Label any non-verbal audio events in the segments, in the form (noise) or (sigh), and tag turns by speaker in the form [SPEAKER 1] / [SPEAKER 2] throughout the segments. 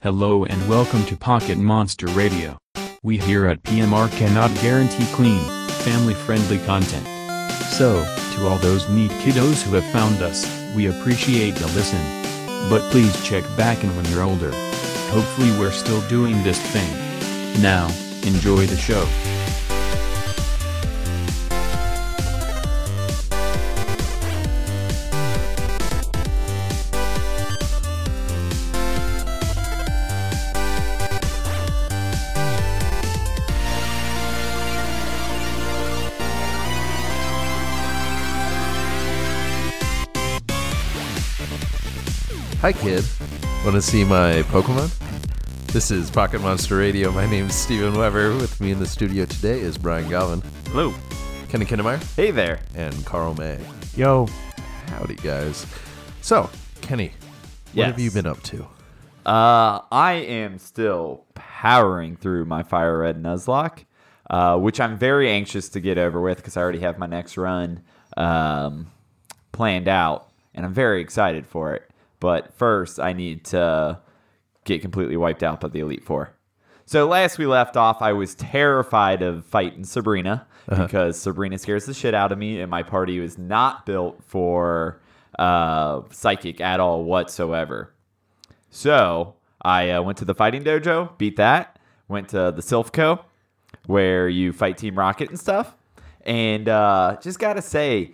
[SPEAKER 1] Hello and welcome to Pocket Monster Radio. We here at PMR cannot guarantee clean, family friendly content. So, to all those neat kiddos who have found us, we appreciate the listen. But please check back in when you're older. Hopefully, we're still doing this thing. Now, enjoy the show.
[SPEAKER 2] Hi, kid. Want to see my Pokemon? This is Pocket Monster Radio. My name is Steven Weber. With me in the studio today is Brian Galvin,
[SPEAKER 3] Hello.
[SPEAKER 2] Kenny Kinnemeyer,
[SPEAKER 3] Hey there.
[SPEAKER 2] and Carl May.
[SPEAKER 3] Yo.
[SPEAKER 2] Howdy, guys. So, Kenny, what have
[SPEAKER 3] Yes.
[SPEAKER 2] you been up to?
[SPEAKER 3] Uh, I am still powering through my Fire Red Nuzlocke, uh, which I'm very anxious to get over with because I already have my next run um, planned out, and I'm very excited for it. But first, I need to get completely wiped out by the Elite Four. So last we left off, I was terrified of fighting Sabrina because Sabrina scares the shit out of me, and my party was not built for uh, psychic at all whatsoever. So I uh, went to the Fighting Dojo, beat that. Went to the Silphco, where you fight Team Rocket and stuff. And uh, just gotta say,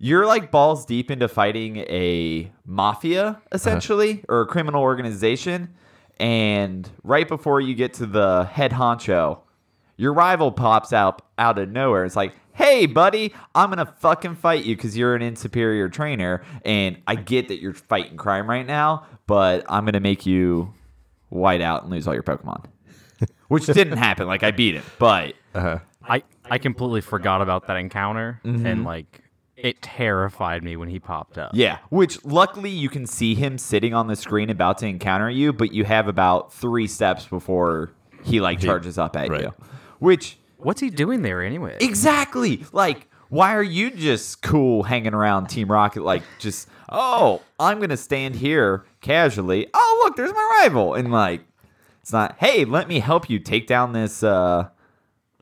[SPEAKER 3] you're like balls deep into fighting a mafia, essentially, or a criminal organization. And right before you get to the head honcho, your rival pops out out of nowhere. It's like, hey, buddy, I'm gonna fucking fight you because you're an insuperior trainer, and I get that you're fighting crime right now, but I'm gonna make you white out and lose all your Pokemon, (laughs) which didn't happen. Like I beat him, but
[SPEAKER 4] I, I completely forgot about that encounter and like it terrified me when he popped up.
[SPEAKER 3] yeah. Which luckily you can see him sitting on the screen about to encounter you, but you have about three steps before he like charges up at
[SPEAKER 2] right.
[SPEAKER 3] you, which.
[SPEAKER 4] What's he doing there anyway?
[SPEAKER 3] Exactly. Like, why are you just cool hanging around Team Rocket? Like, just, oh, I'm going to stand here casually. Oh, look, there's my rival. And, like, it's not, hey, let me help you take down this. Uh,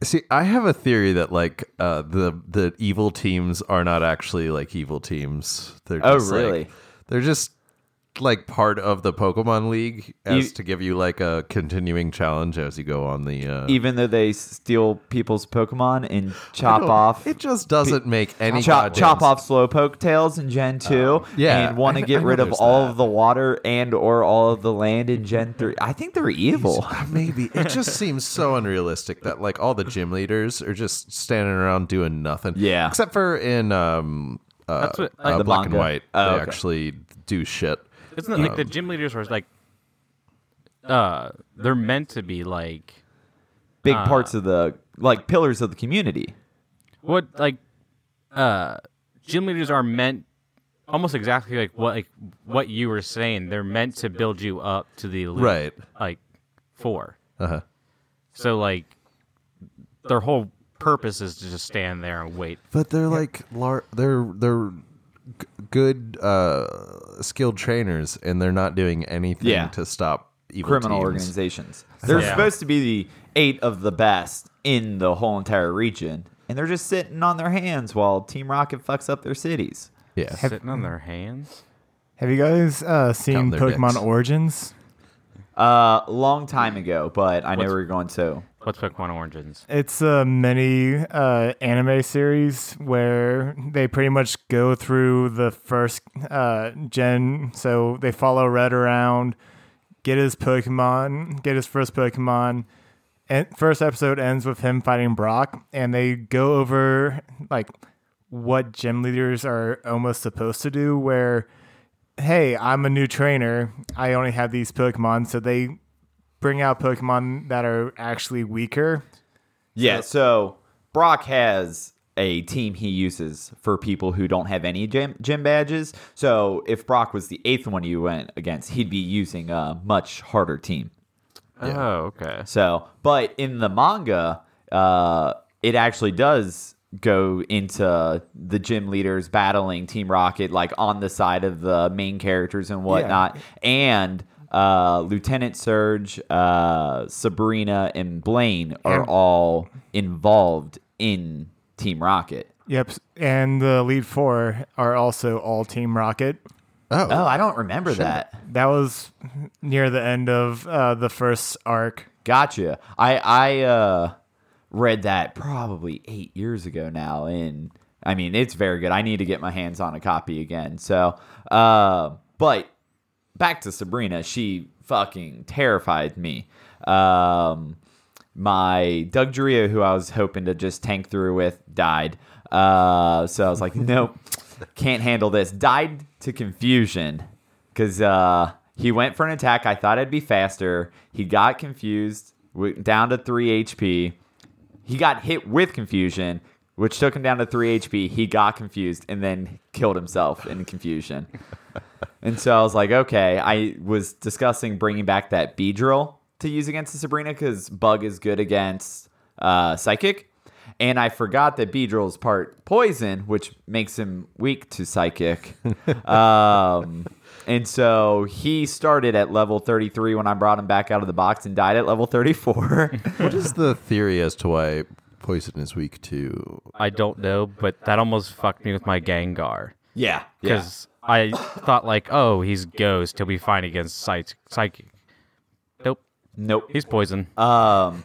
[SPEAKER 2] See, I have a theory that like uh, the the evil teams are not actually like evil teams. They're
[SPEAKER 3] Oh,
[SPEAKER 2] just, like-
[SPEAKER 3] really?
[SPEAKER 2] they're just like part of the Pokemon League, as
[SPEAKER 3] You-
[SPEAKER 2] to give you like a continuing challenge as you go on the. Uh,
[SPEAKER 3] even though they steal people's Pokemon and chop
[SPEAKER 2] don't-
[SPEAKER 3] off.
[SPEAKER 2] Oh, It just doesn't make any
[SPEAKER 3] Chop,
[SPEAKER 2] goddamn Oh,
[SPEAKER 3] chop off slowpoke tails in Gen 2
[SPEAKER 2] yeah,
[SPEAKER 3] and want
[SPEAKER 2] I-
[SPEAKER 3] to get
[SPEAKER 2] I know
[SPEAKER 3] rid of
[SPEAKER 2] there's
[SPEAKER 3] all
[SPEAKER 2] that.
[SPEAKER 3] of the water and or all of the land in Gen 3. I think they're evil.
[SPEAKER 2] sense. (laughs) Maybe it just seems so (laughs) unrealistic that like all the gym leaders are just standing around doing nothing.
[SPEAKER 3] Yeah.
[SPEAKER 2] except for in um uh,
[SPEAKER 4] That's what- like
[SPEAKER 2] uh,
[SPEAKER 4] the
[SPEAKER 2] black and
[SPEAKER 3] manga.
[SPEAKER 2] white,
[SPEAKER 3] Oh,
[SPEAKER 2] they
[SPEAKER 3] okay.
[SPEAKER 2] actually do shit.
[SPEAKER 4] Isn't it like the gym leaders were like uh they're meant to be like
[SPEAKER 3] Big parts of the like pillars of the community.
[SPEAKER 4] what like uh gym leaders are meant almost exactly like what like what you were saying. They're meant to build you up to the elite,
[SPEAKER 2] Right.
[SPEAKER 4] like four. Uh-huh. So like their whole purpose is to just stand there and wait
[SPEAKER 2] But they're like lar- they're they're g- good uh skilled trainers, and they're not doing anything
[SPEAKER 3] Yeah.
[SPEAKER 2] to stop evil
[SPEAKER 3] criminal
[SPEAKER 2] teams.
[SPEAKER 3] organizations. They're
[SPEAKER 4] Yeah.
[SPEAKER 3] supposed to be the eight of the best in the whole entire region, and they're just sitting on their hands while Team Rocket fucks up their cities.
[SPEAKER 2] Yeah,
[SPEAKER 4] sitting on their hands.
[SPEAKER 5] Have you guys uh, seen
[SPEAKER 2] Count their
[SPEAKER 5] Pokemon
[SPEAKER 2] dicks.
[SPEAKER 5] Origins?
[SPEAKER 3] Uh, long time ago, but I know
[SPEAKER 4] What's-
[SPEAKER 3] we're going to.
[SPEAKER 4] Let's pick one origins.
[SPEAKER 5] It's a mini uh, anime series where they pretty much go through the first uh, gen. So they follow Red around, get his Pokemon, get his first Pokemon. And first episode ends with him fighting Brock, and they go over like what gym leaders are almost supposed to do. Where, hey, I'm a new trainer. I only have these Pokemon, so they bring out Pokemon that are actually weaker.
[SPEAKER 3] Yeah, so Brock has a team he uses for people who don't have any gym, gym badges. So if Brock was the eighth one you went against, he'd be using a much harder team.
[SPEAKER 4] Oh, okay.
[SPEAKER 3] So, but in the manga, uh, it actually does go into the gym leaders battling Team Rocket, like on the side of the main characters and whatnot. And uh, Lieutenant Surge, uh, Sabrina, and Blaine are
[SPEAKER 5] And-
[SPEAKER 3] all involved in Team Rocket.
[SPEAKER 5] Yep, and the lead four are also all Team Rocket.
[SPEAKER 2] Oh,
[SPEAKER 3] Oh, I don't remember that.
[SPEAKER 5] That was near the end of uh, the first arc.
[SPEAKER 3] Gotcha. I I uh, read that probably eight years ago now, and I mean it's very good. I need to get my hands on a copy again. So, uh, but back to Sabrina, she fucking terrified me. Um, my Doug Drio, who I was hoping to just tank through with, died. Uh, so I was like, nope, can't handle this. Died to confusion because uh, he went for an attack. I thought it'd be faster. He got confused, went down to 3 HP. He got hit with confusion, which took him down to 3 HP. He got confused and then killed himself in confusion. And so I was like, okay, I was discussing bringing back that B drill to use against the Sabrina because Bug is good against uh, Psychic. And I forgot that B drill is part poison, which makes him weak to (laughs) Psychic. um, and so he started at level 33 when I brought him back out of the box and died at level 34.
[SPEAKER 2] what is the theory as to why poison is weak to?
[SPEAKER 4] I don't know, but that almost fucked me with my Gengar.
[SPEAKER 3] (laughs) yeah. Yeah.
[SPEAKER 4] Because I thought, like, oh, he's ghost. He'll be fine against psych- psychic. Nope.
[SPEAKER 3] Nope. (laughs)
[SPEAKER 4] He's poison.
[SPEAKER 3] Um,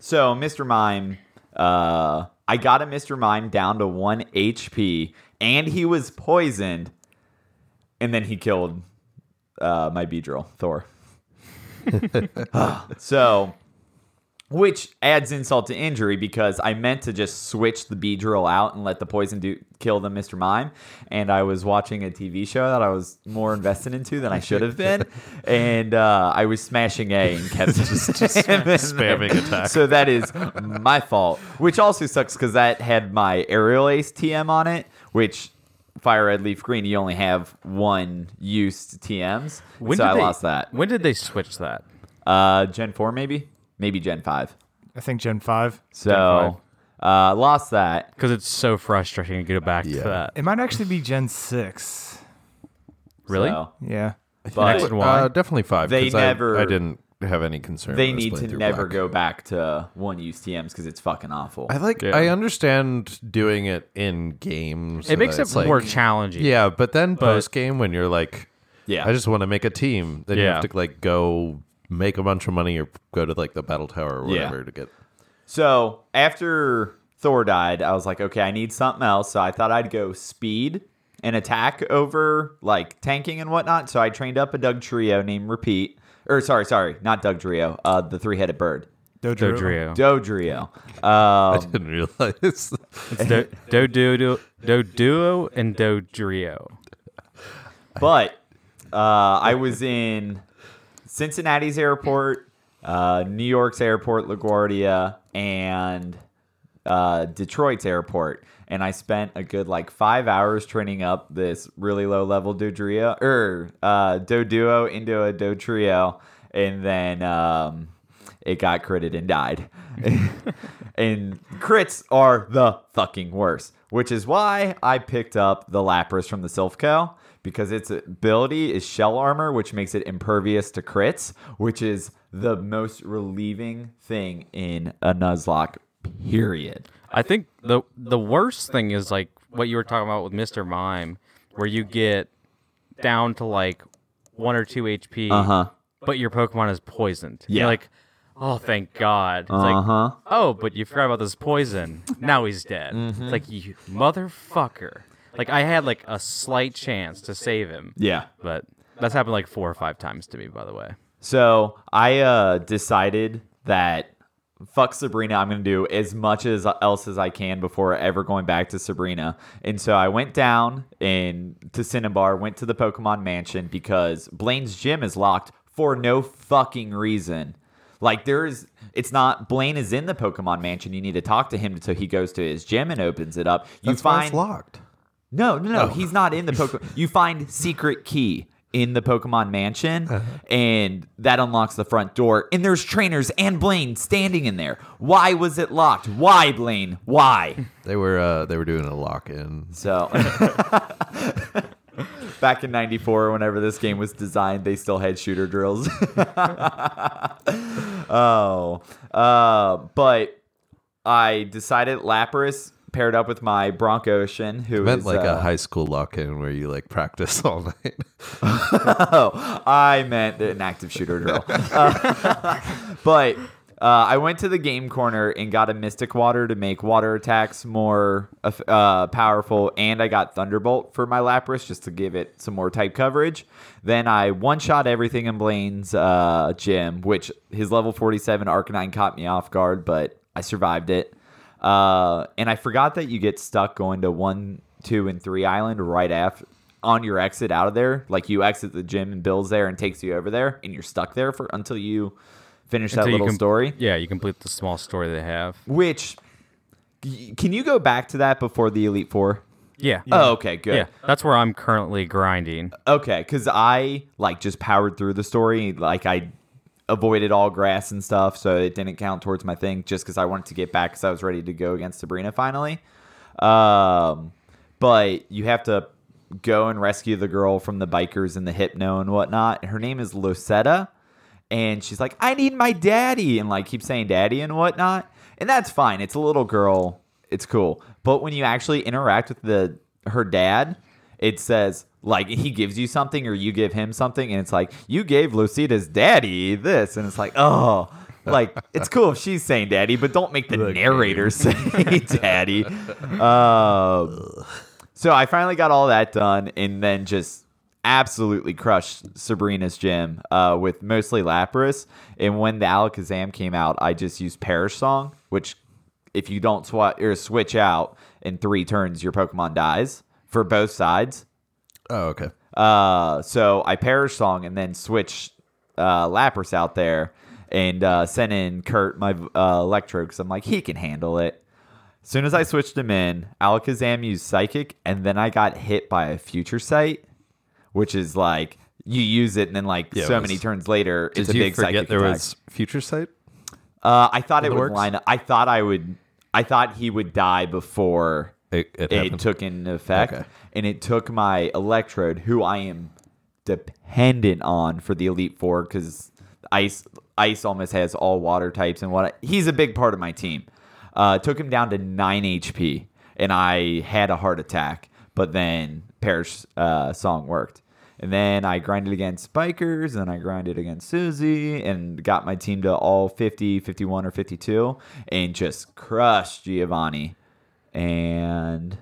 [SPEAKER 3] so Mr. Mime, uh, I got a Mr. Mime down to one HP, and he was poisoned, and then he killed uh, my Beedrill, Thor. (laughs) so, which adds insult to injury because I meant to just switch the Beedrill out and let the poison do kill the Mr. Mime, and I was watching a TV show that I was more invested into than I should have been, and uh, I was smashing A and kept just,
[SPEAKER 2] spamming attack.
[SPEAKER 3] So that is my fault, which also sucks because that had my Aerial Ace TM on it, which. Fire Red Leaf Green, you only have one used TMs. so I
[SPEAKER 4] they,
[SPEAKER 3] lost that.
[SPEAKER 4] When did they switch that?
[SPEAKER 3] Uh, Gen 4, maybe? Maybe Gen 5.
[SPEAKER 5] I think Gen five.
[SPEAKER 3] So uh, lost that.
[SPEAKER 4] Because it's so frustrating to go back
[SPEAKER 2] Yeah.
[SPEAKER 4] to that.
[SPEAKER 5] It might actually be Gen six.
[SPEAKER 4] Really?
[SPEAKER 3] So
[SPEAKER 5] Yeah,
[SPEAKER 3] But-
[SPEAKER 4] X and Y?
[SPEAKER 2] Uh, definitely five.
[SPEAKER 3] They
[SPEAKER 2] 'cause I-
[SPEAKER 3] never-
[SPEAKER 2] I, didn't have any concern.
[SPEAKER 3] they
[SPEAKER 2] when I was
[SPEAKER 3] need to
[SPEAKER 2] playing through
[SPEAKER 3] never
[SPEAKER 2] Black.
[SPEAKER 3] go back to one use TMs because it's fucking awful.
[SPEAKER 2] I like.
[SPEAKER 4] Yeah.
[SPEAKER 2] I understand doing it in games.
[SPEAKER 4] It makes it more challenging.
[SPEAKER 2] Yeah, but then post game when you're like,
[SPEAKER 3] Yeah.
[SPEAKER 2] I just want to make a team. Then you
[SPEAKER 4] Yeah.
[SPEAKER 2] have to like go make a bunch of money or go to like the battle tower or
[SPEAKER 3] Yeah.
[SPEAKER 2] whatever to get. (laughs)
[SPEAKER 3] so after Thor died, I was like, okay, I need something else. So I thought I'd go speed and attack over like tanking and whatnot. So I trained up a Doug Trio named Repeat. Or sorry, sorry, not Doug Trio, uh, the three headed bird.
[SPEAKER 5] Dodrio.
[SPEAKER 4] Dodrio.
[SPEAKER 3] Dodrio. Um,
[SPEAKER 2] I didn't realize.
[SPEAKER 3] (laughs)
[SPEAKER 4] Do do do do duo and do trio.
[SPEAKER 3] but uh, I was in Cincinnati's airport, uh, New York's airport, LaGuardia, and uh, Detroit's airport. And I spent a good like five hours training up this really low level Dodrio or uh, Doduo into a Dotrio. And then um, it got critted and died. (laughs) and crits are the fucking worst, which is why I picked up the Lapras from the Silphco because its ability is shell armor, which makes it impervious to crits, which is the most relieving thing in a Nuzlocke, period.
[SPEAKER 4] I think the the worst thing is like what you were talking about with Mr. Mime, where you get down to like one or two HP,
[SPEAKER 3] Uh-huh.
[SPEAKER 4] but your Pokemon is poisoned.
[SPEAKER 3] Yeah.
[SPEAKER 4] You're like, oh, thank God. It's
[SPEAKER 3] Uh-huh.
[SPEAKER 4] like, oh, but you forgot about this poison. Now he's dead.
[SPEAKER 3] Mm-hmm.
[SPEAKER 4] It's like, you motherfucker. Like, I had like a slight chance to save him.
[SPEAKER 3] Yeah.
[SPEAKER 4] But that's happened like four or five times to me, by the way.
[SPEAKER 3] So I uh, decided that fuck Sabrina, I'm going to do as much as else as I can before ever going back to Sabrina. And so I went down and to Cinnabar, went to the Pokemon Mansion because Blaine's gym is locked for no fucking reason. Like there is, it's not Blaine is in the Pokemon Mansion. You need to talk to him until he goes to his gym and opens it up. You
[SPEAKER 2] That's why
[SPEAKER 3] find
[SPEAKER 2] it's locked.
[SPEAKER 3] no, no, no.
[SPEAKER 2] Oh.
[SPEAKER 3] He's not in
[SPEAKER 2] (laughs)
[SPEAKER 3] the Pokemon. you find secret key in the Pokemon Mansion,
[SPEAKER 2] Uh-huh.
[SPEAKER 3] and that unlocks the front door. And there's trainers and Blaine standing in there. Why was it locked? Why Blaine? Why?
[SPEAKER 2] They were uh, they were doing a lock in.
[SPEAKER 3] So, (laughs) back in 94 whenever this game was designed they still had shooter drills (laughs) oh uh, but i decided lapras paired up with my broncocean who
[SPEAKER 2] Meant
[SPEAKER 3] is,
[SPEAKER 2] like
[SPEAKER 3] uh,
[SPEAKER 2] a high school lock-in where you like practice (laughs) all night.
[SPEAKER 3] (laughs) oh, I meant an active shooter drill. Uh, but uh, I went to the game corner and got a Mystic Water to make water attacks more uh, powerful, and I got Thunderbolt for my Lapras just to give it some more type coverage. Then I one shot everything in Blaine's uh, gym, which his level 47 Arcanine caught me off guard, but I survived it. Uh, and I forgot that you get stuck going to one, two, and three island right after on your exit out of there. Like you exit the gym and Bill's there and takes you over there, and you're stuck there for until you finish that
[SPEAKER 4] Until you
[SPEAKER 3] little
[SPEAKER 4] com-
[SPEAKER 3] story.
[SPEAKER 4] Yeah, you complete the small story they have.
[SPEAKER 3] Which y- can you go back to that before the Elite Four?
[SPEAKER 4] Yeah.
[SPEAKER 3] Oh, okay, good.
[SPEAKER 4] yeah. That's where I'm currently grinding.
[SPEAKER 3] Okay, because I like just powered through the story. Like I avoided all grass and stuff, so it didn't count towards my thing. Just because I wanted to get back, because I was ready to go against Sabrina finally. Um, but you have to go and rescue the girl from the bikers and the hypno and whatnot. Her name is Lucetta, and she's like, "I need my daddy," and like keep saying "daddy" and whatnot. And that's fine. It's a little girl. It's cool. But when you actually interact with the her dad, it says like he gives you something or you give him something, and it's like you gave Lucida's daddy this, and it's like oh. Like it's cool if she's saying daddy, but don't make the narrator (laughs) say daddy. Um, so I finally got all that done, and then just absolutely crushed Sabrina's gym uh, with mostly Lapras. And when the Alakazam came out, I just used Parish Song, which if you don't swat or switch out in three turns, your Pokemon dies for both sides.
[SPEAKER 2] Oh, okay.
[SPEAKER 3] Uh, so I Parish Song and then switch uh, Lapras out there and uh, sent in Kurt, my uh, Electro, because I'm like, he can handle it. As soon as I switched him in, Alakazam used Psychic, and then I got hit by a Future Sight, which is like you use it, and then like
[SPEAKER 2] Yeah, it
[SPEAKER 3] so
[SPEAKER 2] was-
[SPEAKER 3] many turns later, it's
[SPEAKER 2] Did
[SPEAKER 3] a
[SPEAKER 2] you
[SPEAKER 3] big
[SPEAKER 2] forget
[SPEAKER 3] Psychic
[SPEAKER 2] there
[SPEAKER 3] attack.
[SPEAKER 2] was Future Sight?
[SPEAKER 3] uh, I thought it
[SPEAKER 2] the
[SPEAKER 3] would
[SPEAKER 2] works?
[SPEAKER 3] line up. I thought I would. I thought he would die before
[SPEAKER 2] It, it
[SPEAKER 3] it
[SPEAKER 2] happened.
[SPEAKER 3] took into effect
[SPEAKER 2] Okay.
[SPEAKER 3] and it took my electrode who i am dependent on for the elite four because ice ice almost has all water types and what I- he's a big part of my team uh, took him down to 9 hp and i had a heart attack but then parish uh, song worked and then I grinded against Spikers, and then I grinded against Susie, and got my team to all 50, 51, or 52, and just crushed Giovanni. And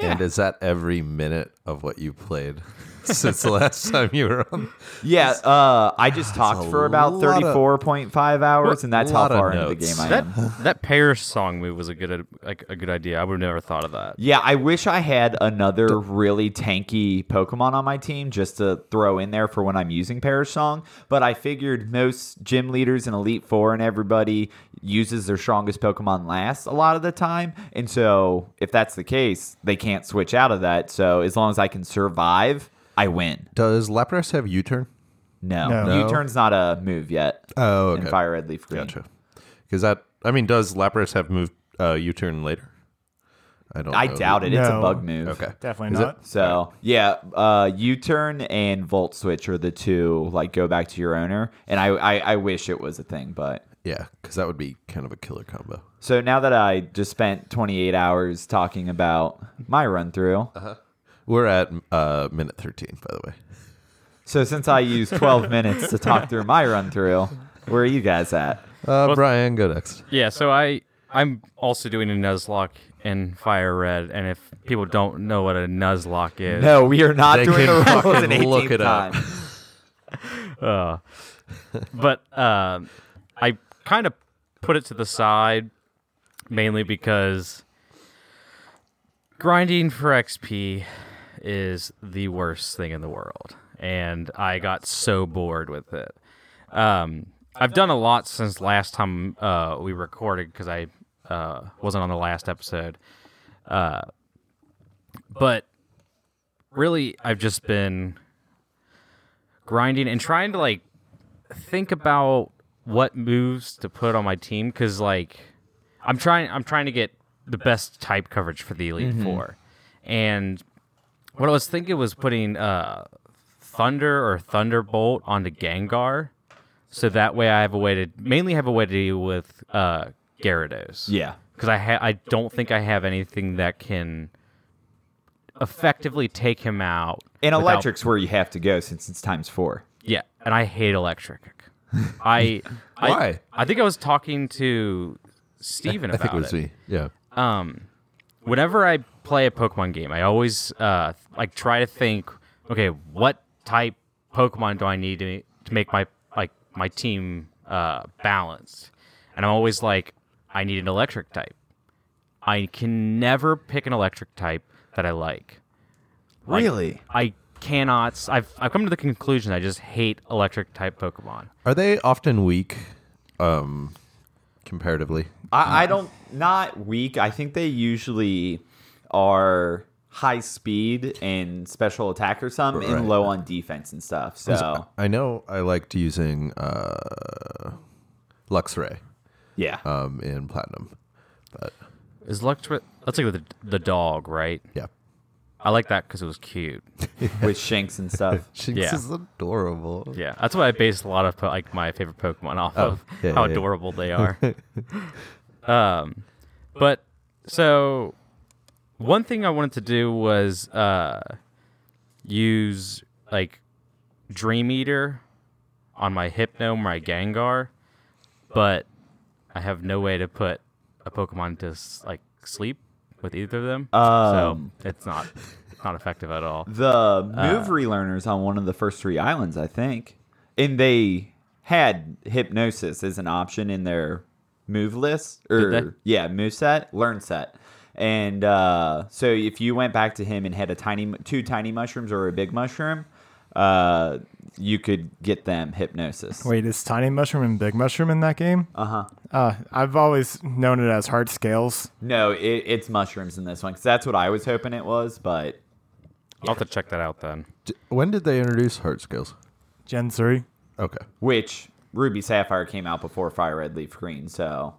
[SPEAKER 2] And is that every minute of what you played (laughs) since the last (laughs) time you were on?
[SPEAKER 3] yeah, uh, I just talked
[SPEAKER 2] a
[SPEAKER 3] for about
[SPEAKER 2] lot of-
[SPEAKER 3] 34.5 hours, and that's how
[SPEAKER 2] lot of
[SPEAKER 3] far into the
[SPEAKER 2] notes.
[SPEAKER 3] game I
[SPEAKER 4] That
[SPEAKER 3] am.
[SPEAKER 4] that Paris song move was a good like a good idea. I would have never thought of that.
[SPEAKER 3] Yeah, I wish I had another really tanky Pokemon on my team just to throw in there for when I'm using Parish Song. But I figured most gym leaders in Elite Four and everybody uses their strongest Pokemon last a lot of the time. And so if that's the case, they can't switch out of that. So as long as I can survive, I win.
[SPEAKER 2] Does Lapras have U-turn?
[SPEAKER 3] No.
[SPEAKER 5] No.
[SPEAKER 3] U-turn's not a move yet.
[SPEAKER 2] Oh, okay.
[SPEAKER 3] In Fire Red Leaf Green.
[SPEAKER 2] Gotcha. Because that, I mean, does Lapras have move uh, U-turn later? I don't.
[SPEAKER 3] I
[SPEAKER 2] know.
[SPEAKER 3] doubt it. It's a
[SPEAKER 5] No.
[SPEAKER 3] bug move.
[SPEAKER 2] Okay.
[SPEAKER 5] Definitely
[SPEAKER 2] Is it-
[SPEAKER 5] not.
[SPEAKER 3] So yeah, uh, U-turn and Volt Switch are the two like go back to your owner, and I I, I wish it was a thing, but
[SPEAKER 2] Yeah, because that would be kind of a killer combo.
[SPEAKER 3] so now that I just spent 28 hours talking about my run through,
[SPEAKER 2] Uh-huh. We're at uh, minute thirteen, by the way.
[SPEAKER 3] so since I used
[SPEAKER 2] (laughs)
[SPEAKER 3] 12 minutes to talk through my run through, where are you guys at?
[SPEAKER 2] Uh, Brian, go next.
[SPEAKER 4] Yeah, so I I'm also doing a Nuzlocke in Fire Red, and if people don't know what a Nuzlocke is,
[SPEAKER 3] No, we are not
[SPEAKER 2] They
[SPEAKER 3] doing
[SPEAKER 2] can
[SPEAKER 3] the rules an
[SPEAKER 2] fucking
[SPEAKER 3] 18th
[SPEAKER 2] look it up.
[SPEAKER 3] time.
[SPEAKER 4] uh, but um, I kind of put it to the side mainly because grinding for XP is the worst thing in the world, and I got so bored with it. Um, I've done a lot since last time uh, we recorded because I uh, wasn't on the last episode, uh, but really I've just been grinding and trying to like think about what moves to put on my team because like I'm trying I'm trying to get the best type coverage for the Elite Four, and What I was thinking was putting uh, Thunder or Thunderbolt onto Gengar, so that way I have a way to mainly have a way to deal with uh, Gyarados.
[SPEAKER 3] Yeah.
[SPEAKER 4] because I ha- I don't think I have anything that can effectively take him out.
[SPEAKER 3] And
[SPEAKER 4] without-
[SPEAKER 3] electric's where you have to go since it's times four.
[SPEAKER 4] yeah, and I hate electric. I I-
[SPEAKER 2] Why?
[SPEAKER 4] I, think I was talking to Steven
[SPEAKER 2] I
[SPEAKER 4] about
[SPEAKER 2] think it was me. Yeah.
[SPEAKER 4] whenever I play a Pokemon game, I always uh, like try to think, okay, what type Pokemon do I need to, to make my like my team uh, balanced? And I'm always like, I need an electric type. I can never pick an electric type that I like. Like,
[SPEAKER 3] Really?
[SPEAKER 4] I cannot. s- I've I've come to the conclusion I just hate electric type Pokemon.
[SPEAKER 2] Are they often weak, um, comparatively?
[SPEAKER 3] I, I don't not weak. I think they usually are high speed and special attack or something,
[SPEAKER 2] Right.
[SPEAKER 3] and low on defense and stuff. So
[SPEAKER 2] I know I liked using uh, Luxray
[SPEAKER 3] yeah,
[SPEAKER 2] um, in Platinum.
[SPEAKER 4] Is Electric? Let's look at the, the dog, right?
[SPEAKER 2] Yeah.
[SPEAKER 4] I like that because it was cute.
[SPEAKER 3] with shanks and stuff.
[SPEAKER 2] Shinx
[SPEAKER 4] Yeah.
[SPEAKER 2] is adorable.
[SPEAKER 4] Yeah, that's what I base a lot of po- like my favorite Pokemon off of
[SPEAKER 2] Oh, yeah,
[SPEAKER 4] how
[SPEAKER 2] yeah, yeah.
[SPEAKER 4] adorable
[SPEAKER 2] (laughs)
[SPEAKER 4] they are. um, but so one thing I wanted to do was uh, use like Dream Eater on my Hypno, my Gengar, but I have no way to put a Pokemon to s- like sleep with either of them,
[SPEAKER 3] Um.
[SPEAKER 4] so it's not not effective at all.
[SPEAKER 3] The move relearners on one of the first three islands, I think, and they had hypnosis as an option in their move list
[SPEAKER 4] Did they?
[SPEAKER 3] or yeah move set, learn set. And uh, so if you went back to him and had a tiny two tiny mushrooms or a big mushroom, uh, you could get them hypnosis.
[SPEAKER 5] Wait, is tiny mushroom and big mushroom in that game? Uh-huh. I've always known it as hard scales.
[SPEAKER 3] No, it, it's mushrooms in this one because that's what I was hoping it was, but
[SPEAKER 4] I'll have to check that out then.
[SPEAKER 2] D- When did they introduce heart skills?
[SPEAKER 5] Gen 3.
[SPEAKER 2] Okay.
[SPEAKER 3] which Ruby Sapphire came out before Fire Red Leaf Green, so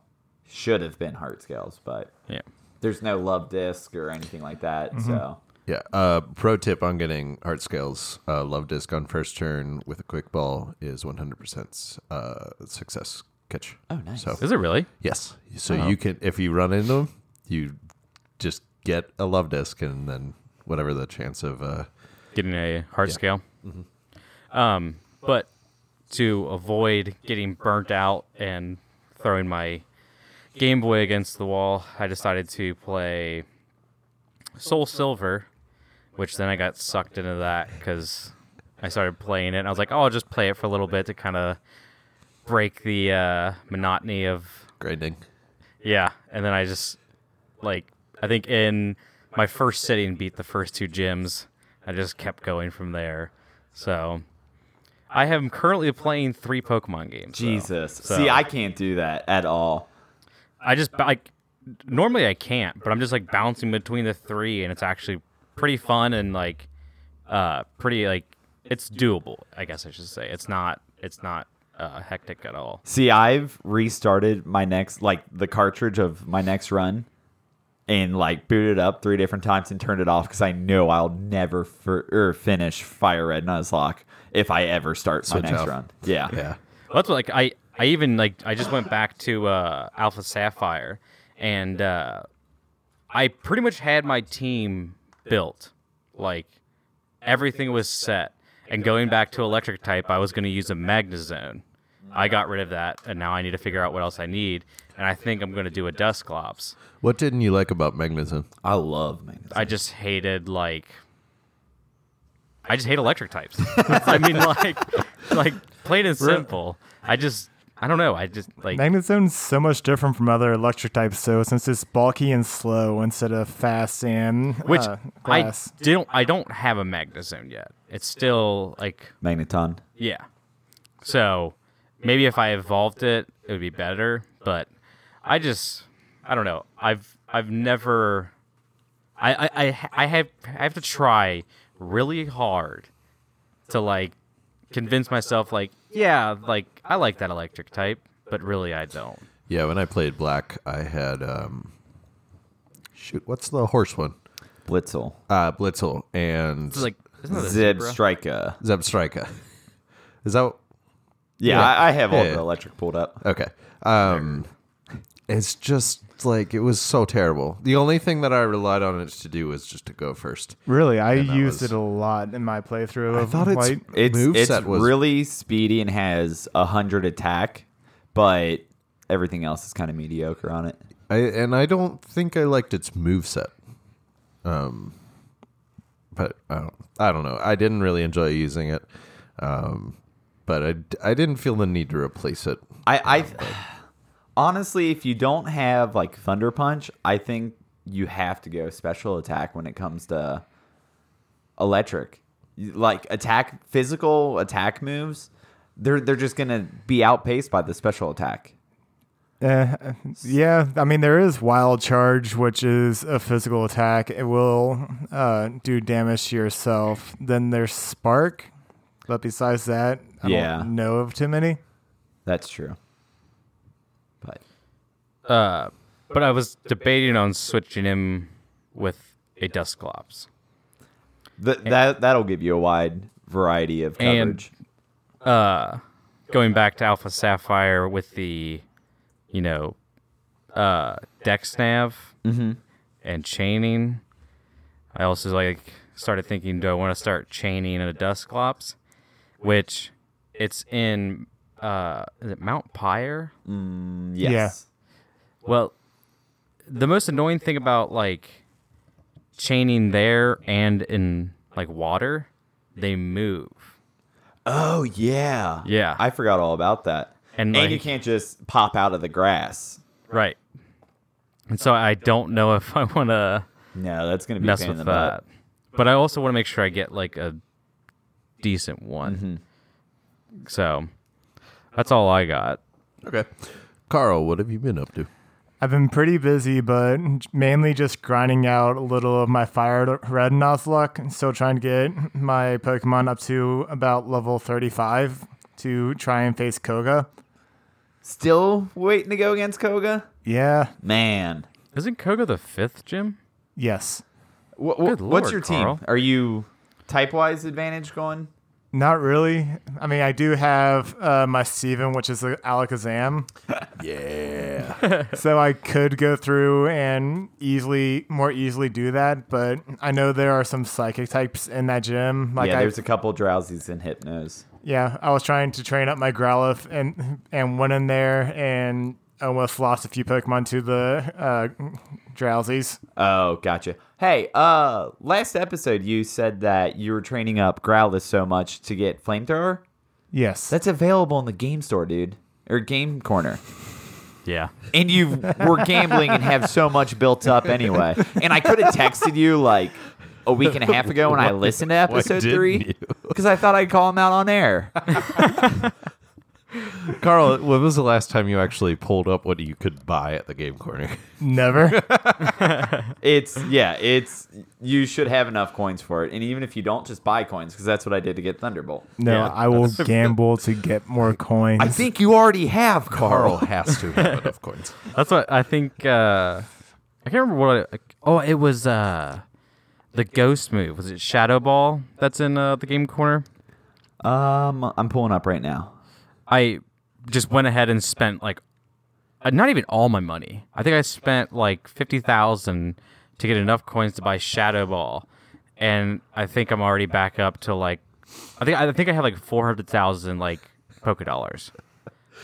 [SPEAKER 3] should have been heart scales, but
[SPEAKER 4] Yeah.
[SPEAKER 3] there's no love disc or anything like that. So
[SPEAKER 2] Yeah. Uh, pro tip on getting heart scales: uh, love disc on first turn with a quick ball is 100% uh, success catch. Oh,
[SPEAKER 3] nice.
[SPEAKER 2] So
[SPEAKER 4] Is it Oh. really?
[SPEAKER 2] yes, so you can if you run into them, you just get a love disc, and then whatever the chance of uh,
[SPEAKER 4] getting a hard scale. Um, but to avoid getting burnt out and throwing my Game Boy against the wall, I decided to play Soul Silver, which then I got sucked into that because I started playing it. And I was like, oh, I'll just play it for a little bit to kind of break the uh, monotony of
[SPEAKER 2] grinding.
[SPEAKER 4] yeah, and then I just like I think in my first sitting beat the first two gyms. I just kept going from there. So I am currently playing three Pokemon games. though.
[SPEAKER 3] Jesus,
[SPEAKER 4] So-
[SPEAKER 3] see, I can't do that at all.
[SPEAKER 4] I just like normally I can't, but I'm just like bouncing between the three, and it's actually pretty fun and like uh pretty like it's doable. I guess I should say it's not it's not uh, hectic at all.
[SPEAKER 3] See, I've restarted my next like the cartridge of my next run. And like booted up three different times and turned it off because I know I'll never for, or finish Fire Red Nuzlocke if I ever start
[SPEAKER 2] Switch
[SPEAKER 3] my next
[SPEAKER 2] off.
[SPEAKER 3] run. Yeah,
[SPEAKER 2] Yeah.
[SPEAKER 4] Well, that's what, like I I even like I just went back to uh, Alpha Sapphire and uh, I pretty much had my team built, like everything was set. And going back to electric type, I was going to use a Magnezone. I got rid of that, and now I need to figure out what else I need. And I think I'm going to do a Dusclops.
[SPEAKER 2] What didn't you like about Magnetism?
[SPEAKER 3] I love Magnus.
[SPEAKER 4] I just hated like I just hate electric types. (laughs) I mean like like plain and simple. I just I don't know. I just like
[SPEAKER 5] Magnet Zone's so much different from other electric types, so since it's bulky and slow instead of fast and
[SPEAKER 4] which
[SPEAKER 5] uh,
[SPEAKER 4] I
[SPEAKER 5] glass.
[SPEAKER 4] don't I don't have a Magnezone yet. It's still like
[SPEAKER 3] Magneton.
[SPEAKER 4] yeah. So maybe if I evolved it, it would be better, but I just I don't know. I've I've never I I I, I have I have to try really hard to like convince myself like yeah, like I like that electric type, but really I don't.
[SPEAKER 2] Yeah, when I played Black, I had um, shoot, what's the horse one?
[SPEAKER 3] Blitzel.
[SPEAKER 2] uh, Blitzel and
[SPEAKER 4] It's like isn't that a
[SPEAKER 3] Zeb
[SPEAKER 4] zebra?
[SPEAKER 3] Strika.
[SPEAKER 2] Zebstrika. (laughs) Is that
[SPEAKER 3] Yeah, I, I have all
[SPEAKER 2] Yeah.
[SPEAKER 3] the electric pulled up.
[SPEAKER 2] okay? Um, it's just like it was so terrible. The only thing that I relied on it to do was just to go first.
[SPEAKER 5] Really, I
[SPEAKER 2] that
[SPEAKER 5] used
[SPEAKER 2] was-
[SPEAKER 5] it a lot in my playthrough.
[SPEAKER 2] I
[SPEAKER 5] Of
[SPEAKER 2] thought its
[SPEAKER 5] Light.
[SPEAKER 3] It's
[SPEAKER 2] move
[SPEAKER 3] it's
[SPEAKER 2] set was
[SPEAKER 3] really speedy and has a hundred attack, but everything else is kind of mediocre on it.
[SPEAKER 2] I, and I don't think I liked its moveset. Um, but I don't, I don't know. I didn't really enjoy using it. Um, but I, I didn't feel the need to replace it.
[SPEAKER 3] I, I honestly, if you don't have like Thunder Punch, I think you have to go special attack when it comes to electric. You- Like attack, physical attack moves, they're they're just gonna be outpaced by the special attack.
[SPEAKER 5] Eh, yeah, I mean there is wild charge, which is a physical attack. It will uh, do damage to yourself. Then there's spark, but besides that, I
[SPEAKER 3] Yeah.
[SPEAKER 5] don't know of too many.
[SPEAKER 3] That's true. But
[SPEAKER 4] Uh, but I was debating on switching him with a Dusclops.
[SPEAKER 3] th- that that'll give you a wide variety of
[SPEAKER 4] And-
[SPEAKER 3] coverage.
[SPEAKER 4] uh, going back to Alpha Sapphire with the, you know, uh, Dex Nav and chaining. I also like started thinking, do I want to start chaining a Dusclops, which it's in uh, is it Mount Pyre?
[SPEAKER 3] yes.
[SPEAKER 4] Well, the most annoying thing about like chaining there and in like water, they move.
[SPEAKER 3] Oh yeah.
[SPEAKER 4] Yeah.
[SPEAKER 3] I forgot all about that.
[SPEAKER 4] And,
[SPEAKER 3] And, you
[SPEAKER 4] like-
[SPEAKER 3] can't just pop out of the grass.
[SPEAKER 4] Right. And so I don't know if I want to
[SPEAKER 3] No, that's gonna be a
[SPEAKER 4] mess
[SPEAKER 3] pain in
[SPEAKER 4] with
[SPEAKER 3] the
[SPEAKER 4] that.
[SPEAKER 3] butt.
[SPEAKER 4] But I also want to make sure I get like a decent one.
[SPEAKER 3] Mm-hmm.
[SPEAKER 4] So that's all I got.
[SPEAKER 2] Okay. Carl, what have you been up to?
[SPEAKER 5] I've been pretty busy, but mainly just grinding out a little of my fire red Nuzlocke. Still trying to get my Pokemon up to about level 35 to try and face Koga.
[SPEAKER 3] Still waiting to go against Koga?
[SPEAKER 5] Yeah.
[SPEAKER 3] Man.
[SPEAKER 4] Isn't Koga the fifth gym?
[SPEAKER 5] Yes.
[SPEAKER 3] Wha- wha-
[SPEAKER 4] Good
[SPEAKER 3] what's
[SPEAKER 4] lord,
[SPEAKER 3] your team?
[SPEAKER 4] Carl.
[SPEAKER 3] Are you type wise advantage going?
[SPEAKER 5] Not really. I mean, I do have uh, my Steven, which is a
[SPEAKER 3] (laughs)
[SPEAKER 5] Alakazam. yeah. (laughs) so I could go through and easily, more easily do that, but I know there are some psychic types in that gym. Like
[SPEAKER 3] yeah,
[SPEAKER 5] I,
[SPEAKER 3] there's a couple drowsies and hypnos.
[SPEAKER 5] Yeah, I was trying to train up my Growlithe and and went in there and almost lost a few Pokemon to the uh, Drowsies.
[SPEAKER 3] Oh, gotcha. Hey, uh last episode you said that you were training up Growlithe so much to get flamethrower.
[SPEAKER 5] Yes,
[SPEAKER 3] That's available in the game store, dude. Or game corner.
[SPEAKER 4] Yeah.
[SPEAKER 3] and you were gambling and have so much built up anyway. And I could have texted you like a week and a half ago when I listened to episode
[SPEAKER 2] didn't
[SPEAKER 3] three
[SPEAKER 2] you?
[SPEAKER 3] because I thought I'd call him out on air.
[SPEAKER 2] Carl, when was the last time you actually pulled up what you could buy at the game corner? (laughs)
[SPEAKER 3] (laughs)
[SPEAKER 5] never.
[SPEAKER 3] It's yeah, it's you should have enough coins for it, and even if you don't, just buy coins because that's what I did to get Thunderbolt.
[SPEAKER 5] No,
[SPEAKER 4] Yeah,
[SPEAKER 5] I will
[SPEAKER 3] (laughs)
[SPEAKER 5] gamble to get more coins.
[SPEAKER 3] I think you already have Carl.
[SPEAKER 2] has to have enough coins.
[SPEAKER 4] That's what I think. Uh, I can't remember what. I, oh, it was uh, the ghost move. Was it Shadow Ball? That's in uh, the game corner.
[SPEAKER 3] Um, I'm pulling up right now.
[SPEAKER 4] I just went ahead and spent like uh, not even all my money. I think I spent like 50,000 to get enough coins to buy Shadow Ball. And I think I'm already back up to like I think I think I have like 400,000 like Poké dollars.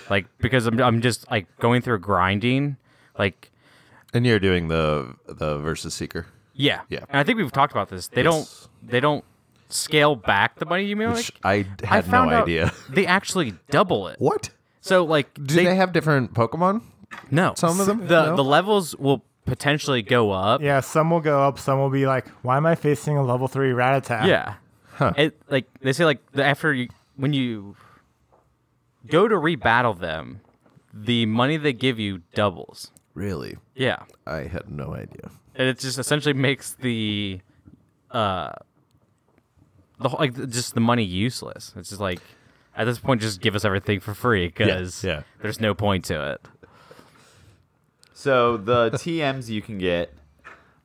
[SPEAKER 4] Like because I'm I'm just like going through grinding like
[SPEAKER 2] (laughs) And you're doing the the versus seeker.
[SPEAKER 4] yeah.
[SPEAKER 2] Yeah.
[SPEAKER 4] And I think we've talked about this. They
[SPEAKER 2] Yes.
[SPEAKER 4] don't they don't scale back the money you make.
[SPEAKER 2] Which I d-
[SPEAKER 4] I
[SPEAKER 2] had no
[SPEAKER 4] found out
[SPEAKER 2] idea.
[SPEAKER 4] They actually double it.
[SPEAKER 2] (laughs) What?
[SPEAKER 4] So like
[SPEAKER 2] Do they, have different Pokemon?
[SPEAKER 4] No.
[SPEAKER 2] Some of them?
[SPEAKER 4] The
[SPEAKER 2] No?
[SPEAKER 4] the levels will potentially go up.
[SPEAKER 5] yeah, some will go up, some will be like, why am I facing a level three Rattata?
[SPEAKER 4] Yeah. It like they say like the, after you when you go to rebattle them, the money they give you doubles.
[SPEAKER 2] Really?
[SPEAKER 4] Yeah.
[SPEAKER 2] I had no idea.
[SPEAKER 4] And it just essentially makes the uh the whole- like just the money useless. It's just like at this point just give us everything for free cuz
[SPEAKER 2] yeah.
[SPEAKER 4] there's no point to it.
[SPEAKER 3] So the TMs you can get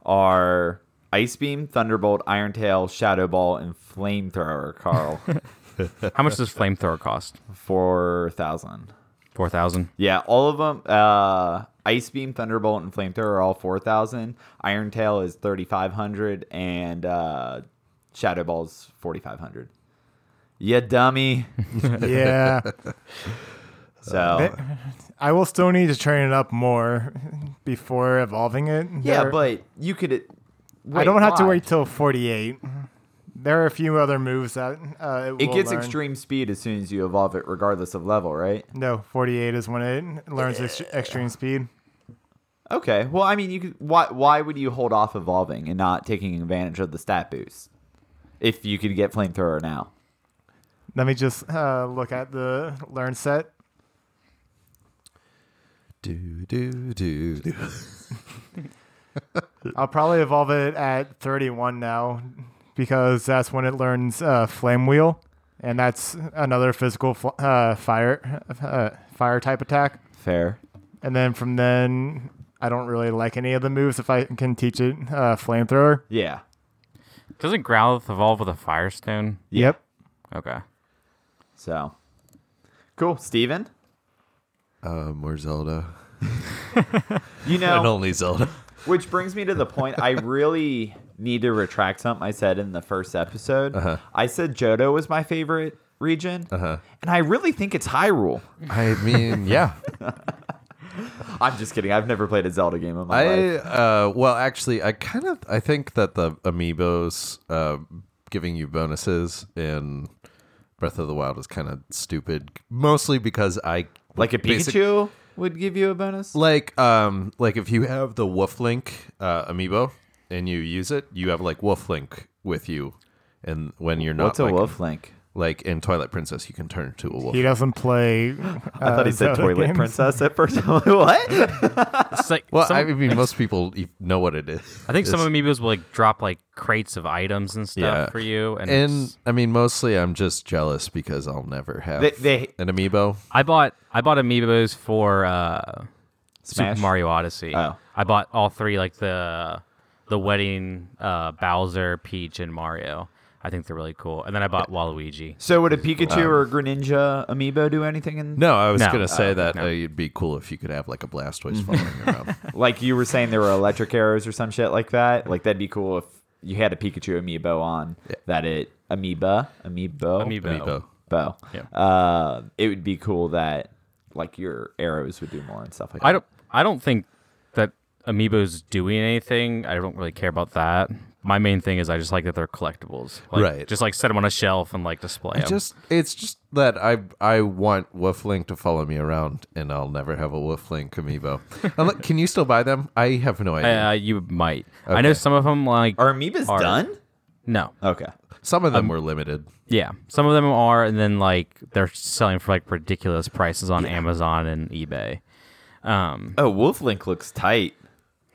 [SPEAKER 3] are Ice Beam, Thunderbolt, Iron Tail, Shadow Ball, and Flamethrower, (laughs) Carl.
[SPEAKER 4] How
[SPEAKER 2] (laughs)
[SPEAKER 4] much does flamethrower cost?
[SPEAKER 3] 4,000.
[SPEAKER 4] Four thousand.
[SPEAKER 3] Yeah, all of them. Uh, Ice Beam, Thunderbolt, and Flamethrower are all 4,000. Iron Tail is 3,500, and uh, Shadow Ball's 4,500. Yeah,
[SPEAKER 5] (laughs)
[SPEAKER 3] dummy.
[SPEAKER 5] (laughs) yeah.
[SPEAKER 3] So,
[SPEAKER 5] I will still need to train it up more (laughs) before evolving it.
[SPEAKER 3] yeah,
[SPEAKER 5] There-
[SPEAKER 3] but you could. uh,
[SPEAKER 5] I don't have to
[SPEAKER 3] why?
[SPEAKER 5] wait till 48. There are a few other moves that uh, it,
[SPEAKER 3] It
[SPEAKER 5] will
[SPEAKER 3] gets
[SPEAKER 5] learn.
[SPEAKER 3] extreme speed as soon as you evolve it, regardless of level, right?
[SPEAKER 5] No, 48 is when it learns ex- extreme speed.
[SPEAKER 3] Okay. Well, I mean, you could, why why would you hold off evolving and not taking advantage of the stat boost if you could get flamethrower now?
[SPEAKER 5] Let me just uh, look at the learn set.
[SPEAKER 2] Do, do, do, do.
[SPEAKER 5] I'll probably evolve it at 31 now because that's when it learns uh, flame wheel, and that's another physical fl- uh, fire uh, fire type attack.
[SPEAKER 3] Fair.
[SPEAKER 5] And then from then, I don't really like any of the moves if I can teach it uh, flamethrower.
[SPEAKER 3] Yeah.
[SPEAKER 4] Doesn't Growlithe evolve with a Firestone?
[SPEAKER 5] Yep.
[SPEAKER 4] Okay.
[SPEAKER 3] So
[SPEAKER 2] (laughs)
[SPEAKER 3] cool, Steven.
[SPEAKER 2] Uh, more Zelda.
[SPEAKER 3] You
[SPEAKER 2] And
[SPEAKER 3] know,
[SPEAKER 2] only Zelda.
[SPEAKER 3] which brings me to the point. I really need to retract something I said in the first episode.
[SPEAKER 2] Uh-huh.
[SPEAKER 3] I said Johto was my favorite region, and I really think it's Hyrule.
[SPEAKER 2] I mean, yeah.
[SPEAKER 3] I'm just kidding. I've never played a Zelda game in my life.
[SPEAKER 2] I uh, well, actually, I kind of I think that the amiibos uh, giving you bonuses in Breath of the Wild is kind of stupid, mostly because I
[SPEAKER 3] Like a
[SPEAKER 2] basic-
[SPEAKER 3] Pikachu would give you a bonus.
[SPEAKER 2] like um, like if you have the Wolf Link uh, amiibo and you use it, you have like Wolf Link with you, and when you're not
[SPEAKER 3] What's a
[SPEAKER 2] like,
[SPEAKER 3] Wolf Link?
[SPEAKER 2] like in Twilight Princess, you can turn into a wolf.
[SPEAKER 5] He doesn't play. (laughs)
[SPEAKER 3] I thought he said toilet princess at first. (laughs) I'm like, what?
[SPEAKER 4] It's like
[SPEAKER 2] Well,
[SPEAKER 4] some-
[SPEAKER 2] I mean, most
[SPEAKER 3] (laughs)
[SPEAKER 2] people e- know what it is.
[SPEAKER 4] I think some
[SPEAKER 2] It's-
[SPEAKER 4] amiibos will like drop like crates of items and stuff
[SPEAKER 2] Yeah.
[SPEAKER 4] for you. And,
[SPEAKER 2] and
[SPEAKER 4] it's-
[SPEAKER 2] I mean, mostly I'm just jealous because I'll never have
[SPEAKER 3] They- they-
[SPEAKER 2] an amiibo.
[SPEAKER 4] I bought I bought amiibos for uh, Super
[SPEAKER 3] Smash?
[SPEAKER 4] Mario Odyssey.
[SPEAKER 3] Oh.
[SPEAKER 4] I bought all three, like the the wedding uh, Bowser, Peach, and Mario. I think they're really cool. And then I bought Waluigi.
[SPEAKER 3] So would a Pikachu or a Greninja amiibo do anything? In
[SPEAKER 2] No, I Mm-hmm. was
[SPEAKER 4] No.
[SPEAKER 2] gonna say
[SPEAKER 4] Oh,
[SPEAKER 2] that
[SPEAKER 4] no.
[SPEAKER 2] uh, it'd be cool if you could have like a Blastoise following (laughs) around.
[SPEAKER 3] like you were saying, there were electric arrows or some shit like that. Like that'd be cool if you had a Pikachu amiibo on that it amoeba amiibo
[SPEAKER 4] Amiibo.
[SPEAKER 2] Amiibo.
[SPEAKER 3] bow.
[SPEAKER 4] Yeah.
[SPEAKER 3] Uh, it would be cool that like your arrows would do more and stuff like that.
[SPEAKER 4] I don't I don't think that amiibos doing anything. I don't really care about that. My main thing is I just like that they're collectibles. Like,
[SPEAKER 2] Right.
[SPEAKER 4] Just like set them on a shelf and like display
[SPEAKER 2] I
[SPEAKER 4] them.
[SPEAKER 2] just it's just that I I want Wolflink to follow me around, and I'll never have a Wolflink (laughs) amiibo. Unless, can you still buy them? I have no idea.
[SPEAKER 4] uh, you might. I know some of them like
[SPEAKER 3] Are amoebas
[SPEAKER 4] Are-
[SPEAKER 3] done?
[SPEAKER 4] no.
[SPEAKER 3] Okay.
[SPEAKER 2] Some of them were limited.
[SPEAKER 4] Yeah, some of them are, and then like they're selling for like ridiculous prices on Amazon and eBay. Um,
[SPEAKER 3] Oh, Wolf Link looks tight.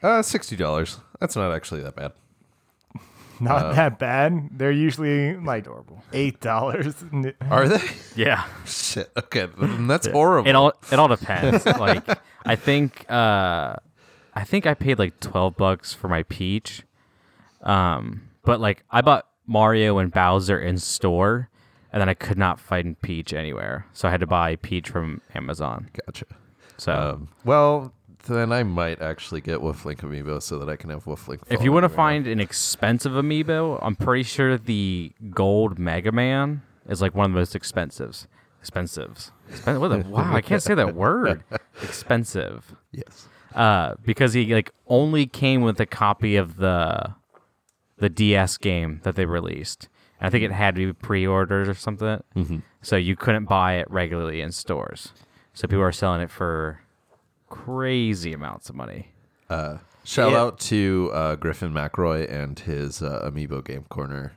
[SPEAKER 2] Uh, sixty dollars. That's not actually that bad.
[SPEAKER 5] Not
[SPEAKER 3] Uh.
[SPEAKER 5] that bad. They're usually like eight dollars. (laughs)
[SPEAKER 2] Are they? (laughs)
[SPEAKER 4] yeah,
[SPEAKER 2] Shit. Okay, then that's horrible.
[SPEAKER 4] (laughs) it all it all depends. like I think uh, I think I paid like twelve bucks for my peach, um, but like I bought Mario and Bowser in store, and then I could not find peach anywhere, so I had to buy peach from Amazon.
[SPEAKER 2] gotcha.
[SPEAKER 4] So.
[SPEAKER 2] Um, well, then I might actually get Wolflink amiibo so that I can have Wolflink.
[SPEAKER 4] If
[SPEAKER 2] follow
[SPEAKER 4] you want to
[SPEAKER 2] me around.
[SPEAKER 4] find an expensive amiibo, I'm pretty sure the gold Mega Man is like one of the most expensives. Expensives. Expen- what
[SPEAKER 2] (laughs)
[SPEAKER 4] the, wow, I can't say that word. Expensive.
[SPEAKER 2] yes.
[SPEAKER 4] Uh, because he like only came with a copy of the the DS game that they released. And I think it had to be pre-ordered or something. Mm-hmm. So you couldn't buy it regularly in stores. So people are selling it for crazy amounts of money.
[SPEAKER 2] Shout out to uh, Griffin McRoy and his uh, Amiibo Game Corner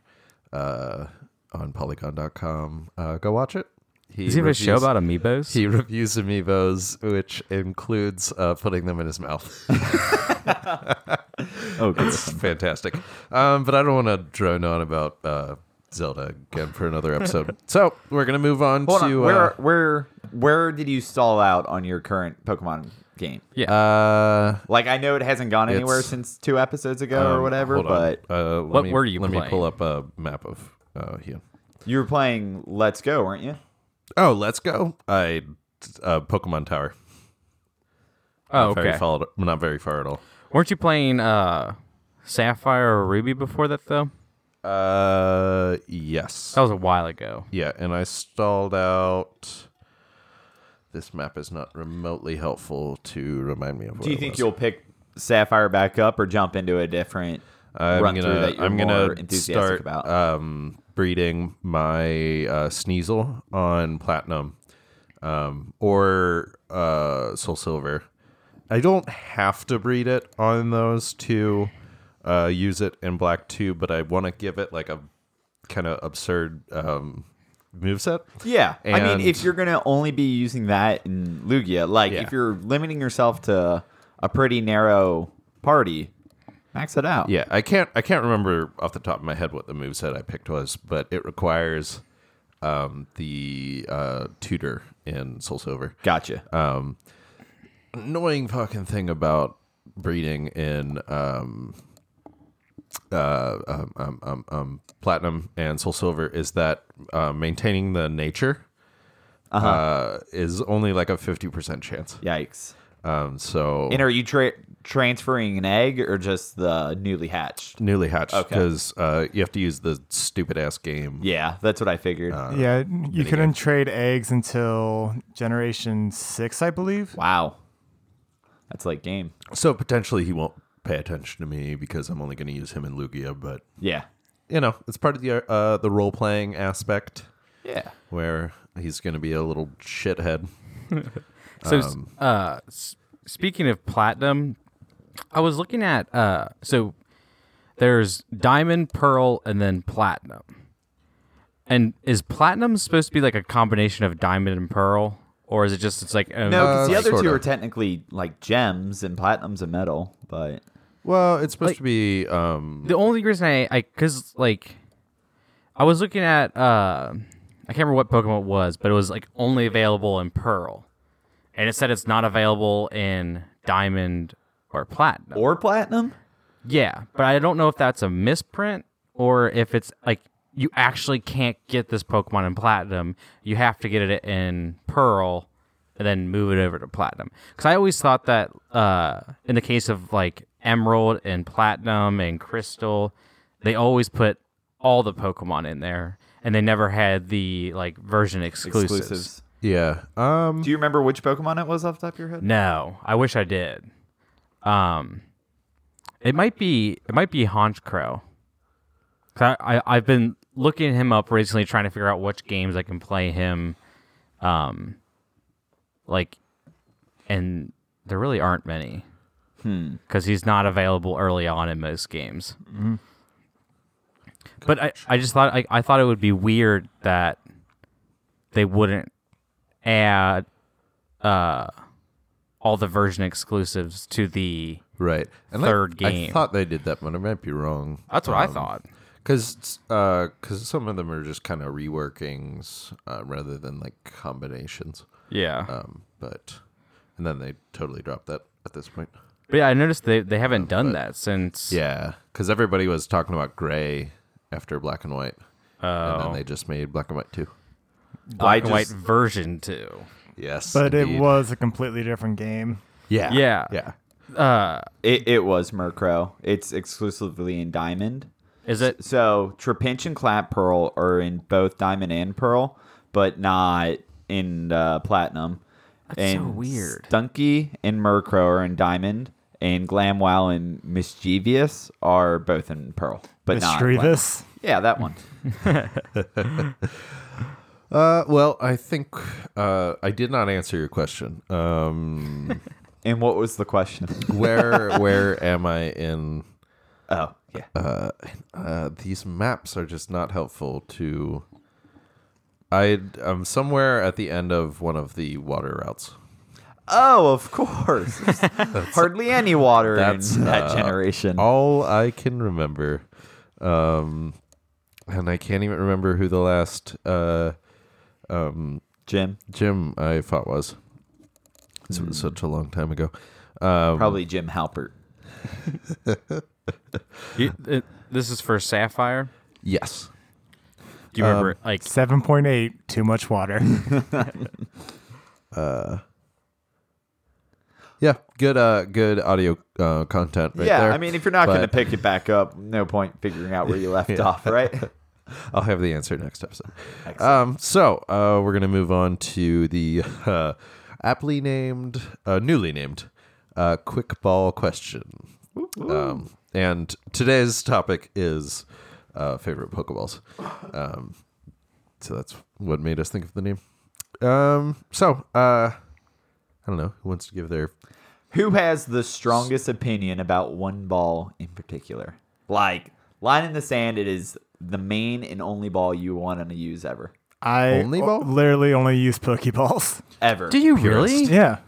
[SPEAKER 2] uh, on Polygon.com. Uh, go watch it. He
[SPEAKER 4] Does he have a show
[SPEAKER 2] reviews-
[SPEAKER 4] about amiibos?
[SPEAKER 2] He reviews Amiibos, which includes uh, putting them in his mouth. (laughs)
[SPEAKER 3] Oh, good. Oh,
[SPEAKER 2] Fantastic. Um, but I don't want to drone on about uh, Zelda again for another
[SPEAKER 4] (laughs)
[SPEAKER 2] episode. so we're gonna move on
[SPEAKER 3] Hold
[SPEAKER 2] to
[SPEAKER 3] on. Where,
[SPEAKER 2] uh,
[SPEAKER 3] where where did you stall out on your current Pokemon game?
[SPEAKER 2] uh,
[SPEAKER 3] Like I know it hasn't gone anywhere
[SPEAKER 2] It's-
[SPEAKER 3] since two episodes ago or
[SPEAKER 2] um,
[SPEAKER 3] whatever,
[SPEAKER 2] hold on.
[SPEAKER 3] but
[SPEAKER 2] Uh, let
[SPEAKER 4] What
[SPEAKER 2] me-
[SPEAKER 4] were you
[SPEAKER 2] Let me
[SPEAKER 4] playing?
[SPEAKER 2] pull up a map of uh, here.
[SPEAKER 3] you were playing Let's Go, weren't you?
[SPEAKER 2] Oh, let's go. I uh, Pokemon Tower.
[SPEAKER 4] Oh,
[SPEAKER 2] Not Very
[SPEAKER 4] okay.
[SPEAKER 2] far, not very far at all.
[SPEAKER 4] Weren't you playing uh, Sapphire or Ruby before that though?
[SPEAKER 2] Uh, yes.
[SPEAKER 4] That was a while ago.
[SPEAKER 2] Yeah, and I stalled out. This map is not remotely helpful to remind me of. What
[SPEAKER 3] Do you
[SPEAKER 2] it
[SPEAKER 3] think
[SPEAKER 2] was.
[SPEAKER 3] you'll pick Sapphire back up or jump into a different
[SPEAKER 2] I'm
[SPEAKER 3] run
[SPEAKER 2] gonna.
[SPEAKER 3] through that you're
[SPEAKER 2] I'm
[SPEAKER 3] more
[SPEAKER 2] gonna
[SPEAKER 3] enthusiastic
[SPEAKER 2] start
[SPEAKER 3] about?
[SPEAKER 2] um, breeding my uh, Sneasel on platinum, um, or uh, Soul Silver. I don't have to breed it on those to uh, use it in black two, but I want to give it like a kind of absurd um, moveset.
[SPEAKER 3] Yeah, I mean, if
[SPEAKER 2] And-
[SPEAKER 3] you're gonna only be using that in Lugia, like
[SPEAKER 2] Yeah.
[SPEAKER 3] if you're limiting yourself to a pretty narrow party, max it out.
[SPEAKER 2] Yeah, I can't I can't remember off the top of my head what the moveset I picked was, but it requires um, the uh, tutor in Soul Silver.
[SPEAKER 3] gotcha.
[SPEAKER 2] Uh, Annoying fucking thing about breeding in um, uh, um, um, um, um, platinum and Soul Silver is that uh, maintaining the nature uh, is only like a fifty percent chance.
[SPEAKER 3] Yikes.
[SPEAKER 2] Um, so
[SPEAKER 3] And are you tra- transferring an egg or just the newly hatched?
[SPEAKER 2] newly hatched
[SPEAKER 3] Okay.
[SPEAKER 2] because uh, you have to use the stupid ass game.
[SPEAKER 3] Yeah, that's what I figured.
[SPEAKER 2] Uh,
[SPEAKER 5] yeah, you couldn't trade eggs until generation six, I believe.
[SPEAKER 3] wow, that's like game.
[SPEAKER 2] So potentially he won't pay attention to me because I'm only going to use him in Lugia, but
[SPEAKER 3] Yeah,
[SPEAKER 2] you know, it's part of the uh, the role playing aspect
[SPEAKER 3] yeah.
[SPEAKER 2] where he's going to be a little shithead.
[SPEAKER 4] So, s- uh, s- speaking of platinum, I was looking at uh, so there's diamond, pearl, and then platinum. And is platinum supposed to be like a combination of diamond and pearl, or is it just it's like
[SPEAKER 3] No, because
[SPEAKER 2] Uh,
[SPEAKER 3] the other two
[SPEAKER 2] sorta.
[SPEAKER 3] are technically like gems, and platinum's a metal. But
[SPEAKER 2] Well, it's supposed to be um
[SPEAKER 4] the only reason I, I, cause like, I was looking at, uh, I can't remember what Pokemon it was, but it was like only available in Pearl, and it said it's not available in Diamond or Platinum.
[SPEAKER 3] or platinum?
[SPEAKER 4] yeah, but I don't know if that's a misprint or if it's like you actually can't get this Pokemon in Platinum. You have to get it in Pearl, and then move it over to Platinum. Because I always thought that, uh, in the case of like Emerald and Platinum and Crystal, they always put all the Pokemon in there, and they never had the like version exclusives.
[SPEAKER 3] Exclusives.
[SPEAKER 2] yeah. Um
[SPEAKER 3] Do you remember which Pokemon it was off the top of your head?
[SPEAKER 4] No, I wish I did. Um, it might be it might be Honchcrow. 'Cause I, I I've been looking him up recently, trying to figure out which games I can play him. Um, like, and there really aren't many. Because he's not available early on in most games. But I, I just thought I, I thought it would be weird that they wouldn't add uh, all the version exclusives to the.
[SPEAKER 2] right. And
[SPEAKER 4] Third
[SPEAKER 2] I, I
[SPEAKER 4] game.
[SPEAKER 2] thought they did that, but I might be wrong. um,
[SPEAKER 4] That's what I thought.
[SPEAKER 2] Cuz cuz some of them are just kind of reworkings uh, rather than like combinations.
[SPEAKER 4] Yeah,
[SPEAKER 2] Um but and then they totally dropped that at this point.
[SPEAKER 4] but yeah, I noticed they they haven't done that since.
[SPEAKER 2] Yeah, because everybody was talking about gray after black and white, and
[SPEAKER 4] Oh.
[SPEAKER 2] then they just made black and white too.
[SPEAKER 4] black and
[SPEAKER 3] I just-
[SPEAKER 4] white version two.
[SPEAKER 2] Yes,
[SPEAKER 5] But
[SPEAKER 2] indeed.
[SPEAKER 5] it was a completely different game.
[SPEAKER 2] yeah,
[SPEAKER 4] Yeah.
[SPEAKER 2] yeah.
[SPEAKER 4] Uh,
[SPEAKER 3] It, it was Murkrow. It's exclusively in Diamond.
[SPEAKER 4] Is it?
[SPEAKER 3] So Trapinch and Clap Pearl are in both Diamond and Pearl, but not in uh, Platinum. That's
[SPEAKER 4] so weird.
[SPEAKER 3] Stunky and Murkrow are in Diamond, and Glamwow and Mischievous are both in Pearl, but not. Platinum.
[SPEAKER 5] Mischievous.
[SPEAKER 3] Yeah, that one.
[SPEAKER 2] Uh, well, I think uh, I did not answer your question. Um,
[SPEAKER 3] and what was
[SPEAKER 2] (laughs)
[SPEAKER 3] the question? (laughs)
[SPEAKER 2] where where am I in?
[SPEAKER 3] oh, yeah.
[SPEAKER 2] Uh, these maps are just not helpful to. I I'm somewhere at the end of one of the water routes.
[SPEAKER 3] Oh,
[SPEAKER 2] (laughs)
[SPEAKER 3] of course. Hardly any water
[SPEAKER 2] that's,
[SPEAKER 3] in that
[SPEAKER 2] uh,
[SPEAKER 3] generation.
[SPEAKER 2] All I can remember. Um, and I can't even remember who the last uh, um,
[SPEAKER 3] Jim,
[SPEAKER 2] Jim I fought was. This
[SPEAKER 3] Hmm.
[SPEAKER 2] was such a long time ago. Um,
[SPEAKER 3] probably Jim Halpert.
[SPEAKER 2] uh,
[SPEAKER 4] You, it, this is for Sapphire.
[SPEAKER 2] Yes.
[SPEAKER 4] Do you
[SPEAKER 2] Um,
[SPEAKER 4] remember like
[SPEAKER 5] 7.8, too much water. (laughs)
[SPEAKER 2] Yeah. Good. Uh, good audio uh, content. Right
[SPEAKER 3] yeah,
[SPEAKER 2] there.
[SPEAKER 3] I mean, if you're not going to
[SPEAKER 2] But
[SPEAKER 3] pick it back up, no point figuring out where
[SPEAKER 2] (laughs)
[SPEAKER 3] you left off, right?
[SPEAKER 2] I'll have the answer next episode. Um, so uh, we're gonna move on to the uh, aptly named, uh, newly named, uh, quick ball question. Um, and today's topic is uh, favorite Pokeballs. Um, so that's what made us think of the name. Um, so uh, I don't know who wants to give their
[SPEAKER 3] Who has the strongest opinion about one ball in particular? Like line in the sand, it is the main and only ball you want to use ever,
[SPEAKER 5] I
[SPEAKER 2] Only ball?
[SPEAKER 5] literally only use Pokeballs.
[SPEAKER 3] ever.
[SPEAKER 4] Do you really?
[SPEAKER 5] Yeah.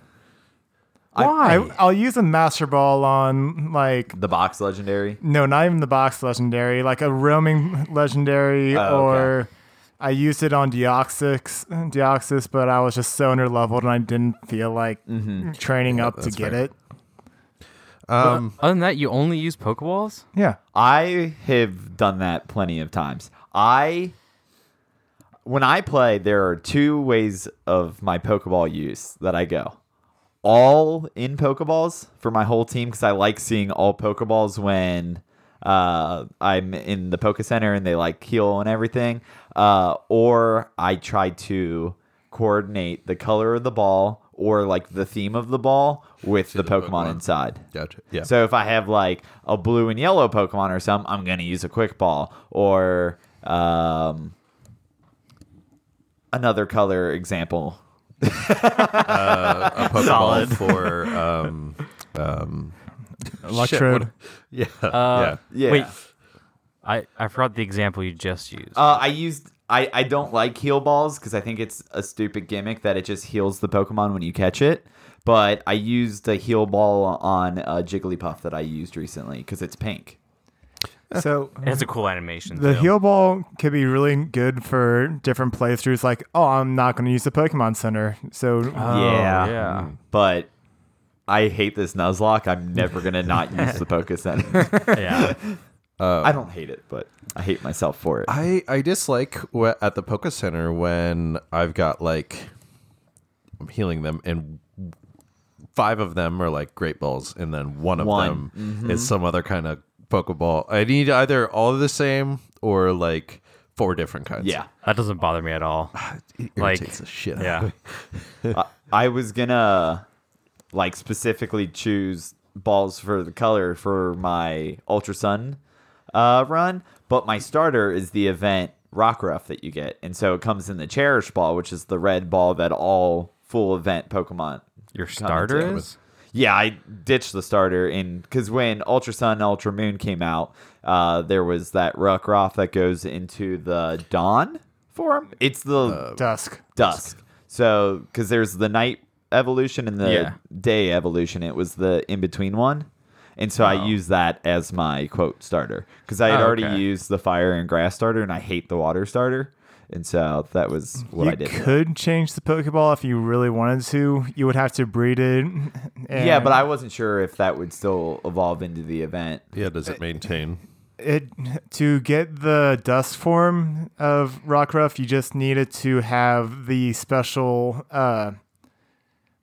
[SPEAKER 4] Why?
[SPEAKER 5] I, I'll use a Master Ball on, like,
[SPEAKER 3] the box legendary?
[SPEAKER 5] no, not even the box legendary, like a roaming legendary,
[SPEAKER 3] Oh, okay.
[SPEAKER 5] or I used it on Deoxys, Deoxys, but I was just so underleveled and I didn't feel like training up to
[SPEAKER 2] that's
[SPEAKER 5] get
[SPEAKER 2] fair.
[SPEAKER 5] it.
[SPEAKER 2] um,
[SPEAKER 4] Other than that, you only use Pokeballs.
[SPEAKER 5] Yeah.
[SPEAKER 3] I have done that plenty of times. I when I play, there are two ways of my Pokeball use that I go. All in Pokeballs for my whole team because I like seeing all Pokeballs when uh, I'm in the Poke Center and they like heal and everything. Uh, or I try to coordinate the color of the ball or like the theme of the ball with the, Pokemon,
[SPEAKER 2] Pokemon.
[SPEAKER 3] inside.
[SPEAKER 2] gotcha. Yeah.
[SPEAKER 3] So if I have like a blue and yellow Pokemon or something, I'm gonna use a quick ball or um, another color example.
[SPEAKER 2] a Pokeball
[SPEAKER 3] Solid.
[SPEAKER 2] for um, um,
[SPEAKER 5] Electrode.
[SPEAKER 2] Shit, what- (laughs) yeah. yeah.
[SPEAKER 3] Yeah.
[SPEAKER 4] Wait. I, I forgot the example you just used.
[SPEAKER 3] Uh, I used. I, I don't like heal balls because I think it's a stupid gimmick that it just heals the Pokemon when you catch it. But I used a heal ball on a Jigglypuff that I used recently because it's pink.
[SPEAKER 5] So
[SPEAKER 4] it has a cool animation.
[SPEAKER 5] The
[SPEAKER 4] too.
[SPEAKER 5] heal ball could be really good for different playthroughs. Like, oh, I'm not going to use the Pokemon Center. So
[SPEAKER 4] Oh,
[SPEAKER 3] yeah.
[SPEAKER 4] yeah.
[SPEAKER 3] But I hate this Nuzlocke. I'm never gonna not
[SPEAKER 2] (laughs)
[SPEAKER 3] use the Poke Center.
[SPEAKER 2] Mm.
[SPEAKER 4] yeah.
[SPEAKER 3] I don't hate it, but I hate myself for it.
[SPEAKER 2] Oh. I I dislike wh- at the Poke Center when I've got like I'm healing them and five of them are like great balls and then one of
[SPEAKER 3] One.
[SPEAKER 2] them
[SPEAKER 4] Mm-hmm.
[SPEAKER 2] is some other kind of pokeball. I need either all the same or like four different kinds.
[SPEAKER 3] yeah.
[SPEAKER 4] That doesn't bother me at all.
[SPEAKER 2] (sighs) It
[SPEAKER 4] Like,
[SPEAKER 2] irritates the shit out of
[SPEAKER 4] Yeah.
[SPEAKER 2] me.
[SPEAKER 3] I, I was gonna like specifically choose balls for the color for my Ultra Sun uh, run, but my starter is the event Rockruff that you get, and so it comes in the Cherish ball, which is the red ball that all full event Pokemon.
[SPEAKER 4] Your starter is?
[SPEAKER 3] Yeah, I ditched the starter in because when Ultra Sun and Ultra Moon came out, uh, there was that Rockruff that goes into the Dawn form. It's the
[SPEAKER 5] Uh, dusk.
[SPEAKER 3] dusk. So, because there's the night evolution and the
[SPEAKER 4] Yeah.
[SPEAKER 3] day evolution, it was the in between one. And so I used that as my quote starter because I had
[SPEAKER 4] Oh,
[SPEAKER 3] already
[SPEAKER 4] okay.
[SPEAKER 3] used the fire and grass starter, and I hate the water starter. And so that was what I
[SPEAKER 5] You
[SPEAKER 3] did.
[SPEAKER 5] could change the Pokeball if you really wanted to. You would have to breed it.
[SPEAKER 3] Yeah, but
[SPEAKER 5] and
[SPEAKER 3] I wasn't sure if that would still evolve into the event.
[SPEAKER 2] Yeah, does it maintain?
[SPEAKER 5] it to get the dust form of Rockruff, you just needed to have the special. Uh,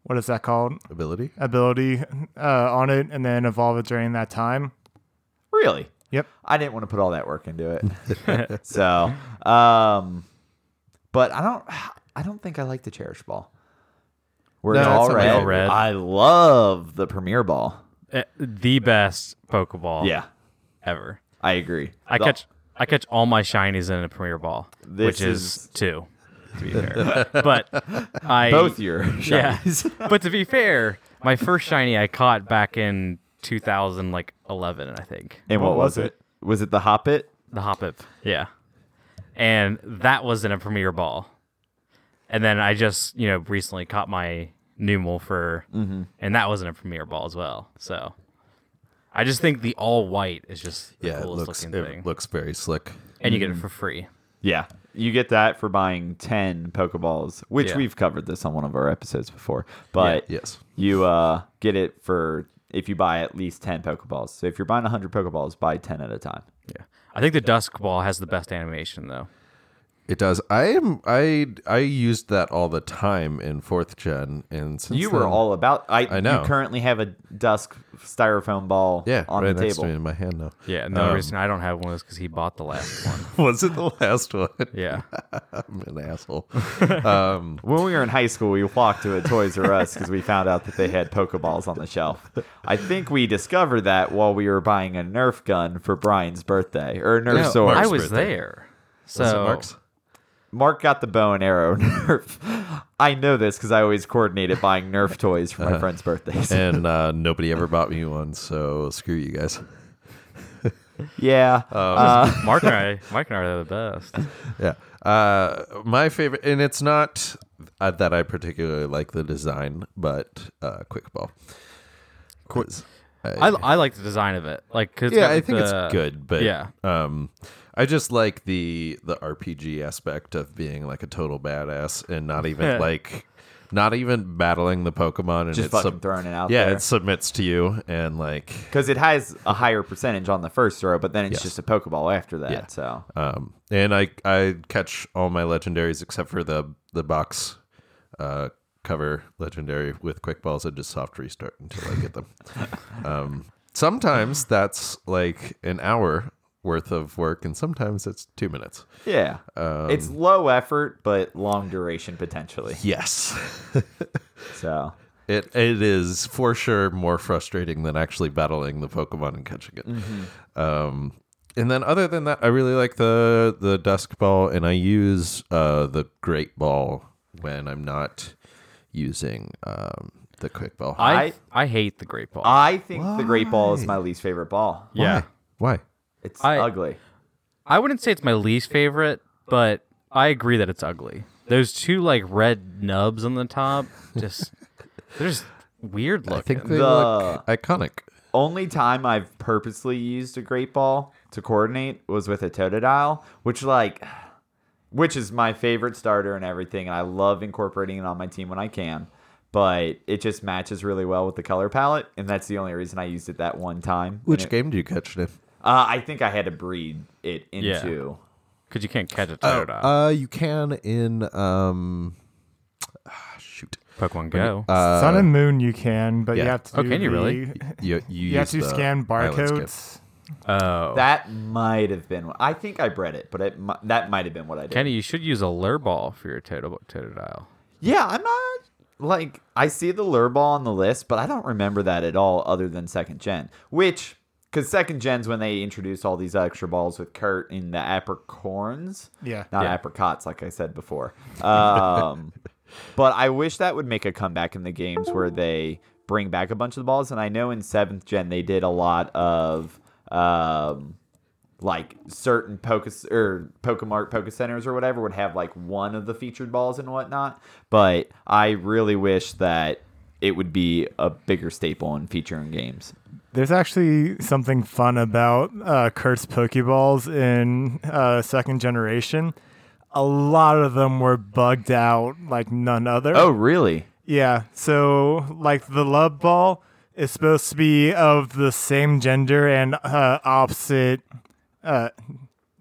[SPEAKER 5] what is that called?
[SPEAKER 2] Ability?
[SPEAKER 5] Ability uh, on it, and then evolve it during that time.
[SPEAKER 3] Really?
[SPEAKER 5] Yep.
[SPEAKER 3] I didn't want to put all that work into it. (laughs) so, um, but I don't, I don't think I like the cherish ball. We're
[SPEAKER 2] No, that's
[SPEAKER 3] all
[SPEAKER 2] not my
[SPEAKER 3] red.
[SPEAKER 4] favorite. Red.
[SPEAKER 3] I love the premier ball.
[SPEAKER 4] Uh, The best Pokeball
[SPEAKER 3] Yeah,
[SPEAKER 4] ever.
[SPEAKER 3] I agree.
[SPEAKER 4] Oh. I
[SPEAKER 3] The-
[SPEAKER 4] catch I catch all my shinies in a premier ball,
[SPEAKER 3] This
[SPEAKER 4] which is,
[SPEAKER 3] is-
[SPEAKER 4] two, to be fair. but I
[SPEAKER 3] both your
[SPEAKER 4] (laughs) yeah.
[SPEAKER 3] shinies.
[SPEAKER 4] (laughs) but to be fair, my first shiny I caught back in 2000, like 11, I think.
[SPEAKER 3] and what,
[SPEAKER 5] What
[SPEAKER 3] was
[SPEAKER 5] was
[SPEAKER 3] it? Was it the Hoppet?
[SPEAKER 4] The Hoppip, yeah. And that was in a premier ball. And then I just you know recently caught my Numel for, and that was in a premier ball as well. So I just think the all white is just the
[SPEAKER 2] yeah, it
[SPEAKER 4] coolest
[SPEAKER 2] looks
[SPEAKER 4] looking thing,
[SPEAKER 2] it looks very slick.
[SPEAKER 4] and you get it for free.
[SPEAKER 3] Yeah. You get that for buying 10 Pokeballs, which
[SPEAKER 4] Yeah.
[SPEAKER 3] we've covered this on one of our episodes before. But
[SPEAKER 2] Yes.
[SPEAKER 3] you uh, get it for if you buy at least 10 Pokeballs. So if you're buying 100 Pokeballs, buy 10 at a time.
[SPEAKER 4] Yeah, I think the Dusk Ball has the best animation though.
[SPEAKER 2] It does. I am I I used that all the time in fourth gen and since
[SPEAKER 3] you were
[SPEAKER 2] then-
[SPEAKER 3] all about. I,
[SPEAKER 2] I know.
[SPEAKER 3] You currently have a Dusk styrofoam ball
[SPEAKER 2] yeah
[SPEAKER 3] on
[SPEAKER 2] right
[SPEAKER 3] the
[SPEAKER 2] next
[SPEAKER 3] table.
[SPEAKER 2] to me in my hand now. Uh,
[SPEAKER 4] Yeah, and the
[SPEAKER 2] Um,
[SPEAKER 4] reason I don't have one is because he bought the last
[SPEAKER 2] (laughs)
[SPEAKER 4] one.
[SPEAKER 2] Was it the last one? (laughs)
[SPEAKER 4] Yeah,
[SPEAKER 2] I'm an asshole.
[SPEAKER 3] When we were in high school, we walked to a Toys R Us because we found out that they had Pokeballs on the shelf. I think we discovered that while we were buying a Nerf gun for Brian's birthday or a Nerf
[SPEAKER 2] Yeah,
[SPEAKER 3] sword.
[SPEAKER 4] I
[SPEAKER 2] Mark's
[SPEAKER 4] was
[SPEAKER 2] birthday.
[SPEAKER 4] there. So
[SPEAKER 2] Was it Mark's?
[SPEAKER 3] Mark got the bow and arrow (laughs) Nerf. I know this because I always coordinated buying Nerf toys for
[SPEAKER 2] Uh-huh.
[SPEAKER 3] my friends' birthdays.
[SPEAKER 2] and uh, nobody ever bought me one, so screw you guys.
[SPEAKER 3] (laughs)
[SPEAKER 2] (laughs)
[SPEAKER 3] yeah.
[SPEAKER 4] (laughs)
[SPEAKER 2] Um,
[SPEAKER 3] Uh,
[SPEAKER 4] Mark and I, Mike and I are the best.
[SPEAKER 2] Yeah. Uh, my favorite, and it's not uh, that I particularly like the design, but uh, Quick Ball. Quiz. (laughs)
[SPEAKER 4] I, I like the design of it. Like, cause
[SPEAKER 2] Yeah,
[SPEAKER 4] got
[SPEAKER 2] I think
[SPEAKER 4] the-
[SPEAKER 2] it's good, but
[SPEAKER 4] yeah.
[SPEAKER 2] um, I just like the the RPG aspect of being like a total badass and not even like not even battling the Pokemon and
[SPEAKER 3] Just
[SPEAKER 2] it's
[SPEAKER 3] fucking throwing it out
[SPEAKER 2] yeah,
[SPEAKER 3] there.
[SPEAKER 2] it submits to you and like
[SPEAKER 3] Because it has a higher percentage on the first throw, but then it's
[SPEAKER 2] Yes.
[SPEAKER 3] just a Pokeball after that.
[SPEAKER 2] Yeah.
[SPEAKER 3] So
[SPEAKER 2] Um, and I I catch all my legendaries except for the the box uh, cover legendary with quick balls. I just soft restart until I get them. um, sometimes that's like an hour worth of work, and sometimes it's two minutes.
[SPEAKER 3] yeah, it's
[SPEAKER 2] Um,
[SPEAKER 3] low effort but long duration potentially.
[SPEAKER 2] Yes,
[SPEAKER 3] So
[SPEAKER 2] it it is for sure more frustrating than actually battling the Pokemon and catching it. Um, and then other than that, I really like the the dusk ball, and I use uh, the great ball when I'm not using um, the quick ball.
[SPEAKER 4] I, I hate the great ball.
[SPEAKER 3] I think the Great Ball is my least favorite ball.
[SPEAKER 4] yeah,
[SPEAKER 2] Why?
[SPEAKER 3] It's
[SPEAKER 4] I-
[SPEAKER 3] ugly.
[SPEAKER 4] I wouldn't say it's my least favorite, but I agree that it's ugly. Those two like red nubs on the top, just they're just weird
[SPEAKER 2] I
[SPEAKER 4] looking.
[SPEAKER 2] think they
[SPEAKER 3] The-
[SPEAKER 2] look iconic.
[SPEAKER 3] Only time I've purposely used a Great Ball to coordinate was with a Totodile, which like, (sighs) which is my favorite starter and everything, and I love incorporating it on my team when I can. But it just matches really well with the color palette, and that's the only reason I used it that one time.
[SPEAKER 2] Which
[SPEAKER 3] And it-
[SPEAKER 2] game do you catch it in?
[SPEAKER 3] Uh, I think I had to breed it
[SPEAKER 4] Yeah.
[SPEAKER 3] into.
[SPEAKER 4] Because you can't catch a Totodile.
[SPEAKER 2] Uh, you can in um, ah, shoot.
[SPEAKER 4] Pokemon
[SPEAKER 2] uh,
[SPEAKER 4] Go.
[SPEAKER 5] Sun and Moon you can, but
[SPEAKER 2] yeah.
[SPEAKER 5] you have to.
[SPEAKER 4] Oh,
[SPEAKER 5] do
[SPEAKER 4] can you really?
[SPEAKER 5] the-
[SPEAKER 2] You, you,
[SPEAKER 5] You have
[SPEAKER 2] use the
[SPEAKER 5] to scan
[SPEAKER 2] island scan.
[SPEAKER 5] barcodes.
[SPEAKER 4] oh,
[SPEAKER 3] That might have been. I think I bred it, but it, mi- that might have been what I did.
[SPEAKER 4] Kenny, you should use a lure ball for your Toto- Totodile.
[SPEAKER 3] Yeah, I'm not like I see the lure ball on the list, but I don't remember that at all, other than second gen. Which, because second gen's when they introduced all these extra balls with Kurt in the apricorns,
[SPEAKER 5] Yeah.
[SPEAKER 3] not
[SPEAKER 4] Yeah.
[SPEAKER 3] apricots, like I said before. Um, but I wish that would make a comeback in the games where they bring back a bunch of the balls. And I know in seventh gen they did a lot of. Um, like certain Poke or Pokemart Poke Centers or whatever would have like one of the featured balls and whatnot. But I really wish that it would be a bigger staple in featuring games.
[SPEAKER 5] There's actually something fun about uh, Kurt's Pokeballs in uh, second generation. A lot of them were bugged out like none other.
[SPEAKER 3] Oh, really?
[SPEAKER 5] Yeah. So, like, the love ball is supposed to be of the same gender and uh, opposite. Uh,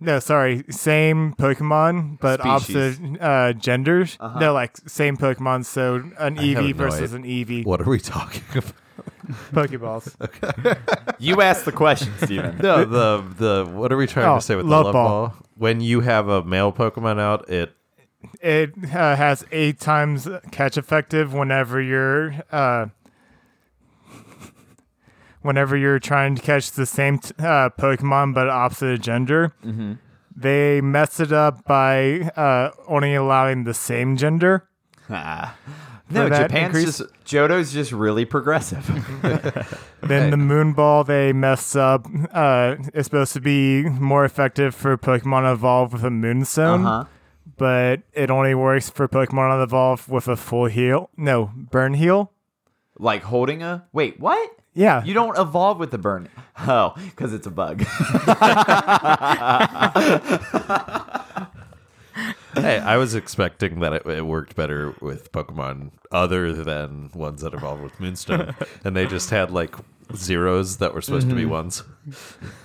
[SPEAKER 5] no, sorry, same Pokemon, but
[SPEAKER 3] Species.
[SPEAKER 5] opposite uh, genders. No, like same Pokemon. So an
[SPEAKER 2] Uh-huh. have no
[SPEAKER 5] Eevee versus
[SPEAKER 2] idea.
[SPEAKER 5] an Eevee.
[SPEAKER 2] What are we (laughs) talking about? (laughs)
[SPEAKER 5] Pokeballs.
[SPEAKER 3] You asked the
[SPEAKER 5] (laughs)
[SPEAKER 3] question, Steven.
[SPEAKER 2] No, the the what are we trying
[SPEAKER 5] Oh,
[SPEAKER 2] to say with
[SPEAKER 5] love
[SPEAKER 2] the love
[SPEAKER 5] ball.
[SPEAKER 2] ball. When you have a male Pokemon out, it
[SPEAKER 5] It uh, has eight times catch effective whenever you're. Uh, Whenever you're trying to catch the same t- uh, Pokemon but opposite gender,
[SPEAKER 3] Mm-hmm.
[SPEAKER 5] they messed it up by uh, only allowing the same gender.
[SPEAKER 3] (laughs) Ah. No,
[SPEAKER 5] For that
[SPEAKER 3] Japan's
[SPEAKER 5] increase-
[SPEAKER 3] just Jodo's just really progressive. (laughs)
[SPEAKER 5] Then the Moon Ball they messed up. Uh, it's supposed to be more effective for Pokemon evolved with a Moonstone,
[SPEAKER 3] Uh-huh.
[SPEAKER 5] but it only works for Pokemon evolved with a full heal. No, burn heal.
[SPEAKER 3] like holding a wait, what?
[SPEAKER 5] Yeah.
[SPEAKER 3] You don't evolve with the burn. Oh, because it's a
[SPEAKER 5] (laughs)
[SPEAKER 3] bug. (laughs)
[SPEAKER 2] Hey, I was expecting that it, it worked better with Pokemon other than ones that evolved with
[SPEAKER 5] (laughs)
[SPEAKER 2] Moonstone, and they just had like zeros that were supposed
[SPEAKER 5] Mm-hmm.
[SPEAKER 2] to be ones.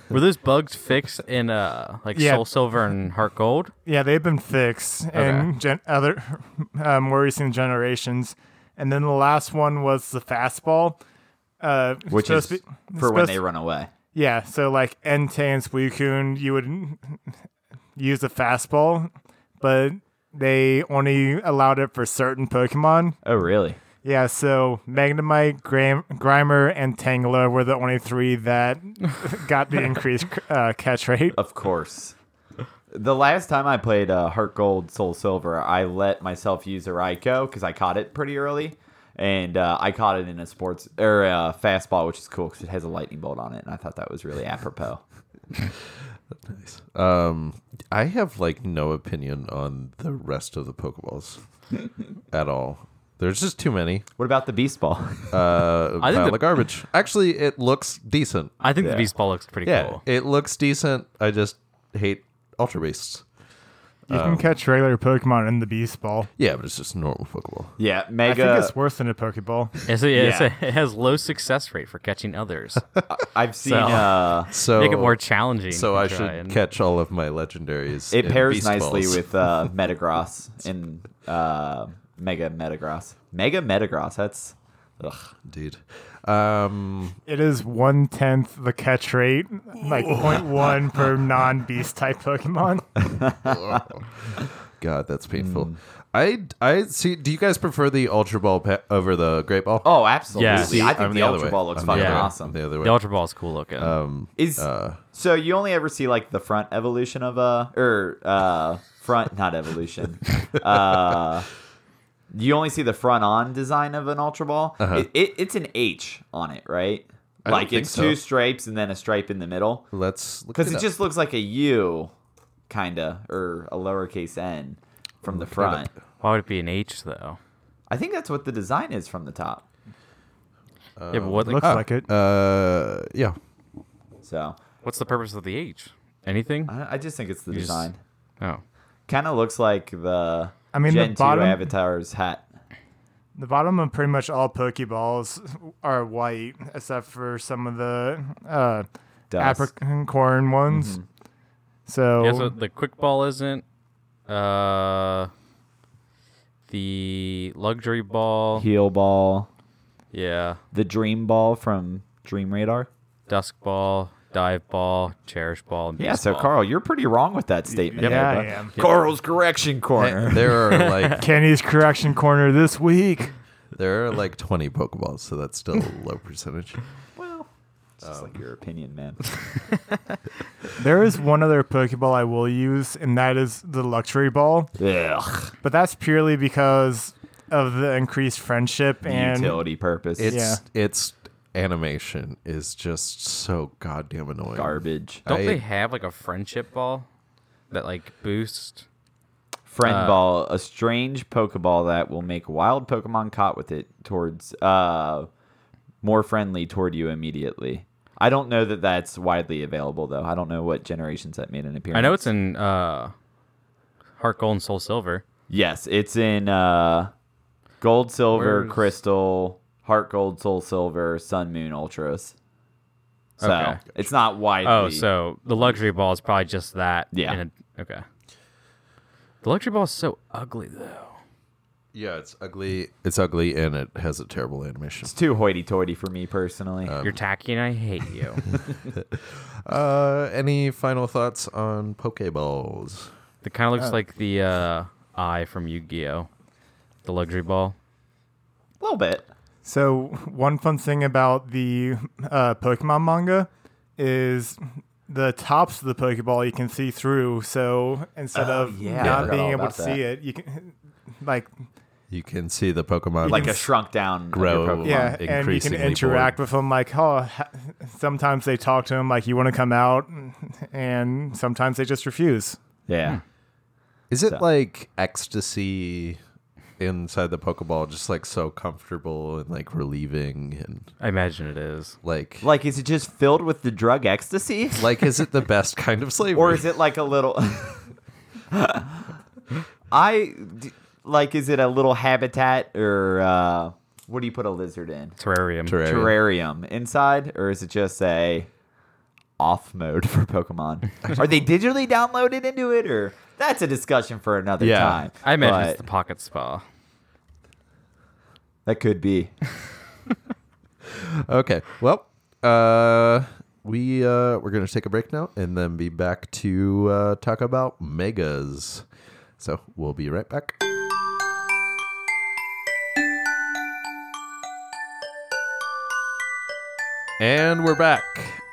[SPEAKER 4] Were those bugs fixed in uh like
[SPEAKER 5] Yeah.
[SPEAKER 4] Soul Silver and Heart Gold?
[SPEAKER 5] Yeah, they've been fixed in gen- other (laughs) uh, more recent generations, and then the last one was the fastball, uh,
[SPEAKER 3] Which is
[SPEAKER 5] supposed to be-
[SPEAKER 3] for when
[SPEAKER 5] supposed-
[SPEAKER 3] they run away.
[SPEAKER 5] Yeah, so like Entei and Suicune, you would (laughs) use the fastball, but they only allowed it for certain Pokemon.
[SPEAKER 3] Oh, really?
[SPEAKER 5] Yeah, so Magnemite, Gram- Grimer, and Tangela were the only
[SPEAKER 3] (laughs)
[SPEAKER 5] three that got the increased uh, catch rate.
[SPEAKER 3] Of course. The last time I played uh, Heart Gold Soul Silver, I let myself use a Raikou because I caught it pretty early, and uh, I caught it in a sports or a fastball, which is cool because it has a lightning bolt on it, and I thought that was really apropos.
[SPEAKER 2] (laughs) Um, I have like no opinion on the rest of the Pokeballs
[SPEAKER 5] (laughs)
[SPEAKER 2] at all. There's just too many.
[SPEAKER 3] What about the
[SPEAKER 2] (laughs)
[SPEAKER 3] Beast Ball?
[SPEAKER 2] Uh,
[SPEAKER 4] I think
[SPEAKER 2] pile
[SPEAKER 4] the-
[SPEAKER 2] of garbage. Actually, it looks decent.
[SPEAKER 4] I think
[SPEAKER 3] Yeah.
[SPEAKER 4] the Beast Ball looks pretty
[SPEAKER 2] Yeah,
[SPEAKER 4] cool.
[SPEAKER 2] it looks decent. I just hate Ultra Beasts.
[SPEAKER 5] You can catch regular Pokemon in the Beast Ball.
[SPEAKER 2] Yeah, but it's just normal Pokeball.
[SPEAKER 3] yeah,
[SPEAKER 5] I
[SPEAKER 3] Mega.
[SPEAKER 5] think it's worse than a Pokeball.
[SPEAKER 4] It's a- it's
[SPEAKER 3] Yeah.
[SPEAKER 4] a- it has low success rate for
[SPEAKER 2] (laughs)
[SPEAKER 4] catching others.
[SPEAKER 3] I've seen.
[SPEAKER 4] So-
[SPEAKER 3] Uh,
[SPEAKER 2] So
[SPEAKER 4] Make it more challenging.
[SPEAKER 2] So
[SPEAKER 4] to
[SPEAKER 2] I
[SPEAKER 4] try
[SPEAKER 2] should
[SPEAKER 4] and-
[SPEAKER 2] catch all of my legendaries.
[SPEAKER 3] it
[SPEAKER 2] in
[SPEAKER 3] pairs
[SPEAKER 2] Beast
[SPEAKER 3] nicely
[SPEAKER 2] Balls. (laughs)
[SPEAKER 3] with uh, Metagross and uh, Mega Metagross. Mega Metagross. That's ugh.
[SPEAKER 2] dude. Um,
[SPEAKER 5] It is one tenth the catch rate, like 0.1 per non beast type Pokemon.
[SPEAKER 2] God, that's painful.
[SPEAKER 3] Mm.
[SPEAKER 2] I I see. Do you guys prefer the Ultra Ball pa- over the Great Ball?
[SPEAKER 3] Oh, absolutely. I
[SPEAKER 4] Yeah.
[SPEAKER 3] think
[SPEAKER 2] I'm
[SPEAKER 3] the,
[SPEAKER 2] other
[SPEAKER 3] Ultra
[SPEAKER 2] way.
[SPEAKER 3] Ball looks
[SPEAKER 2] I'm the
[SPEAKER 3] fucking
[SPEAKER 2] other way.
[SPEAKER 3] awesome.
[SPEAKER 2] I'm the other way.
[SPEAKER 4] The Ultra Ball's cool looking.
[SPEAKER 2] Uh,
[SPEAKER 3] Is so you only ever see like the front evolution of a or uh front not evolution.
[SPEAKER 2] (laughs)
[SPEAKER 3] uh you only see the front on design of an ultra ball. It, it, it's an H on it, right?
[SPEAKER 2] Uh-huh. I don't
[SPEAKER 3] like
[SPEAKER 2] think
[SPEAKER 3] it's
[SPEAKER 2] so.
[SPEAKER 3] two stripes and then a stripe in the middle.
[SPEAKER 2] Let's look
[SPEAKER 3] Because it
[SPEAKER 2] up.
[SPEAKER 3] just looks like a U kinda or a lowercase N from the
[SPEAKER 2] Looking it
[SPEAKER 3] front.
[SPEAKER 2] up.
[SPEAKER 4] Why would it be an H though?
[SPEAKER 3] I think that's what the design is from the top.
[SPEAKER 4] yeah, but what,
[SPEAKER 5] Looks
[SPEAKER 2] Ah,
[SPEAKER 5] like it.
[SPEAKER 2] Uh, yeah.
[SPEAKER 3] So
[SPEAKER 4] what's the purpose of the H? Anything?
[SPEAKER 3] I, I just think it's the
[SPEAKER 4] You just-
[SPEAKER 3] design.
[SPEAKER 4] Oh.
[SPEAKER 3] Kind of looks like the
[SPEAKER 5] I mean, the
[SPEAKER 3] Gen 2
[SPEAKER 5] bottom-
[SPEAKER 3] Avatar's hat.
[SPEAKER 5] The bottom of pretty much all Pokeballs are white, except for some of the uh,
[SPEAKER 3] Dusk.
[SPEAKER 5] apricorn ones. So,
[SPEAKER 4] Yeah, so the quick ball isn't. Uh, the luxury ball.
[SPEAKER 3] heel ball,
[SPEAKER 4] Yeah.
[SPEAKER 3] the dream ball from Dream Radar.
[SPEAKER 4] Dusk ball, dive ball, cherish ball. And
[SPEAKER 3] Yeah,
[SPEAKER 4] beast
[SPEAKER 3] so
[SPEAKER 4] ball.
[SPEAKER 3] Carl, you're pretty wrong with that statement.
[SPEAKER 5] yeah, I
[SPEAKER 3] bud.
[SPEAKER 5] am.
[SPEAKER 3] Carl's correction corner.
[SPEAKER 2] There
[SPEAKER 4] (laughs)
[SPEAKER 2] are like
[SPEAKER 5] Kenny's correction corner this week.
[SPEAKER 2] there are like twenty Pokeballs, so that's still
[SPEAKER 4] (laughs)
[SPEAKER 2] a low percentage.
[SPEAKER 3] well, it's just like your opinion, man.
[SPEAKER 5] There is one other Pokeball I will use, and that is the Luxury Ball.
[SPEAKER 3] Ugh.
[SPEAKER 5] But that's purely because of the increased friendship and
[SPEAKER 3] Utility purpose.
[SPEAKER 2] It's it's animation is just so goddamn annoying.
[SPEAKER 3] garbage.
[SPEAKER 4] Don't
[SPEAKER 2] I-
[SPEAKER 4] they have like a friendship ball that like boosts?
[SPEAKER 3] Friend
[SPEAKER 4] Uh,
[SPEAKER 3] ball, a strange Pokeball that will make wild Pokemon caught with it towards uh, more friendly toward you immediately. I don't know that that's widely available though. I don't know what generations that made an appearance.
[SPEAKER 4] I know it's in uh, Heart Gold and Soul Silver.
[SPEAKER 3] Yes, it's in uh, gold, silver,
[SPEAKER 4] Where's-
[SPEAKER 3] crystal, heart gold, soul silver, sun, moon, ultras. So
[SPEAKER 4] Okay.
[SPEAKER 3] it's not widely.
[SPEAKER 4] Oh, so the luxury ball is probably just that.
[SPEAKER 3] Yeah.
[SPEAKER 4] in a- okay. The luxury ball is so ugly though.
[SPEAKER 2] Yeah, it's ugly. It's ugly, and it has a terrible animation.
[SPEAKER 3] it's too hoity-toity for me personally.
[SPEAKER 4] You're tacky and I hate you.
[SPEAKER 2] Uh, any final thoughts on Pokeballs?
[SPEAKER 4] It kind of looks like the uh, eye from Yu-Gi-Oh, the luxury ball.
[SPEAKER 3] a little bit.
[SPEAKER 5] So one fun thing about the uh, Pokemon manga is the tops of the Pokeball you can see through. So instead of
[SPEAKER 3] yeah, I forgot
[SPEAKER 5] not
[SPEAKER 3] all
[SPEAKER 5] being able
[SPEAKER 3] about
[SPEAKER 5] to see it, you can like
[SPEAKER 2] You can see the Pokemon
[SPEAKER 3] Like a shrunk down of your
[SPEAKER 2] Grow.
[SPEAKER 3] Pokemon.
[SPEAKER 5] yeah, and you can
[SPEAKER 2] increasingly
[SPEAKER 5] interact with them. Like oh, ha- sometimes they talk to them like you want to come out, and sometimes they just refuse.
[SPEAKER 3] Yeah.
[SPEAKER 2] Is it like ecstasy inside the Pokeball just like so comfortable and like relieving and
[SPEAKER 4] I imagine it is.
[SPEAKER 2] like (laughs) like,
[SPEAKER 3] Like, is it just filled with the drug ecstasy?
[SPEAKER 2] is it the best kind of slavery?
[SPEAKER 3] or is it like a little (laughs) i d- like is it a little habitat or uh what do you put a lizard in
[SPEAKER 4] Terrarium.
[SPEAKER 2] Terrarium.
[SPEAKER 3] terrarium inside or is it just a off mode (laughs) for
[SPEAKER 4] (laughs)
[SPEAKER 3] pokemon are they digitally downloaded into it or that's a discussion for another
[SPEAKER 2] Yeah.
[SPEAKER 3] time
[SPEAKER 4] I imagine
[SPEAKER 3] but
[SPEAKER 4] it's the pocket spa.
[SPEAKER 3] that could
[SPEAKER 4] (laughs)
[SPEAKER 3] be
[SPEAKER 2] Okay. Well, uh, we uh, we're gonna take a break now and then be back to uh, talk about megas. So we'll be right back. And we're back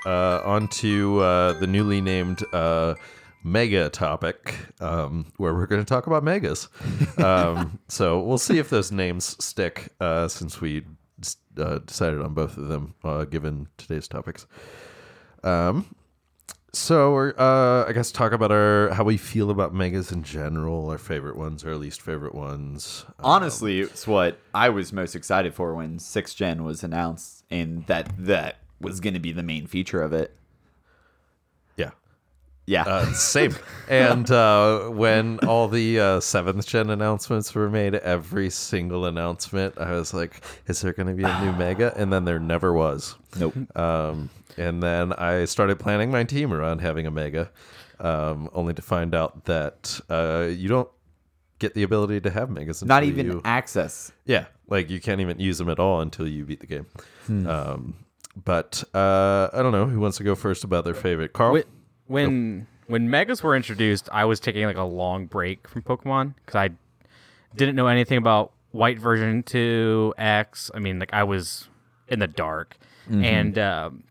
[SPEAKER 2] uh, onto uh, the newly named uh, mega topic, um, where we're going to talk about megas. Um, so we'll see if those names stick, uh, since we uh, decided on both of them, uh, given today's topics. Um, so we're, uh, I guess, talk about our how we feel about megas in general, our favorite ones, our least favorite ones. Uh,
[SPEAKER 3] honestly it's what i was most excited for when 6 gen was announced and that that was going to be the main feature of it
[SPEAKER 2] Yeah.
[SPEAKER 3] yeah
[SPEAKER 2] Uh,
[SPEAKER 3] (laughs)
[SPEAKER 2] same. and uh, when all the uh, seventh gen announcements were made, every single announcement, I was like, "Is there going to be a new
[SPEAKER 3] (sighs)
[SPEAKER 2] mega?" And then there never was.
[SPEAKER 3] nope
[SPEAKER 2] Um, and then I started planning my team around having a mega, um, only to find out that uh, you don't get the ability to have megas.
[SPEAKER 3] not
[SPEAKER 2] until
[SPEAKER 3] even
[SPEAKER 2] you-
[SPEAKER 3] access
[SPEAKER 2] yeah, like you can't even use them at all until you beat the game.
[SPEAKER 3] Hmm.
[SPEAKER 2] Um, but uh, I don't know who wants to go first about their favorite. Carl.
[SPEAKER 4] Wh- when when megas were introduced i was taking like a long break from pokemon because i didn't know anything about white version 2 x i mean like i was in the dark
[SPEAKER 2] Mm-hmm.
[SPEAKER 4] and um,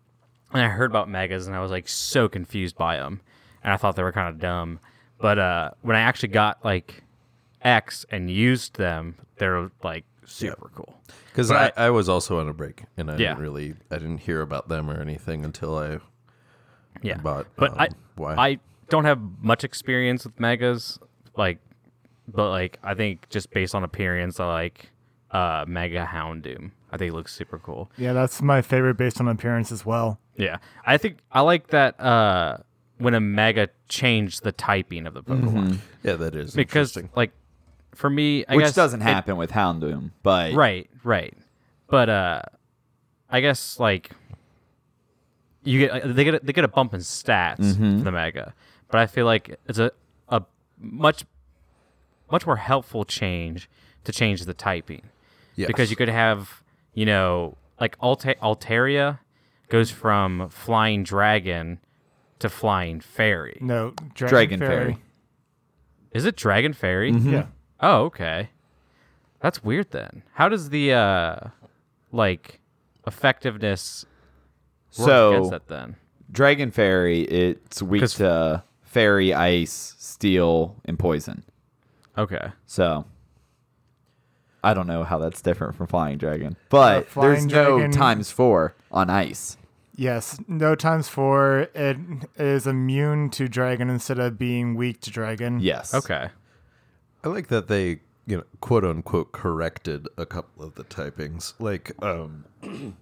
[SPEAKER 4] and i heard about megas and i was like so confused by them and i thought they were kind of dumb but uh when i actually got like x and used them they're like super cool
[SPEAKER 2] Because I, I was also on a break and I
[SPEAKER 4] Yeah.
[SPEAKER 2] didn't really I didn't hear about them or anything until I
[SPEAKER 4] yeah
[SPEAKER 2] But,
[SPEAKER 4] but
[SPEAKER 2] um,
[SPEAKER 4] i
[SPEAKER 2] why?
[SPEAKER 4] i don't have much experience with megas like but like i think just based on appearance i like uh mega houndoom i think it looks super cool
[SPEAKER 5] Yeah, that's my favorite based on appearance as well.
[SPEAKER 4] yeah i think i like that uh when a mega changed the typing of the pokemon
[SPEAKER 2] yeah that is
[SPEAKER 4] because
[SPEAKER 2] interesting.
[SPEAKER 4] like for me i
[SPEAKER 3] Mm-hmm. which
[SPEAKER 4] guess
[SPEAKER 3] doesn't
[SPEAKER 4] it-
[SPEAKER 3] happen with Houndoom, but
[SPEAKER 4] (laughs) right right but uh i guess like you get uh, they get a, they get a bump in stats for the mega but i feel like it's a a much much more helpful change to change the typing
[SPEAKER 2] Yes.
[SPEAKER 4] because you could have you know like Alta- altaria goes from flying dragon to flying fairy
[SPEAKER 5] No, Dragon,
[SPEAKER 3] Dragon
[SPEAKER 5] Fairy.
[SPEAKER 3] Fairy.
[SPEAKER 4] is it dragon fairy
[SPEAKER 5] Yeah.
[SPEAKER 4] Oh, okay. That's weird then. How does the uh like effectiveness work against
[SPEAKER 3] So
[SPEAKER 4] that then?
[SPEAKER 3] Dragon Fairy, it's weak
[SPEAKER 4] 'Cause-
[SPEAKER 3] to fairy, ice, steel, and poison.
[SPEAKER 4] Okay.
[SPEAKER 3] So I don't know how that's different from Flying Dragon, but
[SPEAKER 5] Uh, Flying
[SPEAKER 3] there's no
[SPEAKER 5] Dragon-
[SPEAKER 3] times four on ice.
[SPEAKER 5] Yes, no times four. It is immune to dragon instead of being weak to dragon.
[SPEAKER 3] Yes.
[SPEAKER 4] Okay.
[SPEAKER 2] I like that they you know quote unquote corrected a couple of the typings like um, (clears throat)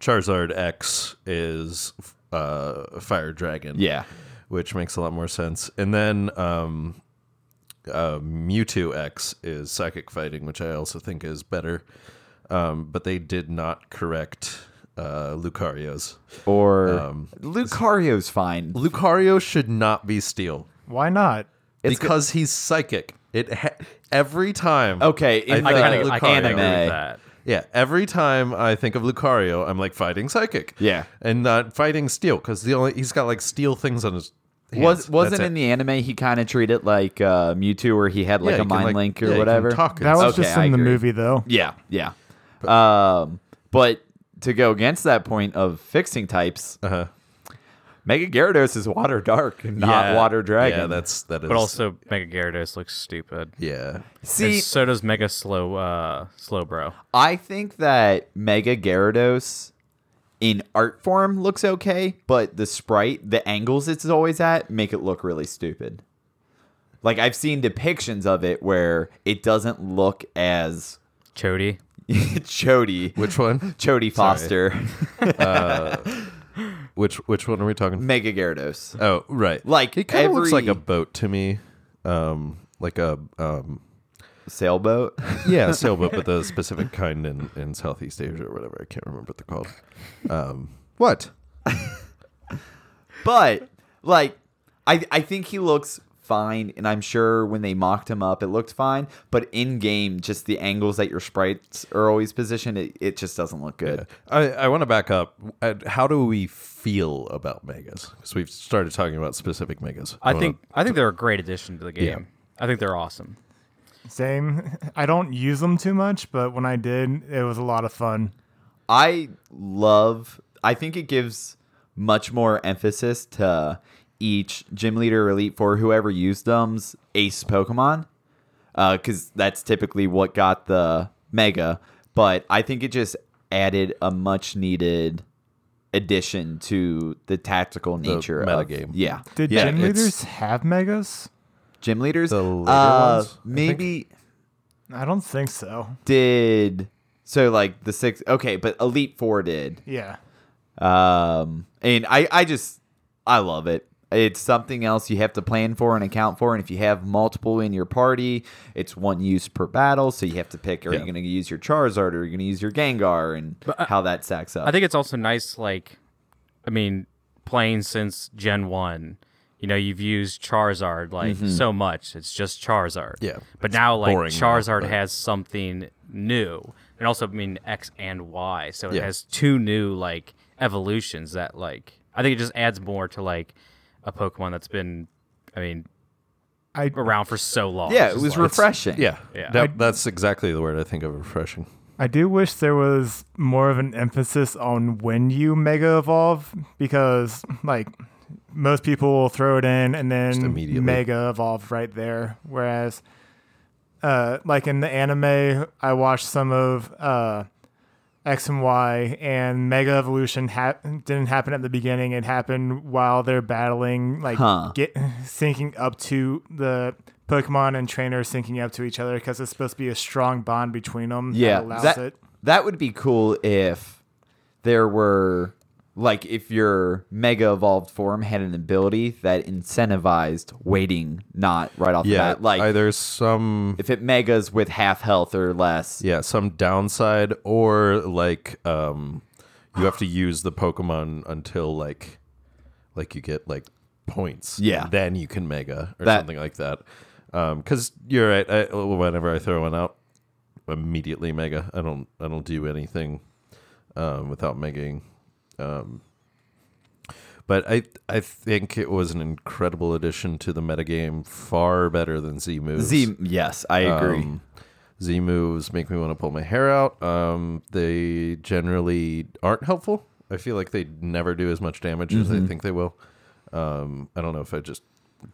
[SPEAKER 2] Charizard X is uh, fire dragon
[SPEAKER 3] Yeah.
[SPEAKER 2] which makes a lot more sense and then um, uh, Mewtwo X is psychic fighting which I also think is better um, but they did not correct uh, Lucario's.
[SPEAKER 3] Or
[SPEAKER 2] Um,
[SPEAKER 3] Lucario's fine.
[SPEAKER 2] Lucario should not be steel
[SPEAKER 5] Why not?
[SPEAKER 2] because he's psychic. It ha- every time.
[SPEAKER 3] Okay, in
[SPEAKER 2] I
[SPEAKER 3] the
[SPEAKER 2] kinda- I
[SPEAKER 3] Lucario.
[SPEAKER 2] kinda agree with
[SPEAKER 3] anime,
[SPEAKER 4] That.
[SPEAKER 2] Yeah, every time I think of Lucario, I'm like fighting psychic.
[SPEAKER 3] Yeah.
[SPEAKER 2] and not fighting steel because the only he's got like steel things on his. Hands.
[SPEAKER 3] was wasn't
[SPEAKER 2] That's
[SPEAKER 3] in
[SPEAKER 2] it.
[SPEAKER 3] the anime he kind of treated it like uh, Mewtwo, where he had like
[SPEAKER 2] Yeah,
[SPEAKER 3] a
[SPEAKER 2] you can,
[SPEAKER 3] mind link
[SPEAKER 2] yeah,
[SPEAKER 3] or
[SPEAKER 2] you can
[SPEAKER 3] whatever.
[SPEAKER 2] talk and
[SPEAKER 5] That was
[SPEAKER 2] stuff.
[SPEAKER 3] Okay,
[SPEAKER 5] just
[SPEAKER 3] I
[SPEAKER 5] in the
[SPEAKER 3] agree.
[SPEAKER 5] movie, though.
[SPEAKER 3] Yeah, yeah. um, but to go against that point of fixing types,
[SPEAKER 2] Uh-huh.
[SPEAKER 3] Mega Gyarados is water dark, and not
[SPEAKER 2] Yeah.
[SPEAKER 3] water dragon.
[SPEAKER 2] Yeah, that's that is.
[SPEAKER 4] But also Mega Gyarados looks stupid.
[SPEAKER 2] yeah,
[SPEAKER 4] And
[SPEAKER 3] see.
[SPEAKER 4] so does Mega Slow uh Slowbro.
[SPEAKER 3] I think that Mega Gyarados in art form looks okay, but the sprite, the angles it's always at, make it look really stupid. Like I've seen depictions of it where it doesn't look as (laughs)
[SPEAKER 4] Chody.
[SPEAKER 3] Chody,
[SPEAKER 2] Which one?
[SPEAKER 3] Chody Foster, (laughs)
[SPEAKER 2] Which which one are we talking?
[SPEAKER 3] Mega Gyarados.
[SPEAKER 2] Oh, right.
[SPEAKER 3] Like
[SPEAKER 2] it kind of looks like
[SPEAKER 3] every-
[SPEAKER 2] a boat to me, um, like a um,
[SPEAKER 3] sailboat.
[SPEAKER 2] yeah a sailboat, but
[SPEAKER 4] (laughs)
[SPEAKER 2] the specific kind in, in Southeast Asia or whatever. I can't remember what they're called. Um, what?
[SPEAKER 3] But like I I think he looks fine and I'm sure when they mocked him up it looked fine, but in game just the angles that your sprites are always positioned it, it just doesn't look good.
[SPEAKER 2] I, I want to back up. Uh, How do we feel about megas? Because we've started talking about specific megas.
[SPEAKER 4] I
[SPEAKER 2] wanna-
[SPEAKER 4] think I think they're a great addition to the game. I think they're awesome.
[SPEAKER 5] Same. I don't use them too much, but when I did, it was a lot of fun.
[SPEAKER 3] I love. I think it gives much more emphasis to each gym leader, elite four, whoever used them's ace Pokemon, because that's typically what got the mega. But I think it just added a much needed addition to the tactical nature of
[SPEAKER 2] metagame.
[SPEAKER 3] Yeah,
[SPEAKER 5] Did
[SPEAKER 2] Yeah,
[SPEAKER 5] gym
[SPEAKER 2] it's-
[SPEAKER 5] leaders have megas?
[SPEAKER 3] gym leaders.
[SPEAKER 2] The later
[SPEAKER 3] uh,
[SPEAKER 2] ones, I think.
[SPEAKER 3] maybe
[SPEAKER 5] I don't think so.
[SPEAKER 3] did so like the six. Okay, but elite four did.
[SPEAKER 5] Yeah.
[SPEAKER 3] Um, and I, I just, I love it. It's something else you have to plan for and account for. And if you have multiple in your party, it's one use per battle. So you have to pick: are you
[SPEAKER 2] Yeah.
[SPEAKER 3] going to use your Charizard, or are you going to use your Gengar, and how that stacks up.
[SPEAKER 4] uh, I think it's also nice, like, I mean, playing since Gen 1, you know, you've used Charizard, like,
[SPEAKER 3] Mm-hmm.
[SPEAKER 4] so much. It's just Charizard.
[SPEAKER 2] Yeah.
[SPEAKER 4] But now, like,
[SPEAKER 2] boring now,
[SPEAKER 4] Charizard
[SPEAKER 2] but-
[SPEAKER 4] has something new. And also, I mean, X and Y. So it
[SPEAKER 2] Yeah.
[SPEAKER 4] has two new, like, evolutions that, like, I think it just adds more to, like, a Pokemon that's been, I mean,
[SPEAKER 5] I
[SPEAKER 4] around for so long.
[SPEAKER 3] yeah, it
[SPEAKER 4] It's just
[SPEAKER 3] was
[SPEAKER 4] like-
[SPEAKER 3] refreshing.
[SPEAKER 2] Yeah,
[SPEAKER 4] Yeah.
[SPEAKER 2] That, that's exactly the word I think of. Refreshing.
[SPEAKER 5] I do wish there was more of an emphasis on when you mega evolve because like most people will throw it in and then
[SPEAKER 2] immediately.
[SPEAKER 5] mega evolve right there whereas uh like in the anime I watched some of uh X and Y and Mega Evolution ha- didn't happen at the beginning. It happened while they're battling, like
[SPEAKER 3] Huh.
[SPEAKER 5] get syncing up to the Pokemon and trainers syncing up to each other because it's supposed to be a strong bond between them.
[SPEAKER 3] yeah.
[SPEAKER 5] that allows
[SPEAKER 3] that
[SPEAKER 5] it.
[SPEAKER 3] that would be cool if there were like if your mega evolved form had an ability that incentivized waiting, not right off
[SPEAKER 2] Yeah,
[SPEAKER 3] the bat. Like
[SPEAKER 2] either some
[SPEAKER 3] if it megas with half health or less.
[SPEAKER 2] yeah some downside or like um you have to use the Pokemon until like like you get like points.
[SPEAKER 3] Yeah.
[SPEAKER 2] and then you can Mega or
[SPEAKER 3] That-
[SPEAKER 2] something like that. Because you're right. I, whenever I throw one out, immediately Mega. I don't I don't do anything um, without megging. Um, but I I think it was an incredible addition to the metagame, far better than Z moves.
[SPEAKER 3] Z, yes, I agree.
[SPEAKER 2] Um, Z moves make me want to pull my hair out. Um, they generally aren't helpful. I feel like they never do as much damage as
[SPEAKER 3] Mm-hmm.
[SPEAKER 2] they think they will. Um, I don't know if I just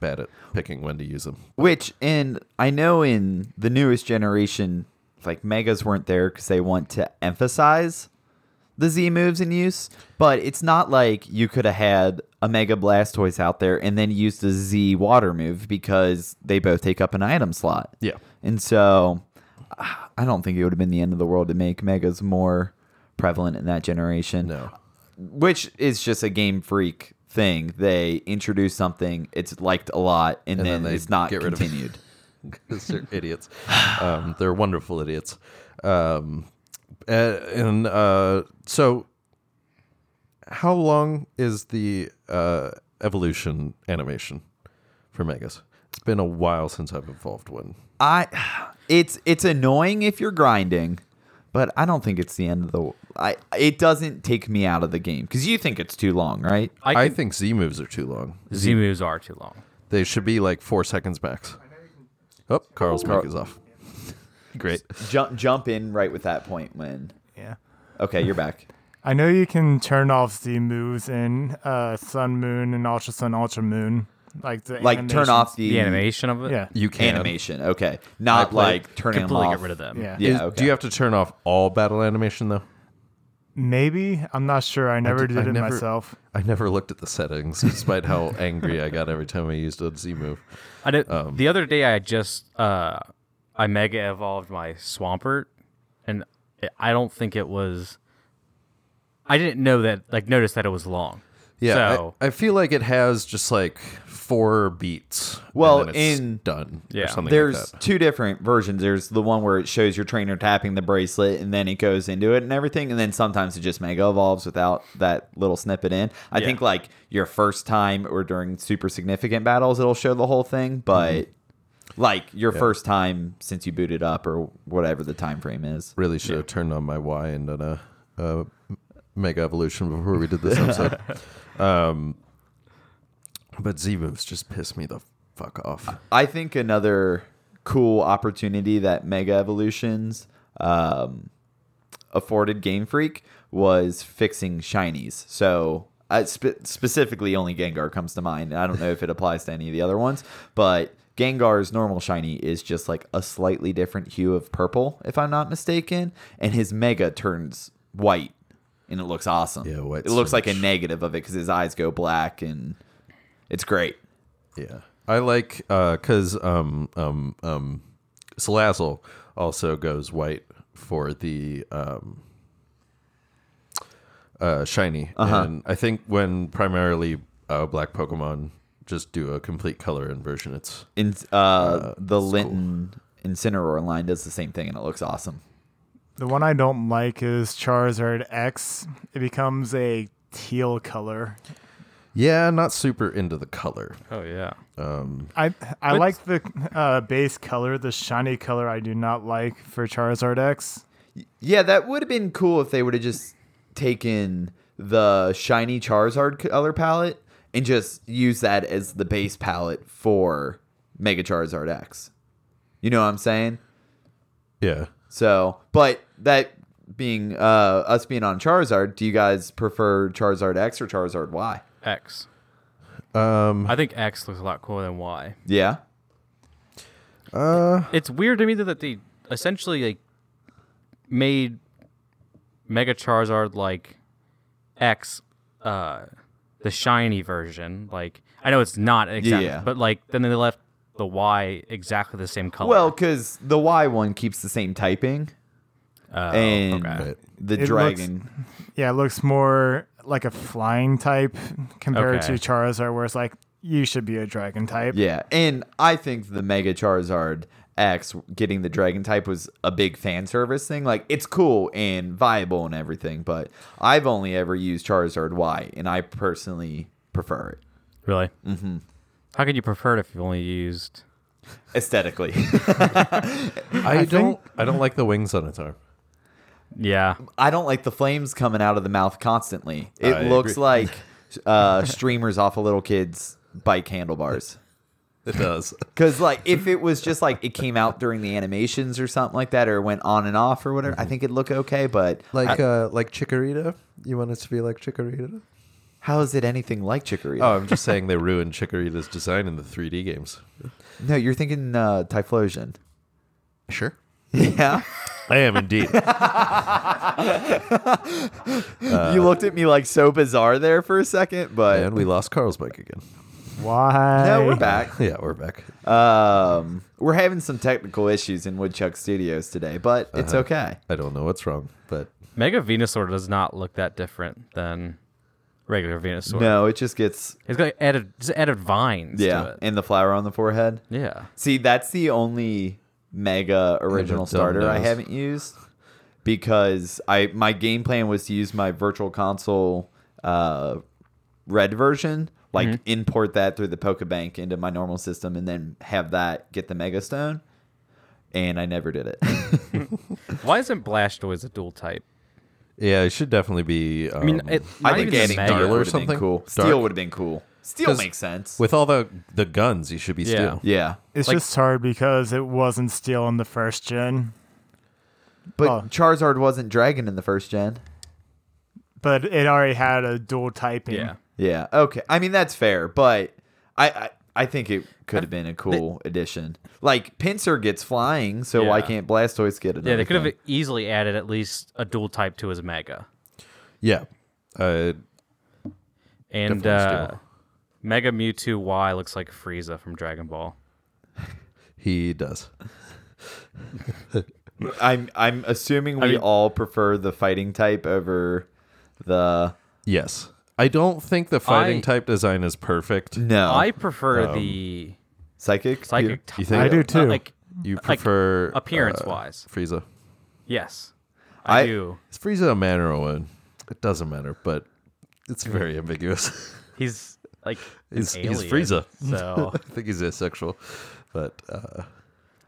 [SPEAKER 2] bad at picking when to use them.
[SPEAKER 3] Which, and I know in the newest generation, like megas weren't there because they want to emphasize the Z moves in use, but it's not like you could have had a Mega Blastoise out there and then used a Z water move because they both take up an item slot.
[SPEAKER 2] Yeah.
[SPEAKER 3] And so ah, I don't think it would have been the end of the world to make megas more prevalent in that generation.
[SPEAKER 2] No. (laughs)
[SPEAKER 3] which is just a game freak thing. They introduce something, it's liked a lot, and,
[SPEAKER 2] And
[SPEAKER 3] then,
[SPEAKER 2] then they
[SPEAKER 3] it's not
[SPEAKER 2] get rid of it.
[SPEAKER 3] continued.
[SPEAKER 2] because
[SPEAKER 3] (laughs)
[SPEAKER 2] they're idiots. Um, they're wonderful idiots. Um, uh, and uh, so, how long is the uh, evolution animation for Megas? It's been a while since I've evolved one.
[SPEAKER 3] I, it's it's annoying if you're grinding, but I don't think it's the end of the. I it doesn't take me out of the game because you think it's too long, right?
[SPEAKER 4] I,
[SPEAKER 2] I,
[SPEAKER 4] can,
[SPEAKER 2] think Z moves are too long.
[SPEAKER 4] Z moves are too long.
[SPEAKER 2] They should be like four seconds max. Oh, Carl's mic is
[SPEAKER 4] (laughs)
[SPEAKER 2] off. Great.
[SPEAKER 3] Jump jump in right with that point when.
[SPEAKER 5] Yeah.
[SPEAKER 3] Okay, you're back.
[SPEAKER 5] I know you can turn off Z moves in uh, Sun Moon and Ultra Sun Ultra Moon, like the
[SPEAKER 3] Like turn off the,
[SPEAKER 4] The animation of it.
[SPEAKER 5] Yeah,
[SPEAKER 2] You can.
[SPEAKER 3] animation. Okay, not
[SPEAKER 2] play-
[SPEAKER 3] like turning them
[SPEAKER 4] Completely
[SPEAKER 3] off.
[SPEAKER 4] get rid of them.
[SPEAKER 5] yeah.
[SPEAKER 3] Yeah.
[SPEAKER 2] Is-
[SPEAKER 3] okay.
[SPEAKER 2] Do you have to turn off all battle animation though?
[SPEAKER 5] Maybe I'm not sure. I never
[SPEAKER 2] did-
[SPEAKER 5] did,
[SPEAKER 2] I
[SPEAKER 5] it
[SPEAKER 2] never-
[SPEAKER 5] myself.
[SPEAKER 2] I never looked at the settings, despite
[SPEAKER 4] (laughs)
[SPEAKER 2] how angry I got every time I used a Z move.
[SPEAKER 4] I did, the other day I just uh, I mega evolved my Swampert, and I don't think it was. I didn't know that. Like, notice that it was long.
[SPEAKER 2] Yeah,
[SPEAKER 4] So
[SPEAKER 2] I, I feel like it has just like four beats. and
[SPEAKER 3] Well,
[SPEAKER 2] then it's
[SPEAKER 3] in-
[SPEAKER 2] done,
[SPEAKER 4] Yeah.
[SPEAKER 2] or something like
[SPEAKER 3] There's
[SPEAKER 2] that.
[SPEAKER 3] two different versions. There's the one where it shows your trainer tapping the bracelet and then it goes into it and everything. And then sometimes it just mega evolves without that little snippet in. I
[SPEAKER 4] Yeah.
[SPEAKER 3] think like your first time or during super significant battles, it'll show the whole thing. But like your first time since you booted up or whatever the time frame is.
[SPEAKER 2] Really should have turned on my Y and done a, a mega evolution before we did this (laughs) episode. um, but Z moves just piss me the fuck off.
[SPEAKER 3] I think another cool opportunity that Mega Evolutions um, afforded Game Freak was fixing shinies. So uh, spe- specifically, only Gengar comes to mind. I don't know if it applies to any of the other ones, but Gengar's normal shiny is just like a slightly different hue of purple, if I'm not mistaken, and his Mega turns white. And it looks awesome.
[SPEAKER 2] Yeah, white
[SPEAKER 3] It looks like a
[SPEAKER 2] switch.
[SPEAKER 3] negative of it because his eyes go black, and it's great.
[SPEAKER 2] Yeah, I like because um um um Salazzle also goes white for the um uh shiny, and I think when primarily uh, black Pokemon just do a complete color inversion, it's
[SPEAKER 3] In, uh, the Linton Incineroar line does the same thing, and it looks awesome.
[SPEAKER 5] The one I don't like is Charizard X. It becomes a teal color.
[SPEAKER 2] yeah, not super into the color.
[SPEAKER 4] oh yeah,
[SPEAKER 5] I I like the uh, base color. The shiny color I do not like for Charizard X.
[SPEAKER 3] Yeah, that would have been cool if they would have just taken the shiny Charizard color palette and just use that as the base palette for Mega Charizard X. You know what I'm saying?
[SPEAKER 2] Yeah,
[SPEAKER 3] So, but that being uh, us being on Charizard, do you guys prefer Charizard X or Charizard Y?
[SPEAKER 4] X.
[SPEAKER 2] um,
[SPEAKER 4] I think X looks a lot cooler than Y.
[SPEAKER 3] Yeah.
[SPEAKER 2] uh,
[SPEAKER 4] It's weird to me that they essentially like made Mega Charizard like X, uh, the shiny version. Like I know it's not exactly,
[SPEAKER 3] Yeah.
[SPEAKER 4] but like then they left the Y exactly the same color.
[SPEAKER 3] Well, because the Y one keeps the same typing.
[SPEAKER 4] Oh,
[SPEAKER 3] and
[SPEAKER 4] okay.
[SPEAKER 3] the
[SPEAKER 5] It looks-
[SPEAKER 3] dragon.
[SPEAKER 5] Yeah, it looks more like a flying type compared
[SPEAKER 4] Okay.
[SPEAKER 5] to Charizard, where it's like you should be a dragon type.
[SPEAKER 3] yeah, and I think the Mega Charizard X getting the dragon type was a big fan service thing. Like it's cool and viable and everything, but I've only ever used Charizard Y, and I personally prefer it
[SPEAKER 4] really? Mm-hmm. How could you prefer it if you've only used?
[SPEAKER 3] aesthetically. (laughs)
[SPEAKER 2] I,
[SPEAKER 5] think-
[SPEAKER 2] don't I don't like the wings on its arm.
[SPEAKER 4] Yeah,
[SPEAKER 3] I don't like the flames coming out of the mouth constantly. It
[SPEAKER 2] I
[SPEAKER 3] looks
[SPEAKER 2] agree.
[SPEAKER 3] like uh, streamers off a little kid's bike handlebars.
[SPEAKER 2] It does.
[SPEAKER 3] Because like if it was just like it came out during the animations or something like that, or went on and off or whatever, I think it'd look okay. But
[SPEAKER 2] (laughs) Like uh, like Chikorita, you want it to be like Chikorita?
[SPEAKER 3] how is it anything like Chikorita?
[SPEAKER 2] Oh, I'm just saying they ruined Chikorita's design in the 3D games.
[SPEAKER 3] no, you're thinking uh, Typhlosion.
[SPEAKER 2] Sure.
[SPEAKER 3] Yeah,
[SPEAKER 2] I am (laughs) indeed.
[SPEAKER 3] (laughs) you looked at me like so bizarre there for a second, but
[SPEAKER 2] and we lost Carl's bike again.
[SPEAKER 5] Why?
[SPEAKER 3] no, we're back.
[SPEAKER 2] Yeah, we're back.
[SPEAKER 3] Um, we're having some technical issues in Woodchuck Studios today, but it's okay.
[SPEAKER 2] I don't know what's wrong, but
[SPEAKER 4] Mega Venusaur does not look that different than regular Venusaur.
[SPEAKER 3] No, it just gets
[SPEAKER 4] It's got added just added vines
[SPEAKER 3] yeah,
[SPEAKER 4] to it.
[SPEAKER 3] and the flower on the forehead.
[SPEAKER 4] yeah.
[SPEAKER 3] See, that's the only mega
[SPEAKER 2] dumb
[SPEAKER 3] original starter I
[SPEAKER 2] nose.
[SPEAKER 3] haven't used because I my game plan was to use my virtual console uh, red version, like
[SPEAKER 2] Mm-hmm.
[SPEAKER 3] import that through the Pokebank into my normal system, and then have that get the Mega Stone. And I never did it.
[SPEAKER 4] Why isn't Blastoise a dual type?
[SPEAKER 2] yeah, it should definitely be. Um,
[SPEAKER 4] I mean, it,
[SPEAKER 3] I
[SPEAKER 4] not
[SPEAKER 3] think
[SPEAKER 4] even
[SPEAKER 3] adding
[SPEAKER 4] Mega.
[SPEAKER 2] Darla
[SPEAKER 3] Dark
[SPEAKER 2] or
[SPEAKER 3] would have been
[SPEAKER 2] something?
[SPEAKER 3] cool.
[SPEAKER 2] Dark?
[SPEAKER 3] Steel would have been cool. Steel
[SPEAKER 2] 'Cause
[SPEAKER 3] makes sense.
[SPEAKER 2] with all the the guns, you should be
[SPEAKER 4] Yeah.
[SPEAKER 2] steel.
[SPEAKER 3] yeah,
[SPEAKER 5] It's
[SPEAKER 4] Like-
[SPEAKER 5] just hard because it wasn't steel in the first gen,
[SPEAKER 3] but
[SPEAKER 5] Oh.
[SPEAKER 3] Charizard wasn't Dragon in the first gen.
[SPEAKER 5] but it already had a dual typing.
[SPEAKER 4] Yeah.
[SPEAKER 3] Yeah. Okay. I mean that's fair, but I I, I think it could have been a cool addition. Like Pincer gets flying, so why
[SPEAKER 4] Yeah.
[SPEAKER 3] can't Blastoise get it?
[SPEAKER 4] Yeah, they could have easily added at least a dual type to his mega.
[SPEAKER 2] Yeah. Uh,
[SPEAKER 4] And
[SPEAKER 2] Definitely
[SPEAKER 4] uh,
[SPEAKER 2] still.
[SPEAKER 4] Mega Mewtwo Y looks like Frieza from Dragon Ball.
[SPEAKER 2] he does.
[SPEAKER 3] I'm I'm assuming we
[SPEAKER 4] mean-
[SPEAKER 3] all prefer the fighting type over the
[SPEAKER 2] Yes. I don't think the fighting
[SPEAKER 4] I-
[SPEAKER 2] type design is perfect.
[SPEAKER 3] no
[SPEAKER 4] I prefer the
[SPEAKER 3] psychic.
[SPEAKER 4] psychic
[SPEAKER 2] you
[SPEAKER 4] type.
[SPEAKER 2] think-
[SPEAKER 5] I do
[SPEAKER 4] Uh,
[SPEAKER 5] too.
[SPEAKER 4] like
[SPEAKER 2] You
[SPEAKER 4] like,
[SPEAKER 2] prefer
[SPEAKER 4] appearance-wise.
[SPEAKER 2] uh, Frieza.
[SPEAKER 4] yes, I,
[SPEAKER 3] I-
[SPEAKER 4] do.
[SPEAKER 2] Is Frieza a man or a woman? It doesn't matter, but it's very ambiguous. (laughs)
[SPEAKER 4] He's like an
[SPEAKER 2] He's- he's
[SPEAKER 4] alien,
[SPEAKER 2] Frieza.
[SPEAKER 4] So
[SPEAKER 2] I think he's asexual, but uh,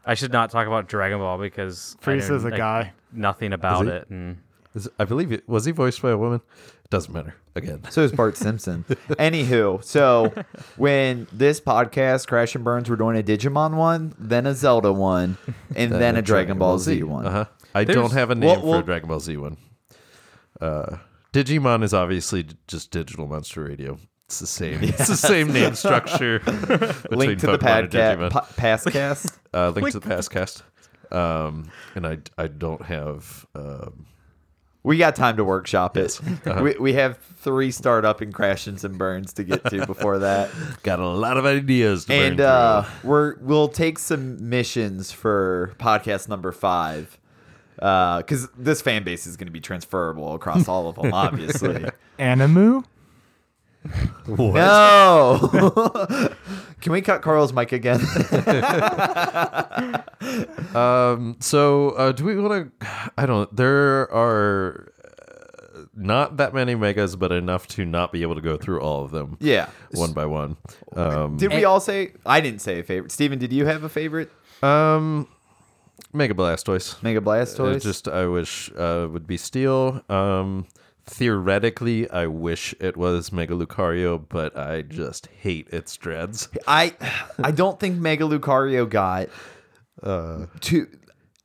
[SPEAKER 4] I should not talk about Dragon Ball because I know,
[SPEAKER 5] Frieza's a
[SPEAKER 4] like,
[SPEAKER 5] guy.
[SPEAKER 4] Nothing about
[SPEAKER 2] he?
[SPEAKER 4] it, and
[SPEAKER 2] is, I believe it was he voiced by a woman. It doesn't matter. Again,
[SPEAKER 3] So is Bart Simpson. Anywho, so when this podcast Crash and Burns, we're doing a Digimon one, then a Zelda one,
[SPEAKER 2] (laughs) uh,
[SPEAKER 3] and then a Dragon Ball Z, one.
[SPEAKER 2] Uh-huh. I don't
[SPEAKER 4] There's-
[SPEAKER 2] have a name
[SPEAKER 3] well,
[SPEAKER 2] for
[SPEAKER 3] well-
[SPEAKER 2] a Dragon Ball Z one. Uh, Digimon is obviously d- just Digital Monster Radio. It's the
[SPEAKER 3] (laughs)
[SPEAKER 2] same. It's the same name structure. between
[SPEAKER 3] Link to the
[SPEAKER 2] Pokemon and
[SPEAKER 3] padca-
[SPEAKER 2] Digimon.
[SPEAKER 3] pa- Passcast.
[SPEAKER 2] uh, link to the past Um, and I, I don't have. Um,
[SPEAKER 3] We got time to workshop
[SPEAKER 2] (laughs)
[SPEAKER 3] it.
[SPEAKER 2] Uh-huh.
[SPEAKER 3] We, we have three startup and crashes and burns to get to before
[SPEAKER 2] (laughs)
[SPEAKER 3] that.
[SPEAKER 2] got a lot of ideas. To
[SPEAKER 3] and
[SPEAKER 2] burn
[SPEAKER 3] uh,
[SPEAKER 2] through.
[SPEAKER 3] we're we'll take submissions for podcast number five because this fan base is going to be transferable across all
[SPEAKER 2] (laughs)
[SPEAKER 3] of them, obviously.
[SPEAKER 5] Animu?
[SPEAKER 3] no, (laughs) can we cut Carl's mic again? (laughs)
[SPEAKER 2] So, uh, do we want to? (sighs) I don't. There are uh, not that many megas, but enough to not be able to go through all of them.
[SPEAKER 3] yeah.
[SPEAKER 2] one by one. Um,
[SPEAKER 3] Did we all say? I didn't say a favorite. Steven, did you have a favorite
[SPEAKER 2] um, Mega Blastoise.
[SPEAKER 3] Mega
[SPEAKER 2] Uh,
[SPEAKER 3] Blastoise?
[SPEAKER 2] just I wish uh, would be Steel. Um, theoretically, I wish it was Mega Lucario, but I just hate its dreads.
[SPEAKER 3] I I don't think Mega Lucario got two.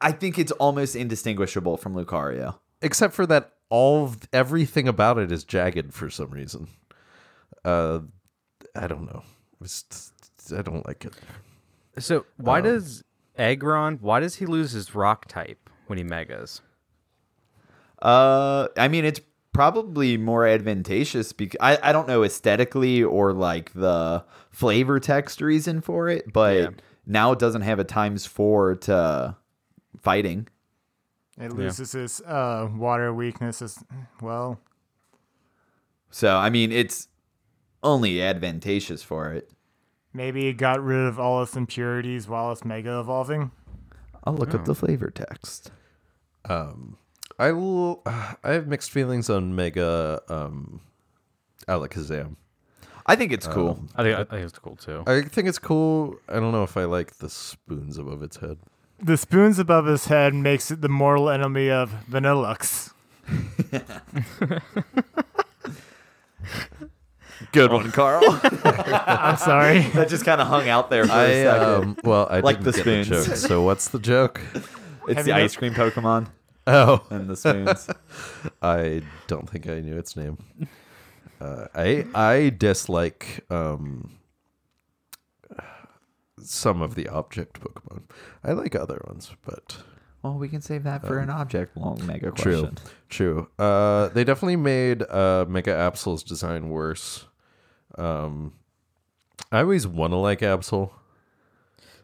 [SPEAKER 3] I think it's almost indistinguishable from Lucario.
[SPEAKER 2] Except for that, all of- everything about it is jagged for some reason. Uh, I don't know. It's, I don't like it.
[SPEAKER 4] so why does Aggron? Why does he lose his Rock type when he megas?
[SPEAKER 3] Uh, I mean, it's probably more advantageous because I, I don't know aesthetically or like the flavor text reason for it, but
[SPEAKER 4] Yeah.
[SPEAKER 3] now it doesn't have a times four to fighting.
[SPEAKER 5] It loses its uh, water weakness as well.
[SPEAKER 3] So I mean, it's only advantageous for it.
[SPEAKER 5] Maybe it got rid of all its impurities while it's mega evolving.
[SPEAKER 3] I'll look up the flavor text.
[SPEAKER 2] Um, I will. I have mixed feelings on Mega um, Alakazam. Um,
[SPEAKER 3] I think it's cool.
[SPEAKER 4] I think I think it's cool too.
[SPEAKER 2] I think it's cool. I don't know if I like the spoons above its head.
[SPEAKER 5] The spoons above his head makes it the mortal enemy of
[SPEAKER 2] (laughs)
[SPEAKER 5] Vanillux.
[SPEAKER 3] Good one, Carl.
[SPEAKER 5] I'm sorry.
[SPEAKER 3] (laughs) that just kind of hung out there for a
[SPEAKER 2] I
[SPEAKER 3] second.
[SPEAKER 2] um, well, I
[SPEAKER 3] Like
[SPEAKER 2] didn't
[SPEAKER 3] the
[SPEAKER 2] get
[SPEAKER 3] spoons.
[SPEAKER 2] joke. So what's the joke?
[SPEAKER 3] it's
[SPEAKER 5] have
[SPEAKER 3] the
[SPEAKER 5] you not-
[SPEAKER 3] ice cream Pokemon
[SPEAKER 2] (laughs) Oh,
[SPEAKER 3] and the spoons.
[SPEAKER 2] I don't think I knew its name. Uh, I I dislike um, some of the object Pokemon. I like other ones, but
[SPEAKER 3] well, we can save that for an object long mega
[SPEAKER 2] True.
[SPEAKER 3] question.
[SPEAKER 2] True. Uh, they definitely made uh, Mega Absol's design worse. Um, I always want to like Absol,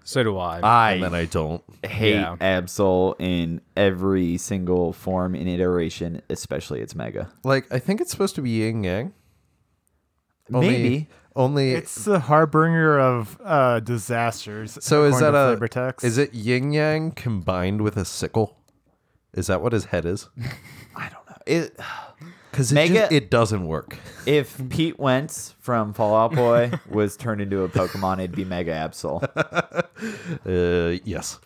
[SPEAKER 4] So do I.
[SPEAKER 3] I
[SPEAKER 2] and then I don't.
[SPEAKER 3] hate
[SPEAKER 4] Yeah.
[SPEAKER 3] Absol in every single form and iteration, especially its Mega.
[SPEAKER 2] Like, I think it's supposed to be yin yang. Only,
[SPEAKER 3] Maybe.
[SPEAKER 2] Only.
[SPEAKER 5] It's the harbinger of uh, disasters.
[SPEAKER 2] so is
[SPEAKER 5] according
[SPEAKER 2] that
[SPEAKER 5] to
[SPEAKER 2] a?
[SPEAKER 5] flavor text.
[SPEAKER 2] Is it yin yang combined with a sickle? Is that what his head
[SPEAKER 3] (laughs)
[SPEAKER 2] is? (sighs)
[SPEAKER 3] It,
[SPEAKER 2] Because it,
[SPEAKER 3] Mega-
[SPEAKER 2] just- it doesn't work.
[SPEAKER 3] if Pete Wentz from Fallout Boy was turned into a Pokemon, it'd be Mega Absol.
[SPEAKER 2] Uh, yes.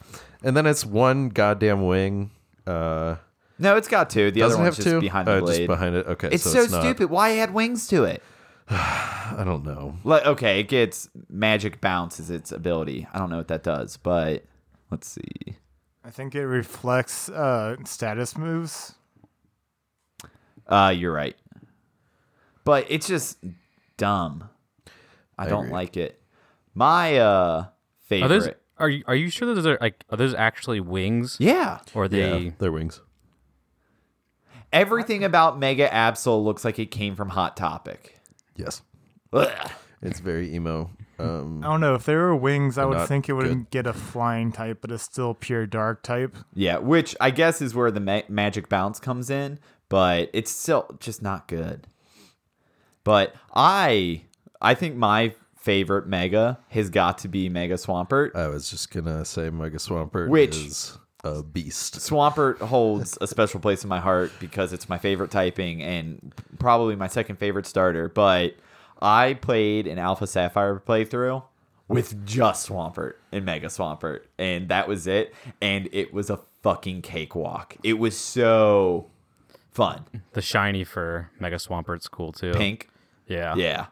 [SPEAKER 2] And then it's one goddamn wing. Uh,
[SPEAKER 3] No, it's got two. The other
[SPEAKER 2] doesn't
[SPEAKER 3] one's
[SPEAKER 2] have
[SPEAKER 3] just
[SPEAKER 2] two.
[SPEAKER 3] behind the
[SPEAKER 2] Uh,
[SPEAKER 3] blade.
[SPEAKER 2] Just behind it. Okay.
[SPEAKER 3] it's so,
[SPEAKER 2] so, it's not-
[SPEAKER 3] stupid. Why add wings to it?
[SPEAKER 2] I don't know.
[SPEAKER 3] Like, okay, it gets magic bounce as its ability. I don't know what that does, but let's see.
[SPEAKER 5] I think it reflects uh, status moves.
[SPEAKER 3] Uh, you're right. But it's just dumb. I, don't
[SPEAKER 2] agree.
[SPEAKER 3] like it. My uh
[SPEAKER 4] are
[SPEAKER 3] favorite.
[SPEAKER 4] those? Are you are you sure those are like are those actually wings?
[SPEAKER 3] yeah.
[SPEAKER 4] Or are they?
[SPEAKER 2] Their wings.
[SPEAKER 3] Everything about Mega Absol looks like it came from Hot Topic.
[SPEAKER 2] Yes.
[SPEAKER 3] Ugh.
[SPEAKER 2] It's very emo. Um,
[SPEAKER 5] I don't know. If there were wings, I would
[SPEAKER 2] not
[SPEAKER 5] think it would get a flying type, but it's still pure dark type.
[SPEAKER 3] Yeah, which I guess is where the ma- magic bounce comes in, but it's still just not good. But I I think my favorite mega has got to be Mega Swampert.
[SPEAKER 2] I was just gonna say Mega Swampert
[SPEAKER 3] Which-
[SPEAKER 2] is a beast.
[SPEAKER 3] Swampert holds a special place in my heart because it's my favorite typing and probably my second favorite starter. But I played an Alpha Sapphire playthrough with just Swampert and Mega Swampert, and that was it. And it was a fucking cakewalk. It was so fun.
[SPEAKER 4] The shiny for Mega Swampert's cool too.
[SPEAKER 3] Pink,
[SPEAKER 4] Yeah.
[SPEAKER 3] yeah.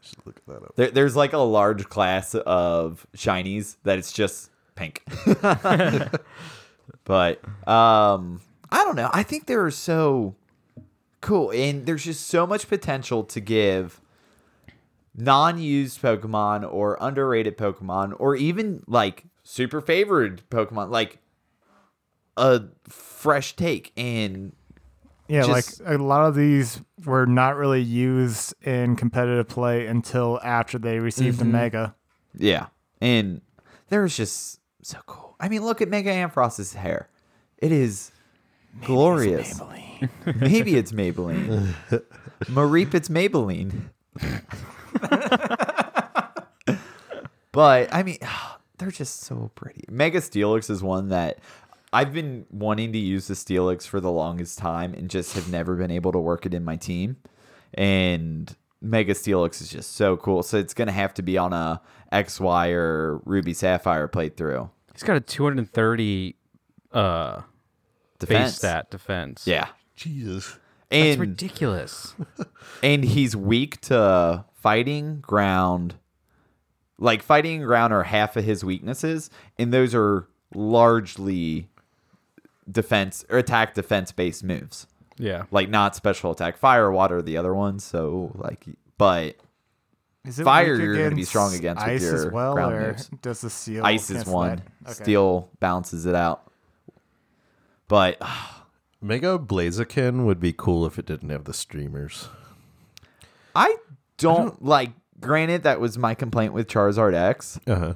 [SPEAKER 2] Should look that up.
[SPEAKER 3] There, there's like a large class of shinies that it's just
[SPEAKER 2] (laughs)
[SPEAKER 3] pink. but um I don't know. I think they are so cool and there's just so much potential to give non-used Pokemon or underrated Pokemon or even like super favored Pokemon like a fresh take and
[SPEAKER 5] Yeah,
[SPEAKER 3] Just-
[SPEAKER 5] like a lot of these were not really used in competitive play until after they received the mega.
[SPEAKER 3] Yeah. And there's just so cool. I mean, look at Mega Ambros's hair. It is glorious. (laughs) Maybe it's Maybelline. Mareep, it's Maybelline. but I mean, (sighs) they're just so pretty. Mega Steelix is one that I've been wanting to use the Steelix for the longest time and just have never been able to work it in my team. And Mega Steelix is just so cool. So it's going to have to be on a XY or Ruby Sapphire playthrough.
[SPEAKER 4] He's got a 230 uh
[SPEAKER 3] Defense.
[SPEAKER 4] base stat defense.
[SPEAKER 3] Yeah.
[SPEAKER 2] Jesus.
[SPEAKER 4] It's
[SPEAKER 3] And
[SPEAKER 4] ridiculous.
[SPEAKER 3] and he's weak to fighting ground like fighting ground are half of his weaknesses and those are largely defense or attack defense based moves
[SPEAKER 4] yeah.
[SPEAKER 3] like not special attack fire water are the other ones so like but
[SPEAKER 5] Is it
[SPEAKER 3] Fire,
[SPEAKER 5] weak
[SPEAKER 3] you're gonna be
[SPEAKER 5] against
[SPEAKER 3] strong against with
[SPEAKER 5] ice as
[SPEAKER 3] your
[SPEAKER 5] well,
[SPEAKER 3] ground
[SPEAKER 5] or
[SPEAKER 3] moves.
[SPEAKER 5] does the
[SPEAKER 2] Oh,
[SPEAKER 5] steel
[SPEAKER 3] ice is
[SPEAKER 5] cancel
[SPEAKER 3] one
[SPEAKER 5] that? Okay.
[SPEAKER 3] steel balances it out but
[SPEAKER 2] Mega Blaziken would be cool if it didn't have the streamers.
[SPEAKER 3] i don't like granted that was my complaint with charizard x
[SPEAKER 2] Uh huh.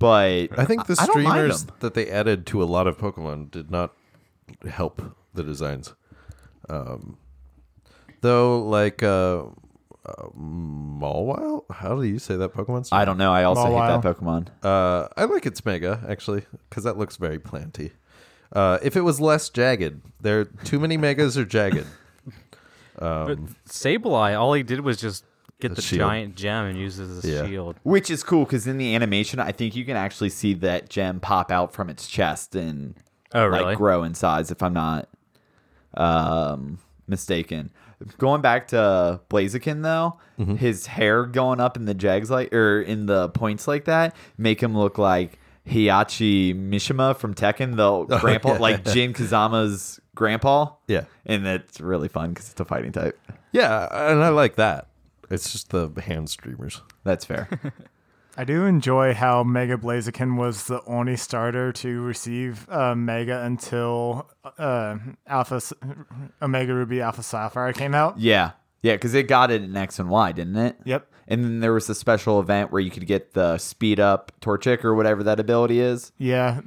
[SPEAKER 3] but
[SPEAKER 2] I think the
[SPEAKER 3] I don't mind
[SPEAKER 2] streamers
[SPEAKER 3] them.
[SPEAKER 2] that they added to a lot of Pokemon did not help the designs. Um, though, like uh, uh, Mawile, how do you say that Pokemon's?
[SPEAKER 3] i don't know i also hate
[SPEAKER 5] Mawile.
[SPEAKER 3] that pokemon
[SPEAKER 2] Uh, I like its mega actually because that looks very planty. Uh, if it was less jagged, there too many megas are
[SPEAKER 3] (laughs)
[SPEAKER 2] jagged.
[SPEAKER 4] But Sableye, all he did was just get the,
[SPEAKER 2] shield.
[SPEAKER 4] giant gem and use it as a
[SPEAKER 2] Yeah.
[SPEAKER 4] shield.
[SPEAKER 3] Which is cool because in the animation, I think you can actually see that gem pop out from its chest and
[SPEAKER 4] Oh, really?
[SPEAKER 3] like grow in size, if I'm not um, mistaken. Going back to Blaziken though,
[SPEAKER 4] Mm-hmm.
[SPEAKER 3] his hair going up in the jags like or in the points like that make him look like Hiyachi Mishima from Tekken,
[SPEAKER 4] (laughs)
[SPEAKER 3] the
[SPEAKER 4] Oh,
[SPEAKER 3] grandpa, like Jin Kazama's grandpa.
[SPEAKER 2] Yeah.
[SPEAKER 3] and that's really fun because it's a fighting type.
[SPEAKER 2] Yeah, and I like that. It's just the hand streamers.
[SPEAKER 3] That's fair.
[SPEAKER 5] I do enjoy how Mega Blaziken was the only starter to receive uh, Mega until uh, Alpha S- Omega Ruby Alpha Sapphire came out.
[SPEAKER 3] yeah, yeah, because it got it in X and Y, didn't it?
[SPEAKER 5] Yep.
[SPEAKER 3] And then there was a special event where you could get the speed up Torchic or whatever that ability is.
[SPEAKER 5] Yeah.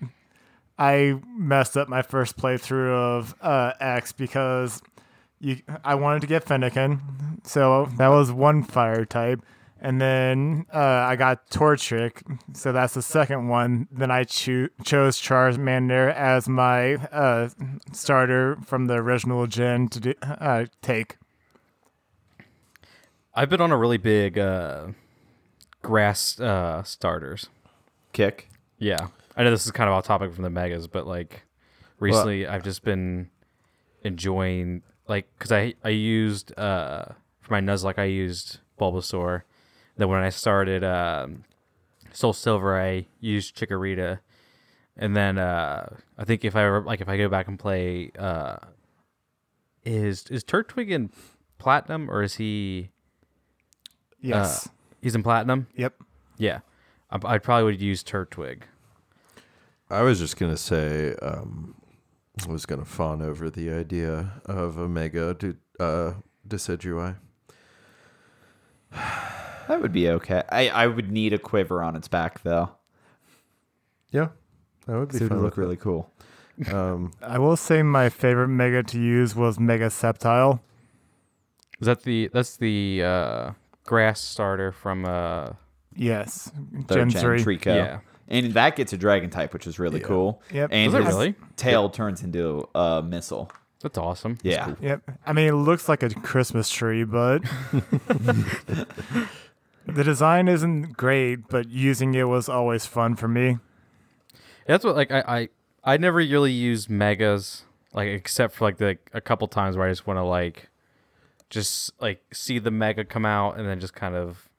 [SPEAKER 5] I messed up my first playthrough of uh, X because you, I wanted to get Fennekin. So that was one fire type. And then uh, I got Torchic. So that's the second one. Then I cho- chose Charmander as my uh, starter from the original gen to do, uh, take.
[SPEAKER 4] I've been on a really big uh, grass uh, starters.
[SPEAKER 3] Kick.
[SPEAKER 4] Yeah, I know this is kind of off topic from the megas, but like recently, I've just been enjoying like because I I used uh for my Nuzlocke I used Bulbasaur. Then when I started um, Soul Silver, I used Chikorita, and then uh I think if I were like if I go back and play uh is is Turtwig in Platinum or is he uh,
[SPEAKER 5] Yes.
[SPEAKER 4] he's in Platinum?
[SPEAKER 5] yep.
[SPEAKER 4] Yeah, I, I probably would use Turtwig.
[SPEAKER 2] I was just gonna say um, was going to fawn over the idea of a mega de- uh, decidui.
[SPEAKER 3] That would be okay. I, I would need a quiver on its back though.
[SPEAKER 2] Yeah, that would be
[SPEAKER 3] It would
[SPEAKER 2] fun.
[SPEAKER 3] look really cool.
[SPEAKER 2] um,
[SPEAKER 5] I will say my favorite mega to use was Mega Septile.
[SPEAKER 4] Is that the that's the uh, grass starter from uh
[SPEAKER 5] Yes,
[SPEAKER 3] Third
[SPEAKER 5] Gen, three.
[SPEAKER 3] Trico.
[SPEAKER 4] Yeah.
[SPEAKER 3] And that gets a dragon type, which is really cool.
[SPEAKER 5] Yep.
[SPEAKER 3] And
[SPEAKER 4] Does it
[SPEAKER 3] his
[SPEAKER 4] really?
[SPEAKER 3] tail turns into a missile.
[SPEAKER 4] that's awesome.
[SPEAKER 3] Yeah.
[SPEAKER 5] Yep. I mean, it looks like a Christmas
[SPEAKER 3] (laughs)
[SPEAKER 5] tree, but the design isn't great. But using it was always fun
[SPEAKER 3] (laughs)
[SPEAKER 5] for me.
[SPEAKER 4] That's what like I I I never really use megas like except for like the a couple times where I just want to like just like see the mega come out and then just kind of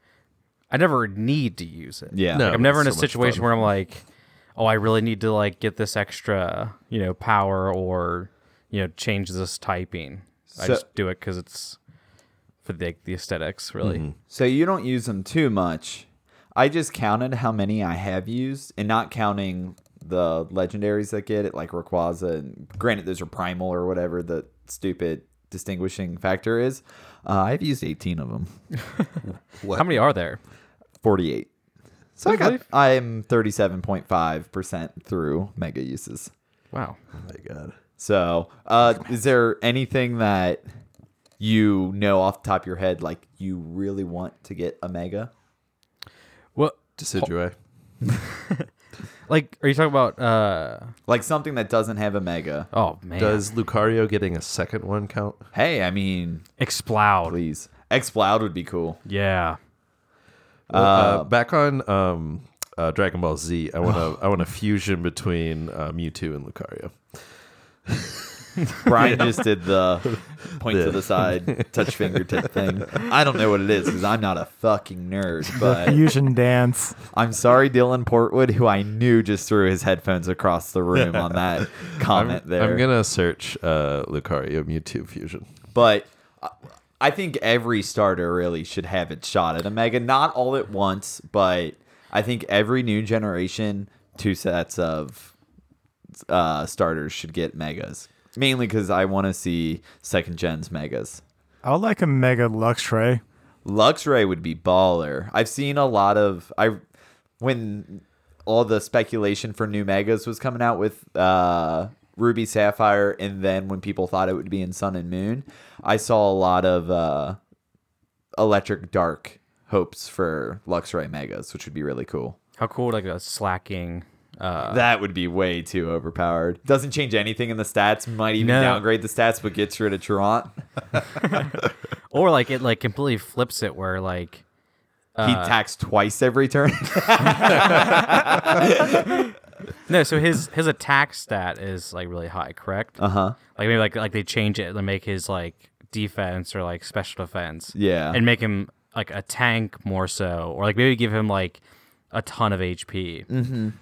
[SPEAKER 4] I never need to use it.
[SPEAKER 3] Yeah.
[SPEAKER 2] No.
[SPEAKER 4] Like, I'm never in
[SPEAKER 2] it's
[SPEAKER 4] a
[SPEAKER 2] so much
[SPEAKER 4] situation
[SPEAKER 2] fun.
[SPEAKER 4] where I'm like, oh, I really need to like get this extra, you know, power or you know, change this typing. I
[SPEAKER 3] So-
[SPEAKER 4] just do it because it's for the the aesthetics, really.
[SPEAKER 2] Mm-hmm.
[SPEAKER 3] So you don't use them too much. I just counted how many I have used, and not counting the legendaries that get it, like Rayquaza. And granted, those are primal or whatever the stupid distinguishing factor is. Uh, I've used 18 of them,
[SPEAKER 4] How many are there?
[SPEAKER 3] 48. So I got,
[SPEAKER 4] Really?
[SPEAKER 3] I'm 37.5% through mega uses.
[SPEAKER 4] Wow.
[SPEAKER 2] oh my god.
[SPEAKER 3] So, uh, is there anything that you know off the top of your head, like you really want to get a mega?
[SPEAKER 4] Well,
[SPEAKER 2] Decidui.
[SPEAKER 4] like, are you talking about? uh
[SPEAKER 3] Like something that doesn't have a mega?
[SPEAKER 4] Oh man,
[SPEAKER 2] Does Lucario getting a second one count?
[SPEAKER 3] Hey, I mean,
[SPEAKER 4] Exploud?
[SPEAKER 3] please. Xploud would be cool.
[SPEAKER 4] Yeah.
[SPEAKER 2] Well, uh, back on um, uh, Dragon Ball Z, I want a, I want a fusion between uh, Mewtwo and Lucario.
[SPEAKER 3] Brian just did the point to the side, touch fingertip thing. I don't know what it is because I'm not a fucking nerd, but
[SPEAKER 5] Fusion dance.
[SPEAKER 3] I'm sorry, Dylan Portwood, who I knew just threw his headphones across the room on that comment there.
[SPEAKER 2] I'm gonna search uh, Lucario Mewtwo fusion.
[SPEAKER 3] but I- I think every starter really should have its shot at a mega, not all at once, but I think every new generation, two sets of uh, starters should get megas. Mainly because I want to see second gen's megas.
[SPEAKER 5] I would like a Mega Luxray.
[SPEAKER 3] Luxray would be baller. I've seen a lot of I when all the speculation for new megas was coming out with uh Ruby Sapphire and then when people thought it would be in Sun and Moon, I saw a lot of uh electric dark hopes for Luxray megas, which would be really cool.
[SPEAKER 4] How cool! Like a slacking. Uh,
[SPEAKER 3] that would be way too overpowered. Doesn't change anything in the stats, might even
[SPEAKER 4] No.
[SPEAKER 3] downgrade the stats, but gets rid of Trant.
[SPEAKER 4] or like it like completely flips it where like
[SPEAKER 3] he
[SPEAKER 4] Uh.
[SPEAKER 3] attacks twice every
[SPEAKER 4] (laughs)
[SPEAKER 3] turn.
[SPEAKER 4] no. So his his attack stat is like really high, correct? Uh huh. Like maybe like like they change it and make his like defense or like special defense.
[SPEAKER 3] Yeah.
[SPEAKER 4] And make him like a tank more so, or like maybe give him like a ton of HP.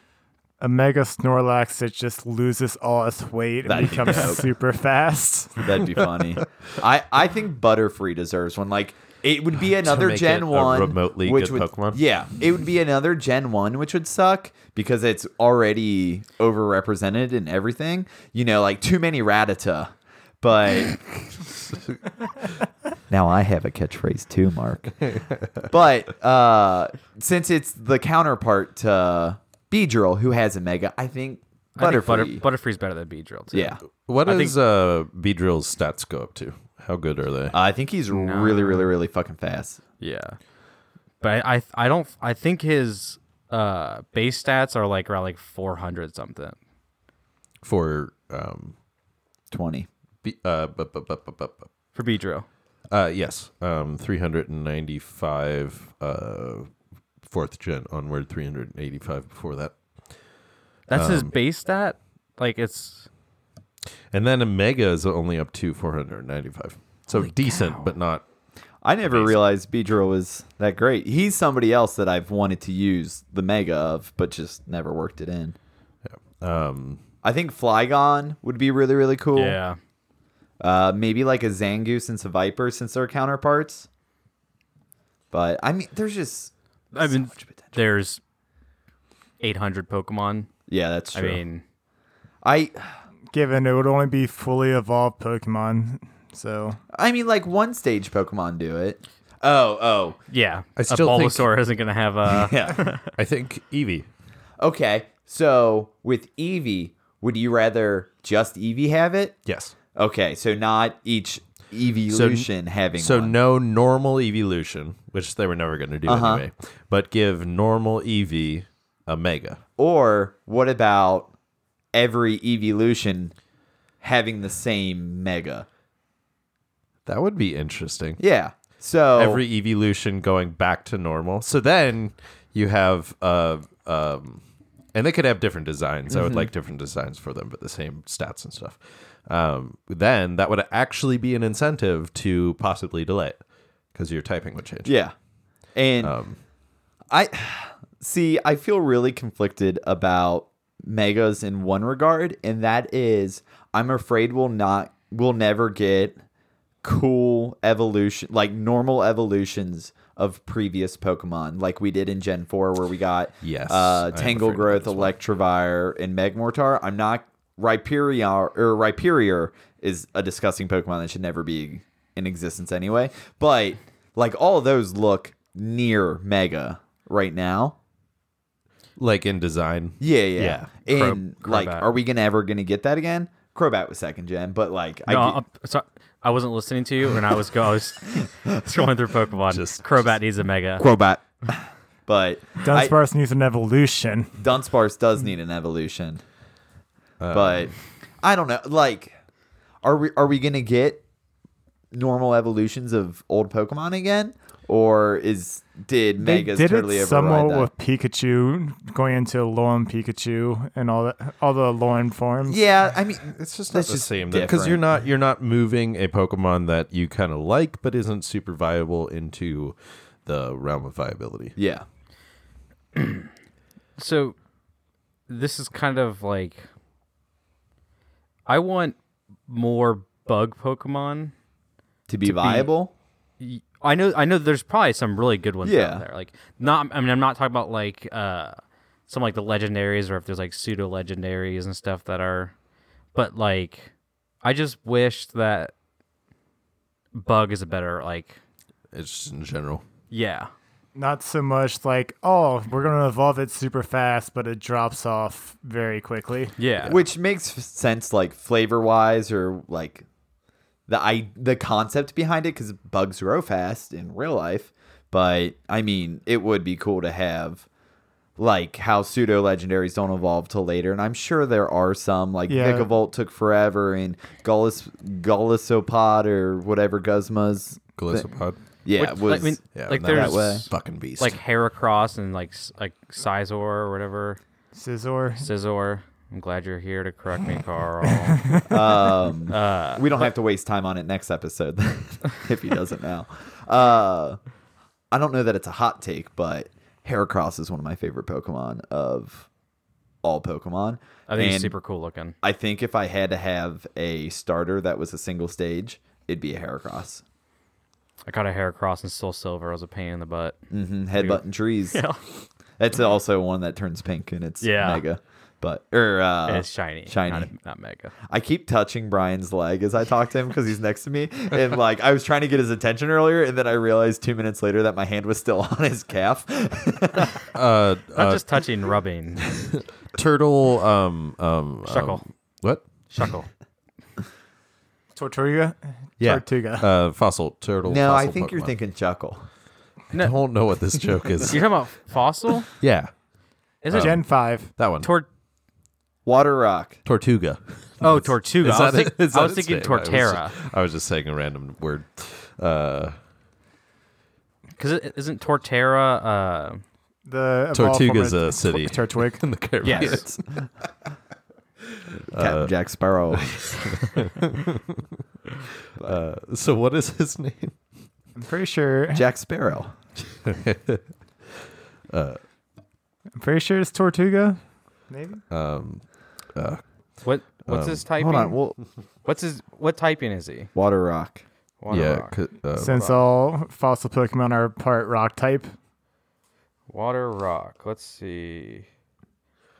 [SPEAKER 5] A Mega Snorlax that just loses all its weight and
[SPEAKER 3] That'd be
[SPEAKER 5] becomes
[SPEAKER 3] dope.
[SPEAKER 5] super fast.
[SPEAKER 3] That'd be funny. I I think Butterfree deserves one. Like it
[SPEAKER 2] (laughs)
[SPEAKER 3] would be another
[SPEAKER 2] make
[SPEAKER 3] Gen
[SPEAKER 2] it a
[SPEAKER 3] One,
[SPEAKER 2] remotely
[SPEAKER 3] which
[SPEAKER 2] good
[SPEAKER 3] would,
[SPEAKER 2] Pokemon?
[SPEAKER 3] Yeah, it would be another Gen One, which would suck because it's already overrepresented in everything. You know, like too many Ratata.
[SPEAKER 2] (laughs)
[SPEAKER 3] But now I have a catchphrase too, Mark. But uh, since it's the counterpart to Beedrill, who has a Mega, I think
[SPEAKER 4] I think
[SPEAKER 3] Butterfree.
[SPEAKER 4] Butter, Butterfree's better than Beedrill. Too.
[SPEAKER 3] yeah.
[SPEAKER 2] What
[SPEAKER 4] I
[SPEAKER 2] does uh, Beedrill's stats go up to? How good are they?
[SPEAKER 3] Uh, I think he's really, really, really fucking fast.
[SPEAKER 4] Yeah. But I, I I don't I think his uh base stats are like around like 400 something.
[SPEAKER 2] For um,
[SPEAKER 3] 20.
[SPEAKER 2] be, uh, bu- bu- bu- bu- bu- bu-
[SPEAKER 4] For Beedrill.
[SPEAKER 2] Uh, yes, um, 395 uh, fourth gen onward, 385 before that.
[SPEAKER 4] That's
[SPEAKER 2] Um,
[SPEAKER 4] his base stat? Like it's
[SPEAKER 2] And then a mega is only up to 495. So decent, but not.
[SPEAKER 3] I never realized Beedrill was that great. He's somebody else that I've wanted to use the mega of, but just never worked it in.
[SPEAKER 2] Um,
[SPEAKER 3] I think Flygon would be really, really cool.
[SPEAKER 4] yeah.
[SPEAKER 3] Uh, maybe like a Zangoose and a Viper since they're counterparts. But I mean, there's just
[SPEAKER 4] I mean
[SPEAKER 3] much potential.
[SPEAKER 4] there's 800 Pokemon.
[SPEAKER 3] yeah, that's true.
[SPEAKER 4] I mean,
[SPEAKER 3] I
[SPEAKER 5] given it would only be fully evolved Pokemon. So
[SPEAKER 3] I mean, like one stage Pokemon do it. Oh, oh,
[SPEAKER 4] Yeah,
[SPEAKER 2] I still
[SPEAKER 4] a
[SPEAKER 2] think-
[SPEAKER 4] Bulbasaur isn't going to have
[SPEAKER 2] (laughs)
[SPEAKER 4] a. (laughs)
[SPEAKER 3] yeah.
[SPEAKER 2] I think Eevee.
[SPEAKER 3] okay, so with Eevee, would you rather just Eevee have it?
[SPEAKER 2] Yes.
[SPEAKER 3] Okay, so not each evolution having
[SPEAKER 2] So
[SPEAKER 3] one.
[SPEAKER 2] no normal evolution, which they were never going to do anyway, but give normal Eevee a mega.
[SPEAKER 3] Or what about every evolution having the same mega?
[SPEAKER 2] That would be interesting.
[SPEAKER 3] Yeah. So
[SPEAKER 2] Every evolution going back to normal. So then you have uh um and they could have different designs.
[SPEAKER 3] Mm-hmm.
[SPEAKER 2] I would like different designs for them, but the same stats and stuff. Um, then that would actually be an incentive to possibly delay it because your typing would change.
[SPEAKER 3] yeah, and
[SPEAKER 2] Um,
[SPEAKER 3] I see. I feel really conflicted about megas in one regard, and that is I'm afraid we'll not we'll never get cool evolution like normal evolutions of previous Pokemon, like we did in Gen 4, where we got
[SPEAKER 2] Yes, I
[SPEAKER 3] uh,
[SPEAKER 2] am
[SPEAKER 3] Tangle
[SPEAKER 2] afraid of
[SPEAKER 3] Growth,
[SPEAKER 2] that as well.
[SPEAKER 3] Electivire, and Megmortar. I'm not Rhyperior or Rhyperior is a disgusting Pokemon that should never be in existence anyway. But like all of those look near Mega right now.
[SPEAKER 2] Like in design.
[SPEAKER 3] Yeah, yeah.
[SPEAKER 4] Yeah.
[SPEAKER 3] And
[SPEAKER 4] Crob-
[SPEAKER 3] like,
[SPEAKER 4] Crobat.
[SPEAKER 3] are we gonna ever gonna get that again? Crobat was second gen, but like
[SPEAKER 4] No,
[SPEAKER 3] I get,
[SPEAKER 4] I'm sorry, I wasn't listening to you, and I was, go, I
[SPEAKER 2] (laughs)
[SPEAKER 4] was going through Pokemon.
[SPEAKER 2] Just-
[SPEAKER 4] Crobat needs a mega.
[SPEAKER 3] Crobat. but I-
[SPEAKER 5] Dunsparce needs an evolution.
[SPEAKER 3] Dunsparce does need an evolution, but I don't know. Like, are we are we gonna get normal evolutions of old Pokemon again, or is did Megas
[SPEAKER 5] they did
[SPEAKER 3] totally
[SPEAKER 5] it
[SPEAKER 3] override
[SPEAKER 5] somewhat
[SPEAKER 3] that?
[SPEAKER 5] with Pikachu going into Loam Pikachu and all that, all the Loam forms.
[SPEAKER 3] yeah, I mean,
[SPEAKER 2] It's just
[SPEAKER 3] That's
[SPEAKER 2] not the
[SPEAKER 3] just
[SPEAKER 2] same because you're
[SPEAKER 3] different.
[SPEAKER 2] not you're not moving a Pokemon that you kind of like but isn't super viable into the realm of viability.
[SPEAKER 3] yeah,
[SPEAKER 4] so this is kind of like I want more bug Pokemon.
[SPEAKER 3] to be viable.
[SPEAKER 4] Y- I know I know there's probably some really good ones
[SPEAKER 3] Yeah.
[SPEAKER 4] out there. Like not I mean I'm not talking about like uh some like the legendaries or if there's like pseudo legendaries and stuff that are but like I just wish that bug is a better like
[SPEAKER 2] It's just in general.
[SPEAKER 4] yeah.
[SPEAKER 5] Not so much like, oh, we're going to evolve it super fast, but it drops off very quickly.
[SPEAKER 4] Yeah.
[SPEAKER 3] which makes f- sense like flavor wise or like the i the concept behind it because bugs grow fast in real life but i mean it would be cool to have like how pseudo legendaries don't evolve till later and i'm sure there are some like
[SPEAKER 5] Yeah.
[SPEAKER 3] Vikavolt took forever and Gullus Gullisopod or whatever Guzma's
[SPEAKER 2] Galissapod.
[SPEAKER 3] yeah
[SPEAKER 4] Which,
[SPEAKER 3] was
[SPEAKER 4] I mean
[SPEAKER 2] Yeah,
[SPEAKER 4] like
[SPEAKER 2] that way.
[SPEAKER 4] there's
[SPEAKER 2] Fucking beast.
[SPEAKER 4] like Heracross and like S- like Scizor or whatever.
[SPEAKER 5] Scizor.
[SPEAKER 4] Scizor, I'm glad you're here to correct me,
[SPEAKER 2] (laughs)
[SPEAKER 4] Carl.
[SPEAKER 3] we don't have to waste time on it next episode (laughs) if he doesn't now. Uh, I don't know that it's a hot take, but Heracross is one of my favorite Pokemon of all Pokemon.
[SPEAKER 4] I think he's
[SPEAKER 3] And
[SPEAKER 4] super cool looking.
[SPEAKER 3] I think if I had to have a starter that was a single stage, it'd be a Heracross.
[SPEAKER 4] I got a Heracross and Soul Silver. I was a pain in the butt.
[SPEAKER 3] Mm, Headbutt and trees.
[SPEAKER 4] (laughs) Yeah.
[SPEAKER 3] That's also one that turns pink and it's
[SPEAKER 4] Yeah.
[SPEAKER 3] mega. But or uh,
[SPEAKER 4] And it's shiny.
[SPEAKER 3] Shiny.
[SPEAKER 4] Not, not mega.
[SPEAKER 3] I keep touching Brian's leg as I talk to him because he's next to me. And like I was trying to get his attention earlier, and then I realized two minutes later that my hand was still on his calf.
[SPEAKER 2] uh,
[SPEAKER 4] Not
[SPEAKER 2] uh, (laughs)
[SPEAKER 4] just touching, rubbing.
[SPEAKER 2] turtle um um
[SPEAKER 4] Shuckle.
[SPEAKER 2] um, what?
[SPEAKER 4] Shuckle.
[SPEAKER 5] Tortuga?
[SPEAKER 2] Yeah.
[SPEAKER 5] Tortuga.
[SPEAKER 2] Uh fossil turtle.
[SPEAKER 3] no, I
[SPEAKER 2] fossil
[SPEAKER 3] think you're
[SPEAKER 2] Pokemon.
[SPEAKER 3] thinking Chuckle.
[SPEAKER 2] I don't know what this joke is.
[SPEAKER 3] (laughs)
[SPEAKER 4] You're talking about fossil?
[SPEAKER 2] yeah.
[SPEAKER 4] Is
[SPEAKER 2] Um, Uh,
[SPEAKER 4] it
[SPEAKER 5] Gen 5.
[SPEAKER 2] That one.
[SPEAKER 4] Tor-
[SPEAKER 3] Water Rock.
[SPEAKER 2] Tortuga.
[SPEAKER 4] Oh, Tortuga.
[SPEAKER 2] Is
[SPEAKER 4] I was,
[SPEAKER 2] that
[SPEAKER 4] think-
[SPEAKER 2] it? Is
[SPEAKER 4] I was
[SPEAKER 2] that its
[SPEAKER 4] thinking
[SPEAKER 2] name? I was just-
[SPEAKER 4] Torterra.
[SPEAKER 2] I was just saying a random word. Uh
[SPEAKER 4] Because isn't Torterra. Uh,
[SPEAKER 5] The evolved form
[SPEAKER 2] Tortuga's
[SPEAKER 5] of
[SPEAKER 2] a (laughs) city.
[SPEAKER 5] Turtwig.
[SPEAKER 2] in the Caribbean.
[SPEAKER 4] yes.
[SPEAKER 3] Captain
[SPEAKER 2] (laughs)
[SPEAKER 3] Jack Sparrow.
[SPEAKER 2] Uh, so what is his name?
[SPEAKER 5] I'm pretty sure.
[SPEAKER 3] Jack Sparrow.
[SPEAKER 5] I'm pretty sure it's Tortuga. Maybe.
[SPEAKER 4] what,
[SPEAKER 2] Um,
[SPEAKER 4] what's his typing?
[SPEAKER 3] Hold on. Well,
[SPEAKER 4] what's his, what typing is he?
[SPEAKER 3] Water Rock.
[SPEAKER 4] Water
[SPEAKER 2] yeah.
[SPEAKER 4] rock.
[SPEAKER 2] c- uh,
[SPEAKER 5] Since all fossil Pokemon are part rock type.
[SPEAKER 4] Water rock. Let's see.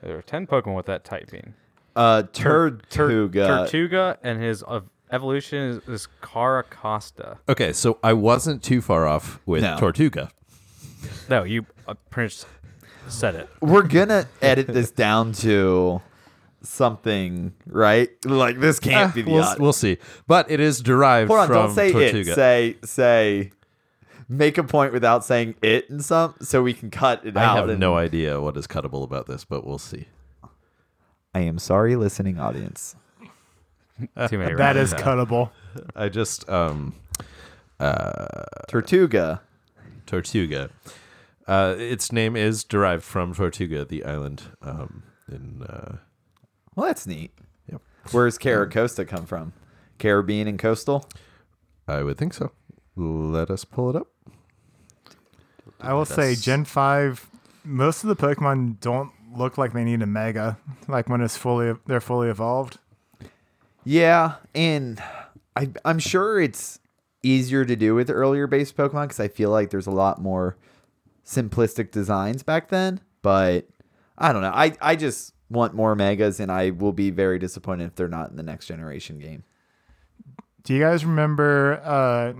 [SPEAKER 4] There are 10 Pokemon with that typing.
[SPEAKER 3] Uh, Turtuga. Uh,
[SPEAKER 4] Tortuga and his uh, evolution is, is Cara Costa.
[SPEAKER 2] Okay, so I wasn't too far off with
[SPEAKER 3] No.
[SPEAKER 2] Tortuga.
[SPEAKER 4] No, you uh, Prince said it.
[SPEAKER 3] We're gonna edit this down to something, right? Like this can't
[SPEAKER 2] Ah,
[SPEAKER 3] be the.
[SPEAKER 2] we'll,
[SPEAKER 3] odd-
[SPEAKER 2] we'll see. But it is derived
[SPEAKER 3] Hold on,
[SPEAKER 2] from
[SPEAKER 3] don't say
[SPEAKER 2] Tortuga.
[SPEAKER 3] it. Say say. Make a point without saying it and some, so we can cut it
[SPEAKER 2] I
[SPEAKER 3] out.
[SPEAKER 2] have
[SPEAKER 3] and-
[SPEAKER 2] no idea what is cuttable about this, but we'll see.
[SPEAKER 3] I am sorry, listening audience.
[SPEAKER 4] Too many.
[SPEAKER 5] That
[SPEAKER 4] rounds
[SPEAKER 5] is
[SPEAKER 4] now.
[SPEAKER 5] cuttable.
[SPEAKER 2] I just um uh,
[SPEAKER 3] Tortuga.
[SPEAKER 2] Tortuga. Uh, its name is derived from Tortuga, the island um, in uh,
[SPEAKER 3] Well, that's neat.
[SPEAKER 2] Yep.
[SPEAKER 3] Where's Cara Costa come from? Caribbean and coastal.
[SPEAKER 2] I would think so. Let us pull it up.
[SPEAKER 5] I will say Gen 5 most of the Pokemon don't look like they need a mega like when it's fully they're fully evolved.
[SPEAKER 3] Yeah, and I, I'm sure it's easier to do with earlier based Pokemon because I feel like there's a lot more simplistic designs back then. But I don't know. I, I just want more megas, and I will be very disappointed if they're not in the next generation game.
[SPEAKER 5] Do you guys remember uh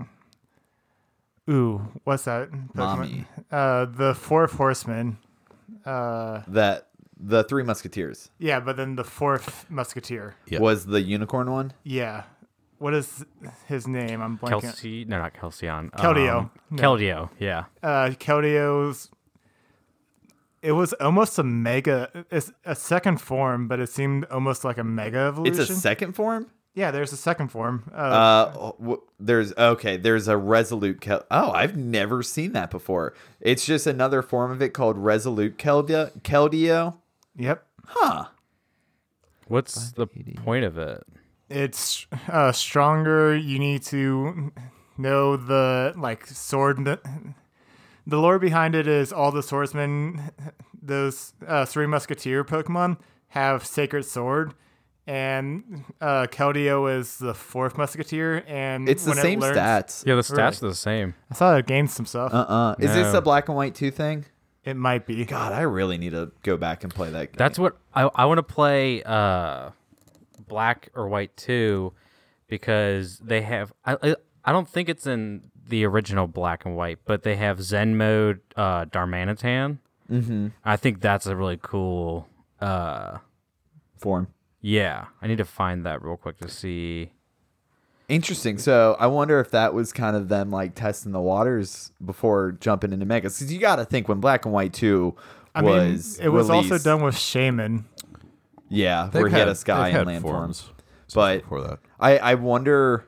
[SPEAKER 5] ooh, what's that? Pokemon?
[SPEAKER 3] Mommy.
[SPEAKER 5] Uh the fourth horseman. Uh
[SPEAKER 3] That the Three Musketeers
[SPEAKER 5] yeah, but then the fourth musketeer.
[SPEAKER 2] Yeah.
[SPEAKER 3] was the unicorn one.
[SPEAKER 5] Yeah. What is his name? I'm blanking.
[SPEAKER 4] Kelsey, no, not Kelsion.
[SPEAKER 5] Keldeo.
[SPEAKER 4] Um,
[SPEAKER 5] No.
[SPEAKER 4] Keldeo, yeah.
[SPEAKER 5] uh Keldeo's it was almost a mega it's a second form, but it seemed almost like a mega
[SPEAKER 3] It's a
[SPEAKER 5] evolution.
[SPEAKER 3] second form.
[SPEAKER 5] yeah, there's a second form. Uh,
[SPEAKER 3] Uh, w- there's okay. There's a resolute. Kel- oh, I've never seen that before. It's just another form of it called resolute Keldeo. Keldeo.
[SPEAKER 5] yep.
[SPEAKER 4] What's the point of it?
[SPEAKER 5] It's uh stronger. You need to know the like sword the lore behind it is all the swordsmen those uh, three musketeer Pokemon have sacred sword and uh Keldeo is the fourth musketeer and
[SPEAKER 3] It's the
[SPEAKER 5] when it
[SPEAKER 3] same
[SPEAKER 5] learns-
[SPEAKER 3] stats.
[SPEAKER 4] Yeah, the stats are the same.
[SPEAKER 5] I thought it gained some stuff.
[SPEAKER 3] Uh, is this
[SPEAKER 4] No.
[SPEAKER 3] a black and white two thing?
[SPEAKER 5] It might be. God.
[SPEAKER 3] God, I really need to go back and play that. Game.
[SPEAKER 4] That's what I, I want to play uh, Black or White 2 because they have. I, I- I don't think it's in the original Black and White, but they have Zen Mode uh, Darmanitan. Mm-hmm. I think that's a really cool. Uh,
[SPEAKER 3] form.
[SPEAKER 4] yeah, I need to find that real quick to see.
[SPEAKER 3] Interesting. So I wonder if that was kind of them like testing the waters before jumping into megas. Because you got to think when black and white two
[SPEAKER 5] I mean,
[SPEAKER 3] was
[SPEAKER 5] it was also
[SPEAKER 3] released-
[SPEAKER 5] done with Shaman.
[SPEAKER 3] Yeah,
[SPEAKER 2] They've
[SPEAKER 3] where he had a
[SPEAKER 2] had-
[SPEAKER 3] sky
[SPEAKER 2] they've
[SPEAKER 3] and
[SPEAKER 2] had
[SPEAKER 3] land
[SPEAKER 2] forms
[SPEAKER 3] forms.
[SPEAKER 2] since
[SPEAKER 3] But-
[SPEAKER 2] before that,
[SPEAKER 3] I I wonder.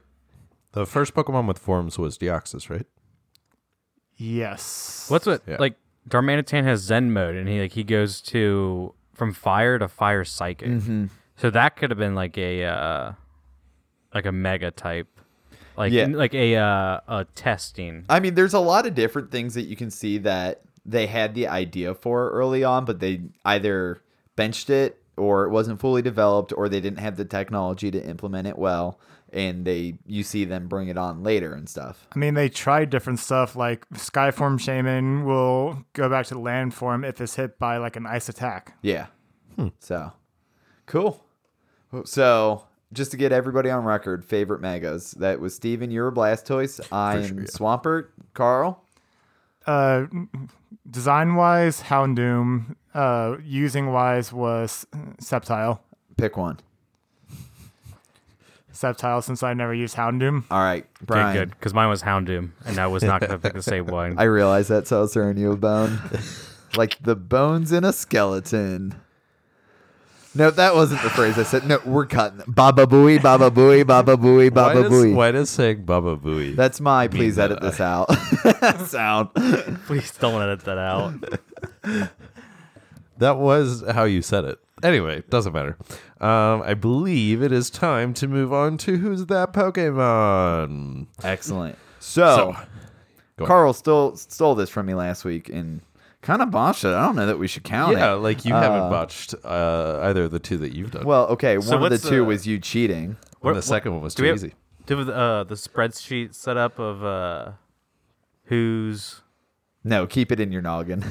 [SPEAKER 2] the first Pokemon with forms was Deoxys, right?
[SPEAKER 5] Yes.
[SPEAKER 4] What's what
[SPEAKER 2] Yeah.
[SPEAKER 4] like Darmanitan has Zen mode and he like he goes to from fire to fire psychic.
[SPEAKER 3] Mm-hmm.
[SPEAKER 4] So that could have been like a uh like a mega type. Like
[SPEAKER 3] Yeah.
[SPEAKER 4] like a uh a testing.
[SPEAKER 3] I mean, there's a lot of different things that you can see that they had the idea for early on, but they either benched it or it wasn't fully developed or they didn't have the technology to implement it well and they you see them bring it on later and stuff.
[SPEAKER 5] I mean, they tried different stuff like Skyform Shaman will go back to land form if it's hit by like an ice attack.
[SPEAKER 3] Yeah.
[SPEAKER 4] Hmm.
[SPEAKER 3] So, cool. So, just to get everybody on record, favorite Magos. That was Steven, you were Blastoise. I am Swampert. Carl.
[SPEAKER 5] Uh, design wise, Houndoom. Uh, using wise was Sceptile.
[SPEAKER 3] Pick one.
[SPEAKER 5] Sceptile, since I never used Houndoom.
[SPEAKER 3] All right,
[SPEAKER 4] Okay,
[SPEAKER 3] Brian.
[SPEAKER 4] good. Because mine was Houndoom and I was not gonna pick the same one.
[SPEAKER 3] (laughs) I realize that's how I was throwing you a bone. like the bones in a skeleton. No, that wasn't the phrase I said. No, we're cutting. Baba booey, baba booey, baba booey,
[SPEAKER 2] why,
[SPEAKER 3] baba
[SPEAKER 2] does,
[SPEAKER 3] booey.
[SPEAKER 2] why does saying Baba Booey?
[SPEAKER 3] That's my please edit this out (laughs) sound.
[SPEAKER 4] Please don't edit that
[SPEAKER 3] (laughs)
[SPEAKER 4] out.
[SPEAKER 2] That was how you said it. Anyway, doesn't matter. Um, I believe it is time to move on to who's that Pokemon.
[SPEAKER 3] Excellent. So,
[SPEAKER 2] go on.
[SPEAKER 3] Carl stole stole this from me last week and kind of botched it. I don't know that we should count
[SPEAKER 2] Yeah,
[SPEAKER 3] it. Uh,
[SPEAKER 2] like you haven't botched uh, either of the two that you've done.
[SPEAKER 3] Well, okay,
[SPEAKER 4] So
[SPEAKER 3] one of the
[SPEAKER 4] what's,
[SPEAKER 3] two
[SPEAKER 4] uh,
[SPEAKER 3] was you cheating.
[SPEAKER 2] And the second one was
[SPEAKER 4] do
[SPEAKER 2] too
[SPEAKER 4] we have-
[SPEAKER 2] easy.
[SPEAKER 4] Do we have, uh, the spreadsheet set up of uh who's
[SPEAKER 3] No, keep it in your noggin.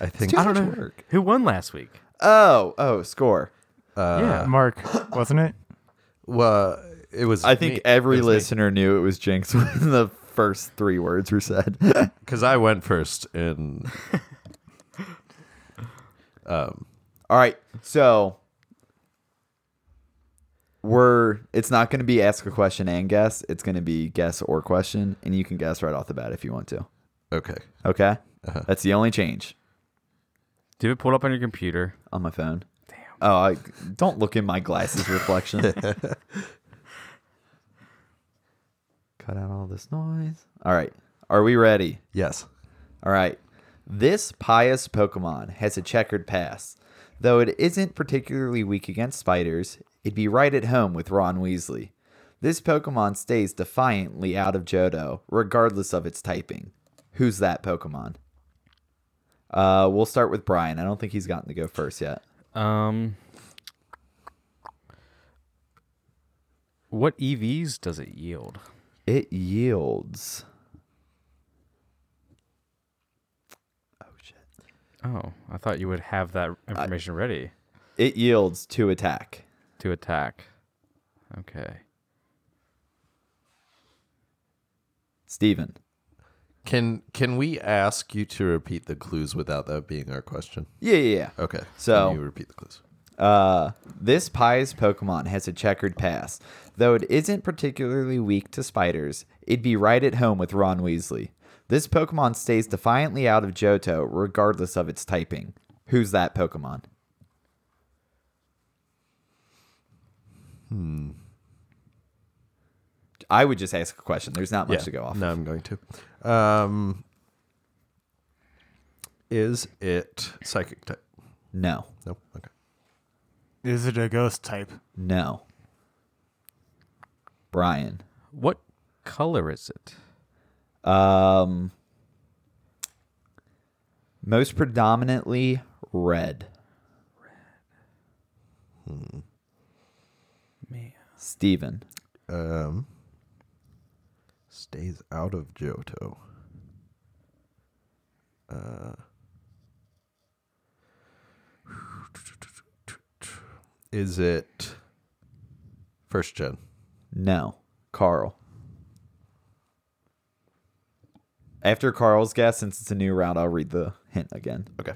[SPEAKER 2] I think
[SPEAKER 3] (laughs) I don't know.
[SPEAKER 4] who won last week?
[SPEAKER 3] Oh, oh, score.
[SPEAKER 2] Uh,
[SPEAKER 4] yeah.
[SPEAKER 5] Mark, wasn't it?
[SPEAKER 2] Well, it was.
[SPEAKER 3] I think
[SPEAKER 2] me.
[SPEAKER 3] every
[SPEAKER 2] It was me.
[SPEAKER 3] listener knew it was Jinx (laughs) when the first three words were said. (laughs)
[SPEAKER 2] because I went first, and um,
[SPEAKER 3] All right, so we're it's not going to be ask a question and guess. It's going to be guess or question, and you can guess right off the bat if you want to.
[SPEAKER 2] okay,
[SPEAKER 3] Okay,
[SPEAKER 2] Uh-huh.
[SPEAKER 3] that's the only change
[SPEAKER 4] Do it pulled up on your computer.
[SPEAKER 3] on my phone. Damn. Oh, I don't look in my glasses reflection. Cut out all this noise. All right, are we ready?
[SPEAKER 2] yes,
[SPEAKER 3] All right. This pious Pokemon has a checkered past. Though it isn't particularly weak against spiders, it'd be right at home with Ron Weasley. This Pokemon stays defiantly out of Johto, regardless of its typing. Who's that Pokemon? Uh, we'll start with Brian. I don't think he's gotten to go first yet.
[SPEAKER 4] Um, what EVs does it yield?
[SPEAKER 3] It yields. Oh shit!
[SPEAKER 4] Oh, I thought you would have that information ready
[SPEAKER 3] It yields two attack.
[SPEAKER 4] to attack. Okay.
[SPEAKER 3] Steven.
[SPEAKER 2] can can we ask you to repeat the clues without that being our question?
[SPEAKER 3] Yeah, yeah, yeah.
[SPEAKER 2] Okay,
[SPEAKER 3] So-
[SPEAKER 2] Can you repeat the clues.
[SPEAKER 3] Uh, this pious Pokemon has a checkered past. Though it isn't particularly weak to spiders, it'd be right at home with Ron Weasley. This Pokemon stays defiantly out of Johto, regardless of its typing. Who's that Pokemon? Hmm. I would just ask a question. There's not much to go off.
[SPEAKER 2] No, I'm going to. Um, is it psychic type?
[SPEAKER 3] No.
[SPEAKER 2] No. Okay.
[SPEAKER 5] Is it a ghost type?
[SPEAKER 3] No. Brian.
[SPEAKER 4] What color is it?
[SPEAKER 3] Um, most predominantly red.
[SPEAKER 4] Man.
[SPEAKER 3] Steven.
[SPEAKER 2] Um, stays out of Johto. Uh, is it first gen?
[SPEAKER 3] No. Carl. After Carl's guess, since it's a new round, I'll read the hint again.
[SPEAKER 2] Okay.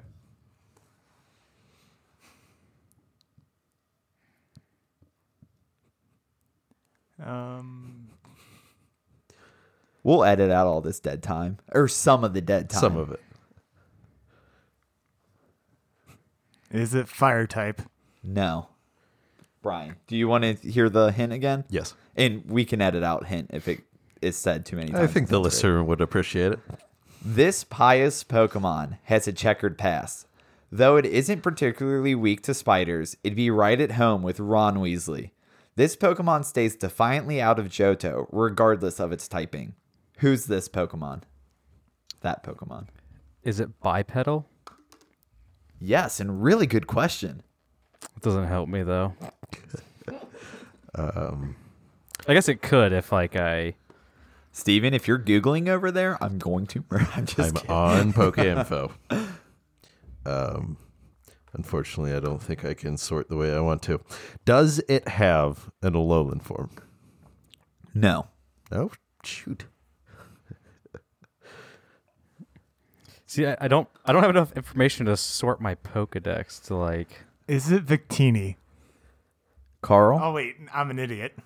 [SPEAKER 5] Um,
[SPEAKER 3] We'll edit out all this dead time, or some of the dead time.
[SPEAKER 2] Some of it.
[SPEAKER 5] is it fire type?
[SPEAKER 3] No. Brian, do you want to hear the hint again?
[SPEAKER 2] Yes.
[SPEAKER 3] And we can edit out hint if it is said too many times.
[SPEAKER 2] I think the listener would appreciate it.
[SPEAKER 3] This pious Pokemon has a checkered past. Though it isn't particularly weak to spiders, it'd be right at home with Ron Weasley. This Pokemon stays defiantly out of Johto, regardless of its typing. Who's this Pokemon? That Pokemon.
[SPEAKER 4] Is it bipedal?
[SPEAKER 3] Yes, and really good question.
[SPEAKER 4] It doesn't help me
[SPEAKER 3] (laughs)
[SPEAKER 4] though. um,
[SPEAKER 3] Um.
[SPEAKER 4] I guess it could if like I.
[SPEAKER 3] Steven, if you're Googling over there, I'm going to. (laughs) I'm just
[SPEAKER 2] I'm
[SPEAKER 3] kidding.
[SPEAKER 2] on (laughs) PokeInfo. um, unfortunately, I don't think I can sort the way I want to. Does it have an Alolan form?
[SPEAKER 3] No.
[SPEAKER 2] No. Shoot.
[SPEAKER 4] See, I, I don't. I don't have enough information to sort my Pokedex to like.
[SPEAKER 5] Is it Victini?
[SPEAKER 3] Carl?
[SPEAKER 5] Oh wait, I'm an idiot.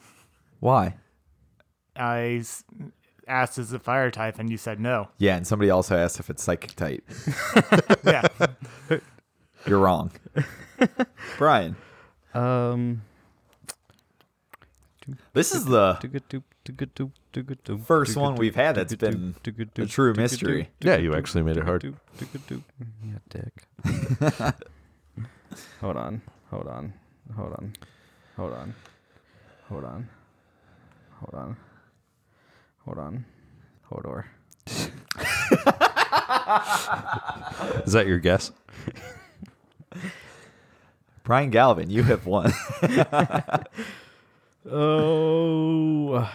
[SPEAKER 3] Why?
[SPEAKER 5] I s- asked is it fire type, and you said no.
[SPEAKER 3] Yeah, and somebody also asked if it's psychic type.
[SPEAKER 5] Yeah,
[SPEAKER 3] (laughs) You're wrong. Brian.
[SPEAKER 4] Um.
[SPEAKER 3] This is the
[SPEAKER 4] First
[SPEAKER 3] first one we've had that's been a true mystery.
[SPEAKER 2] Yeah, you actually made it hard.
[SPEAKER 4] Yeah, dick. (laughs) hold on, hold on, hold on, hold on, hold on, hold on, hold on, Hodor.
[SPEAKER 2] Is that your guess?
[SPEAKER 3] Brian Galvin, you have won. (laughs)
[SPEAKER 4] Oh.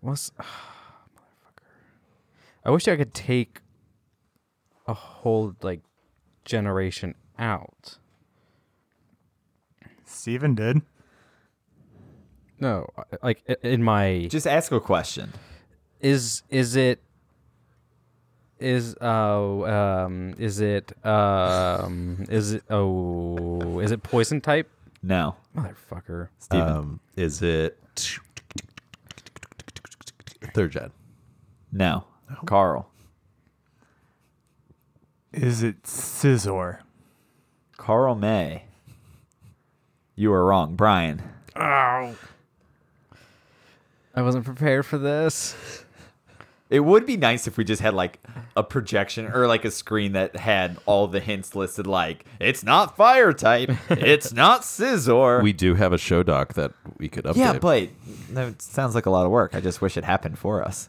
[SPEAKER 4] What's motherfucker? I wish I could take a whole like generation out.
[SPEAKER 5] Steven did.
[SPEAKER 4] No, like i- in my
[SPEAKER 3] Just ask a question.
[SPEAKER 4] is is it is oh um is it um is it oh is it poison type
[SPEAKER 3] No,
[SPEAKER 4] motherfucker
[SPEAKER 3] Steven.
[SPEAKER 2] Um, is it third gen?
[SPEAKER 3] no. Carl.
[SPEAKER 5] Is it Scizor?
[SPEAKER 3] Carl May. You are wrong, Brian.
[SPEAKER 4] I wasn't prepared for this
[SPEAKER 3] It would be nice if we just had like a projection or like a screen that had all the hints listed. Like it's not fire type, (laughs) it's not scissor.
[SPEAKER 2] We do have a show doc that we could update.
[SPEAKER 3] yeah, but that sounds like a lot of work. I just wish it happened for us.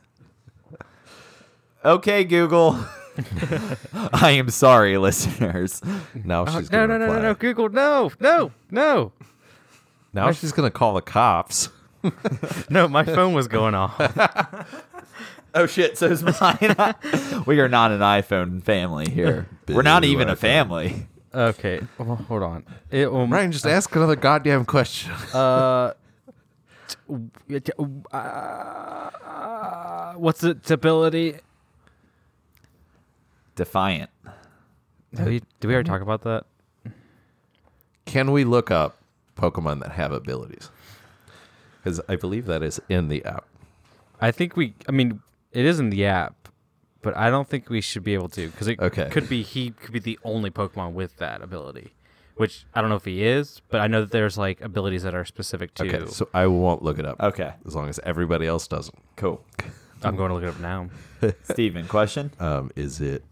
[SPEAKER 3] Okay, Google. (laughs) I am sorry, listeners.
[SPEAKER 2] now she's
[SPEAKER 4] Oh,
[SPEAKER 2] gonna
[SPEAKER 4] Uh, no no no no
[SPEAKER 2] apply.
[SPEAKER 4] no Google no no no
[SPEAKER 2] Now she's gonna call the cops.
[SPEAKER 4] no my phone was going off
[SPEAKER 3] Oh shit, so is mine. (laughs) we are not an iPhone family (laughs) here. We're not
[SPEAKER 2] Boo, iPhone.
[SPEAKER 3] family.
[SPEAKER 4] okay well, hold on it um,
[SPEAKER 2] Ryan, just ask another goddamn question. (laughs)
[SPEAKER 4] uh t- t- uh, what's its ability
[SPEAKER 3] Defiant.
[SPEAKER 4] Did we, did we already talk about that
[SPEAKER 2] Can we look up Pokemon that have abilities? Because I believe that is in the app.
[SPEAKER 4] I think we. I mean, it is in the app, but I don't think we should be able to because it
[SPEAKER 2] Okay.
[SPEAKER 4] could be he could be the only Pokemon with that ability, which I don't know if he is, but I know that there's like abilities that are specific to.
[SPEAKER 2] Okay, so I won't look it up.
[SPEAKER 3] Okay.
[SPEAKER 2] as long as everybody else doesn't.
[SPEAKER 3] Cool.
[SPEAKER 4] I'm going to look it up now.
[SPEAKER 3] Steven, question?
[SPEAKER 2] Um, is it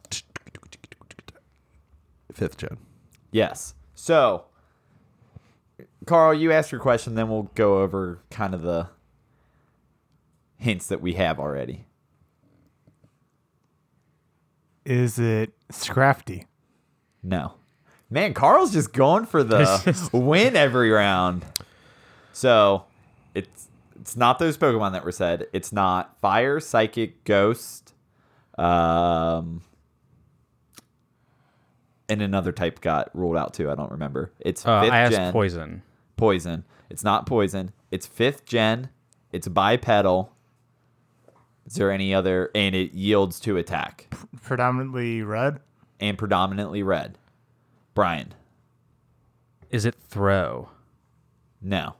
[SPEAKER 2] fifth gen?
[SPEAKER 3] Yes. So, Carl, you ask your question, then we'll go over kind of the hints that we have already.
[SPEAKER 5] Is it Scrafty?
[SPEAKER 3] No. Man, Carl's just going for
[SPEAKER 4] (laughs)
[SPEAKER 3] the win every round. So, it's it's not those Pokemon that were said. It's not fire, psychic, ghost, um and another type got ruled out too. I don't remember. It's
[SPEAKER 4] Uh,
[SPEAKER 3] fifth
[SPEAKER 4] I asked
[SPEAKER 3] gen.
[SPEAKER 4] poison.
[SPEAKER 3] poison. It's not poison. It's fifth gen. It's bipedal. Is there any other? And it yields to attack
[SPEAKER 5] Predominantly red?
[SPEAKER 3] and predominantly red. Brian,
[SPEAKER 4] Is it throw?
[SPEAKER 3] no.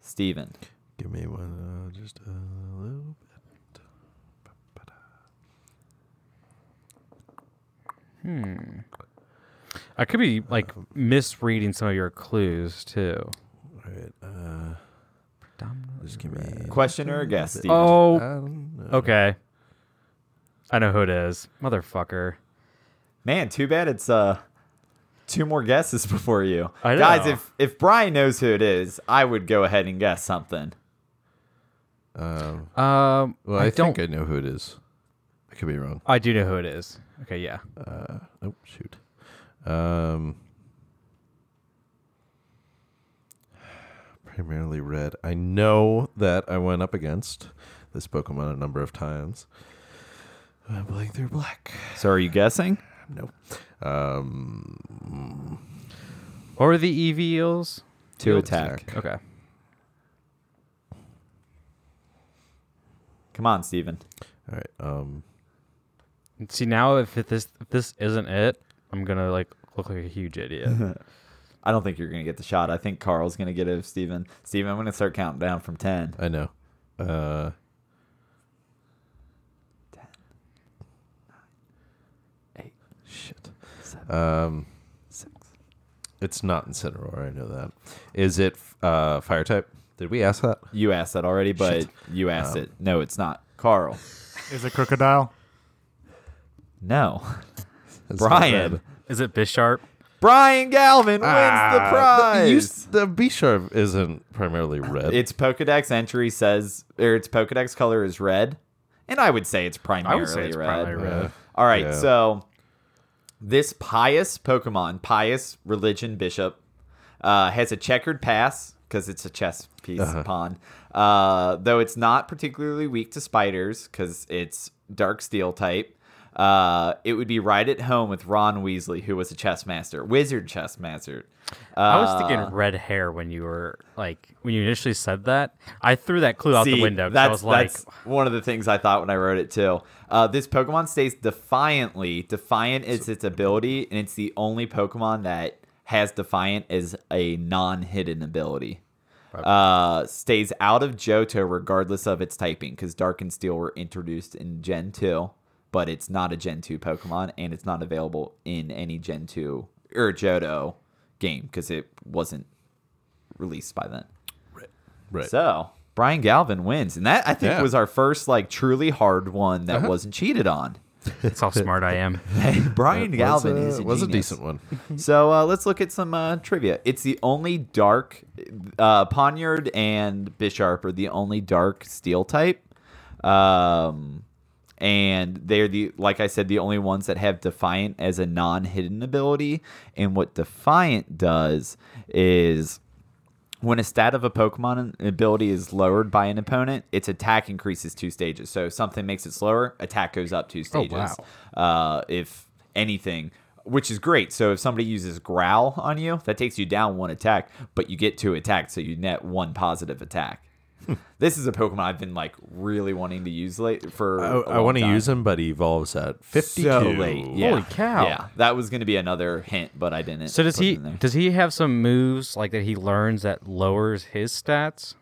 [SPEAKER 3] Steven,
[SPEAKER 2] Give me one, uh, just a little bit.
[SPEAKER 4] Hmm. I could be like misreading some of your clues too.
[SPEAKER 2] All right, uh, just give me.
[SPEAKER 3] question or a guess? Steven?
[SPEAKER 4] Oh,
[SPEAKER 2] Um,
[SPEAKER 4] okay. I know who it is, motherfucker.
[SPEAKER 3] Man, too bad it's uh two more guesses (laughs) before you.
[SPEAKER 4] I know.
[SPEAKER 3] Guys, if if Brian knows who it is, I would go ahead and guess something.
[SPEAKER 2] um,
[SPEAKER 4] Um,
[SPEAKER 2] well,
[SPEAKER 4] I,
[SPEAKER 2] I,
[SPEAKER 4] don't.
[SPEAKER 2] think I know who it is. I could be wrong.
[SPEAKER 4] I do know who it is. Okay, yeah.
[SPEAKER 2] Uh, oh shoot. Um, primarily red. I know that I went up against this Pokemon a number of times. I'm like they're black.
[SPEAKER 3] So are you guessing?
[SPEAKER 2] No. Um,
[SPEAKER 4] Or the EV eels.
[SPEAKER 3] To
[SPEAKER 2] Yield
[SPEAKER 3] attack.
[SPEAKER 2] attack.
[SPEAKER 4] Okay.
[SPEAKER 3] Come on, Steven.
[SPEAKER 2] all right. Um,
[SPEAKER 4] See now, if it- this if this isn't it, I'm gonna like look like a huge
[SPEAKER 3] (laughs)
[SPEAKER 4] idiot.
[SPEAKER 3] I don't think you're going to get the shot. I think Carl's going to get it, Steven. Steven, I'm going to start counting down from 10.
[SPEAKER 2] I know. Uh, Shit. Um, it's not Incineroar. I know that. Is it uh, fire type? Did we ask that?
[SPEAKER 3] You asked that already, but
[SPEAKER 2] Shit.
[SPEAKER 3] you asked it. No, it's not. Carl.
[SPEAKER 5] Is it Crocodile?
[SPEAKER 3] No.
[SPEAKER 2] It's not
[SPEAKER 3] Brian.
[SPEAKER 2] red.
[SPEAKER 4] Is it Bisharp?
[SPEAKER 3] Brian Galvin wins Uh, the prize.
[SPEAKER 2] You s- the B sharp isn't primarily red.
[SPEAKER 3] Uh, its Pokedex entry says, or its Pokedex color is red. And I would say it's primarily
[SPEAKER 4] it's
[SPEAKER 3] red.
[SPEAKER 4] primarily red.
[SPEAKER 2] Uh,
[SPEAKER 3] All right,
[SPEAKER 2] Yeah.
[SPEAKER 3] so this pious Pokemon, pious religion bishop, uh, has a checkered pass because it's a chess piece
[SPEAKER 4] Uh-huh.
[SPEAKER 3] pawn. Uh, though it's not particularly weak to spiders because it's dark steel type. uh, it would be right at home with Ron Weasley, who was a chess master, wizard chess master. Uh,
[SPEAKER 4] I was thinking red hair when you were like when you initially said that. I threw that clue out the
[SPEAKER 3] See,
[SPEAKER 4] window 'cause I
[SPEAKER 3] That's,
[SPEAKER 4] was like,
[SPEAKER 3] that's one of the things I thought when I wrote it too. Uh, this Pokemon stays defiantly. Defiant is its ability, and it's the only Pokemon that has Defiant as a non-hidden ability. Uh, stays out of Johto regardless of its typing, because Dark and Steel were introduced in Gen 2, but it's not a Gen 2 Pokemon, and it's not available in any Gen 2 or Johto game because it wasn't released by then.
[SPEAKER 2] Right.
[SPEAKER 3] So Brian Galvin wins, and that I think
[SPEAKER 2] Yeah. Uh-huh.
[SPEAKER 3] was our first like truly hard one that wasn't
[SPEAKER 2] (laughs)
[SPEAKER 3] cheated on.
[SPEAKER 4] that's how smart
[SPEAKER 3] (laughs)
[SPEAKER 4] I am.
[SPEAKER 3] Brian Galvin
[SPEAKER 2] was
[SPEAKER 3] is
[SPEAKER 2] a,
[SPEAKER 3] a
[SPEAKER 2] was a
[SPEAKER 3] genius.
[SPEAKER 2] decent
[SPEAKER 3] (laughs)
[SPEAKER 2] one.
[SPEAKER 3] so uh, let's look at some uh, trivia. It's the only dark uh, Poniard and Bisharp are the only dark steel type, um, and they're the like I said the only ones that have Defiant as a non-hidden ability. And what Defiant does is when a stat of a Pokemon ability is lowered by an opponent, its attack increases two stages. So if something makes it slower, attack goes up two stages. uh, if anything, which is great. So if somebody uses Growl on you, that takes you down one attack, but you get two attacks, so you net one positive attack. this is a Pokemon I've been like really wanting to use late for.
[SPEAKER 2] I,
[SPEAKER 3] a long
[SPEAKER 2] want to
[SPEAKER 3] time.
[SPEAKER 2] use him, but he evolves at 52.
[SPEAKER 3] Oh, so late. Yeah.
[SPEAKER 4] Holy cow.
[SPEAKER 3] Yeah, that was going to be another hint, but I didn't.
[SPEAKER 4] So does
[SPEAKER 3] put it
[SPEAKER 4] he
[SPEAKER 3] in there.
[SPEAKER 4] does he have some moves like that he learns that lowers his stats?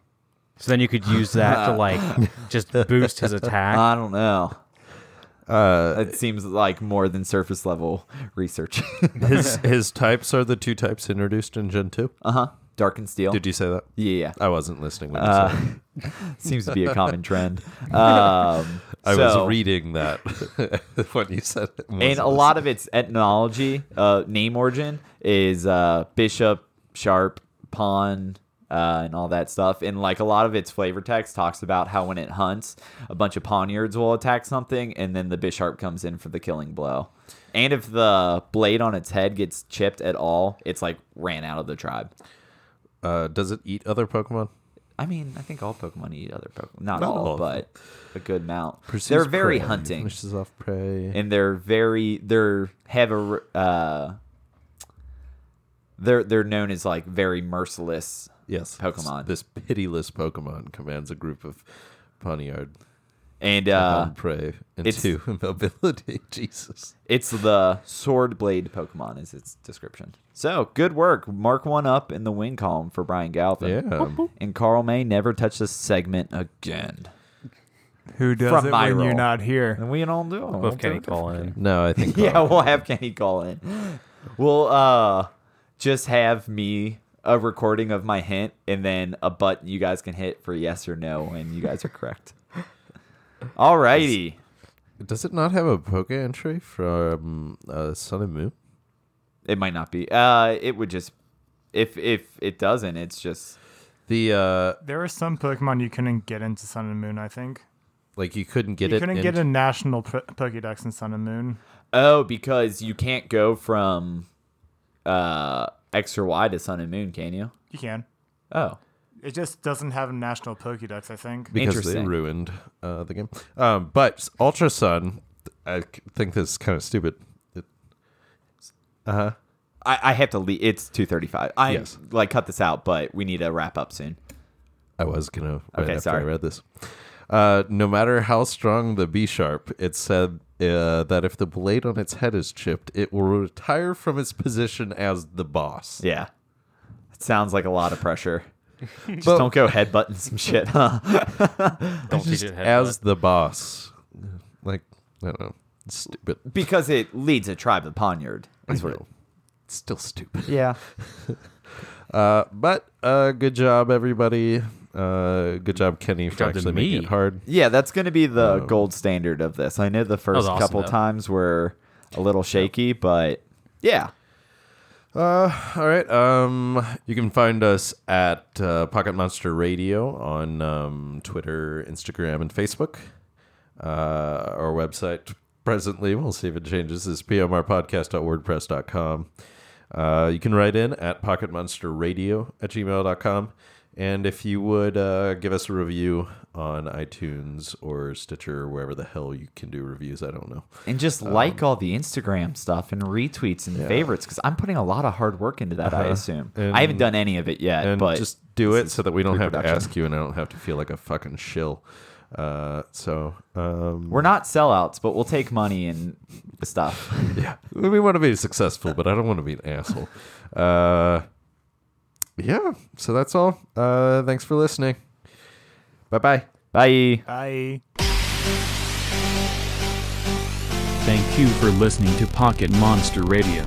[SPEAKER 4] So then you could use that
[SPEAKER 3] Uh,
[SPEAKER 4] to like
[SPEAKER 3] (laughs)
[SPEAKER 4] just boost his attack.
[SPEAKER 3] I don't know.
[SPEAKER 2] Uh,
[SPEAKER 3] it seems like more than surface level (laughs) research. (laughs)
[SPEAKER 2] His his types are the two types introduced in Gen 2.
[SPEAKER 3] uh huh. Dark and steel.
[SPEAKER 2] Did you say that?
[SPEAKER 3] yeah,
[SPEAKER 2] I wasn't listening when you
[SPEAKER 3] Uh,
[SPEAKER 2] said that.
[SPEAKER 3] seems to be a common
[SPEAKER 2] (laughs)
[SPEAKER 3] trend. Um,
[SPEAKER 2] I
[SPEAKER 3] so-
[SPEAKER 2] was reading that (laughs) when you said it.
[SPEAKER 3] and a lot of its etymology, uh, name origin is uh, bishop, sharp, pawn, uh, and all that stuff. And like a lot of its flavor text talks about how when it hunts, a bunch of poniards will attack something, and then the bishop comes in for the killing blow. And if the blade on its head gets chipped at all, it's like ran out of the tribe.
[SPEAKER 2] Uh, does it eat other Pokemon?
[SPEAKER 3] I mean, I think all Pokemon eat other Pokemon. Not,
[SPEAKER 2] Not
[SPEAKER 3] all,
[SPEAKER 2] all of them.
[SPEAKER 3] but a good amount.
[SPEAKER 2] Pursues
[SPEAKER 3] They're very
[SPEAKER 2] prey,
[SPEAKER 3] hunting
[SPEAKER 2] Finishes off prey.
[SPEAKER 3] and they're very they're have a uh, they're they're known as like very merciless.
[SPEAKER 2] yes.
[SPEAKER 3] Pokemon.
[SPEAKER 2] This pitiless Pokemon commands a group of Ponyard
[SPEAKER 3] And
[SPEAKER 2] uh,
[SPEAKER 3] uh,
[SPEAKER 2] prey
[SPEAKER 3] it's-
[SPEAKER 2] into (laughs) mobility. Jesus.
[SPEAKER 3] it's the sword blade Pokemon is its description. So good work. Mark one up in the win column for Brian Galvin.
[SPEAKER 2] Yeah.
[SPEAKER 3] And Carl May never touched this segment again.
[SPEAKER 5] Who does
[SPEAKER 3] From
[SPEAKER 5] it
[SPEAKER 3] my
[SPEAKER 5] when you're
[SPEAKER 3] role.
[SPEAKER 5] not here?
[SPEAKER 3] And we don't do it. We'll do
[SPEAKER 4] Both Kenny
[SPEAKER 3] it
[SPEAKER 4] Colin.
[SPEAKER 2] No, I think.
[SPEAKER 3] (laughs) yeah,
[SPEAKER 2] Carl-
[SPEAKER 3] we'll have Kenny call in. We'll uh just have me a recording of my hint and then a button you guys can hit for yes or no and you guys are correct. Alrighty.
[SPEAKER 2] Does it not have a Poke entry from uh, Sun and Moon?
[SPEAKER 3] It might not be. Uh it would just if if it doesn't, it's just
[SPEAKER 2] The uh,
[SPEAKER 5] There are some Pokemon you couldn't get into Sun and Moon. I think
[SPEAKER 2] like you couldn't get
[SPEAKER 5] you
[SPEAKER 2] it.
[SPEAKER 5] couldn't get
[SPEAKER 2] into-
[SPEAKER 5] a national po- Pokédex in Sun and Moon.
[SPEAKER 3] oh, because you can't go from uh X or Y to Sun and Moon, can you?
[SPEAKER 5] You can.
[SPEAKER 3] Oh.
[SPEAKER 5] It just doesn't have a national Pokédex. I think.
[SPEAKER 2] because they
[SPEAKER 3] Interesting.
[SPEAKER 2] ruined uh, the game. Um, but Ultra Sun, I c- think this is kind of stupid. It,
[SPEAKER 3] I, I have to leave. It's two thirty-five. I
[SPEAKER 2] Yes.
[SPEAKER 3] like cut this out, but we need to wrap up soon.
[SPEAKER 2] I was gonna right
[SPEAKER 3] Okay,
[SPEAKER 2] after
[SPEAKER 3] sorry.
[SPEAKER 2] I read this. Uh, no matter how strong the B sharp, it said uh, that if the blade on its head is chipped, it will retire from its position as the boss.
[SPEAKER 3] Yeah. It sounds like a lot of pressure. Just
[SPEAKER 2] But-
[SPEAKER 3] don't go headbutting some shit, huh?
[SPEAKER 4] Don't teach it
[SPEAKER 2] As the boss, like I don't know, It's stupid.
[SPEAKER 3] Because it leads a tribe of Poniard. Is
[SPEAKER 2] (laughs)
[SPEAKER 3] what it-
[SPEAKER 2] It's still stupid.
[SPEAKER 3] yeah.
[SPEAKER 2] Uh, but uh, good job, everybody. Uh, good job, Kenny, for
[SPEAKER 4] job to
[SPEAKER 2] actually making
[SPEAKER 4] me.
[SPEAKER 2] it hard.
[SPEAKER 3] Yeah, that's going to be the gold standard of this. I know the first
[SPEAKER 4] awesome,
[SPEAKER 3] couple
[SPEAKER 4] though.
[SPEAKER 3] times were a little shaky, but yeah.
[SPEAKER 2] Uh, all right. Um, you can find us at uh, Pocket Monster Radio on um, Twitter, Instagram, and Facebook. Uh, our website presently, we'll see if it changes, is pmrpodcast.wordpress.com. Uh, you can write in at pocketmonsterradio at gmail.com. And if you would uh, give us a review on iTunes or Stitcher or wherever the hell you can do reviews. I don't know.
[SPEAKER 3] And just
[SPEAKER 2] Um,
[SPEAKER 3] like all the Instagram stuff and retweets and favorites because I'm putting a lot of hard work into that. I assume I haven't
[SPEAKER 2] Uh-huh. And-
[SPEAKER 3] done any of it yet,
[SPEAKER 2] and
[SPEAKER 3] Uh, but
[SPEAKER 2] just do it so that we don't have to
[SPEAKER 3] pre-production.
[SPEAKER 2] ask you and I don't have to feel like a fucking shill. Uh, so um,
[SPEAKER 3] we're not sellouts. But we'll take money and stuff.
[SPEAKER 2] yeah, we want to be successful, but I don't want to be an asshole. Uh, yeah, so that's all. Uh, thanks for listening. Bye bye.
[SPEAKER 3] Bye.
[SPEAKER 5] Bye.
[SPEAKER 1] Thank you for listening to Pocket Monster Radio.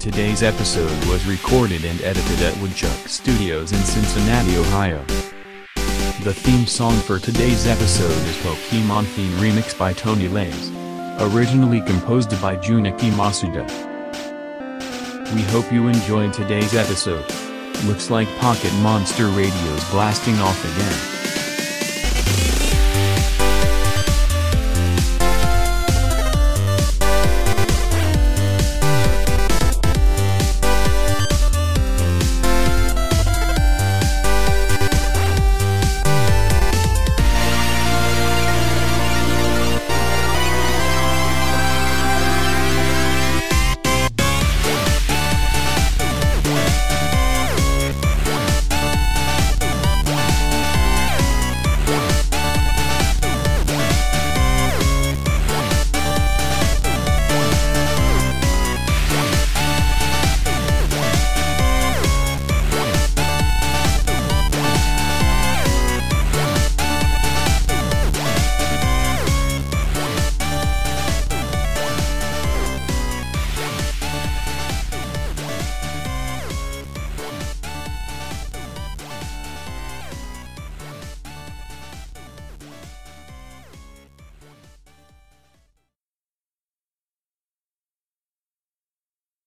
[SPEAKER 1] Today's episode was recorded and edited at Woodchuck Studios in Cincinnati, Ohio. The theme song for today's episode is Pokemon Theme Remix by Tony Lays. Originally composed by Junichi Masuda. We hope you enjoyed today's episode. Looks like Pocket Monster Radio's blasting off again.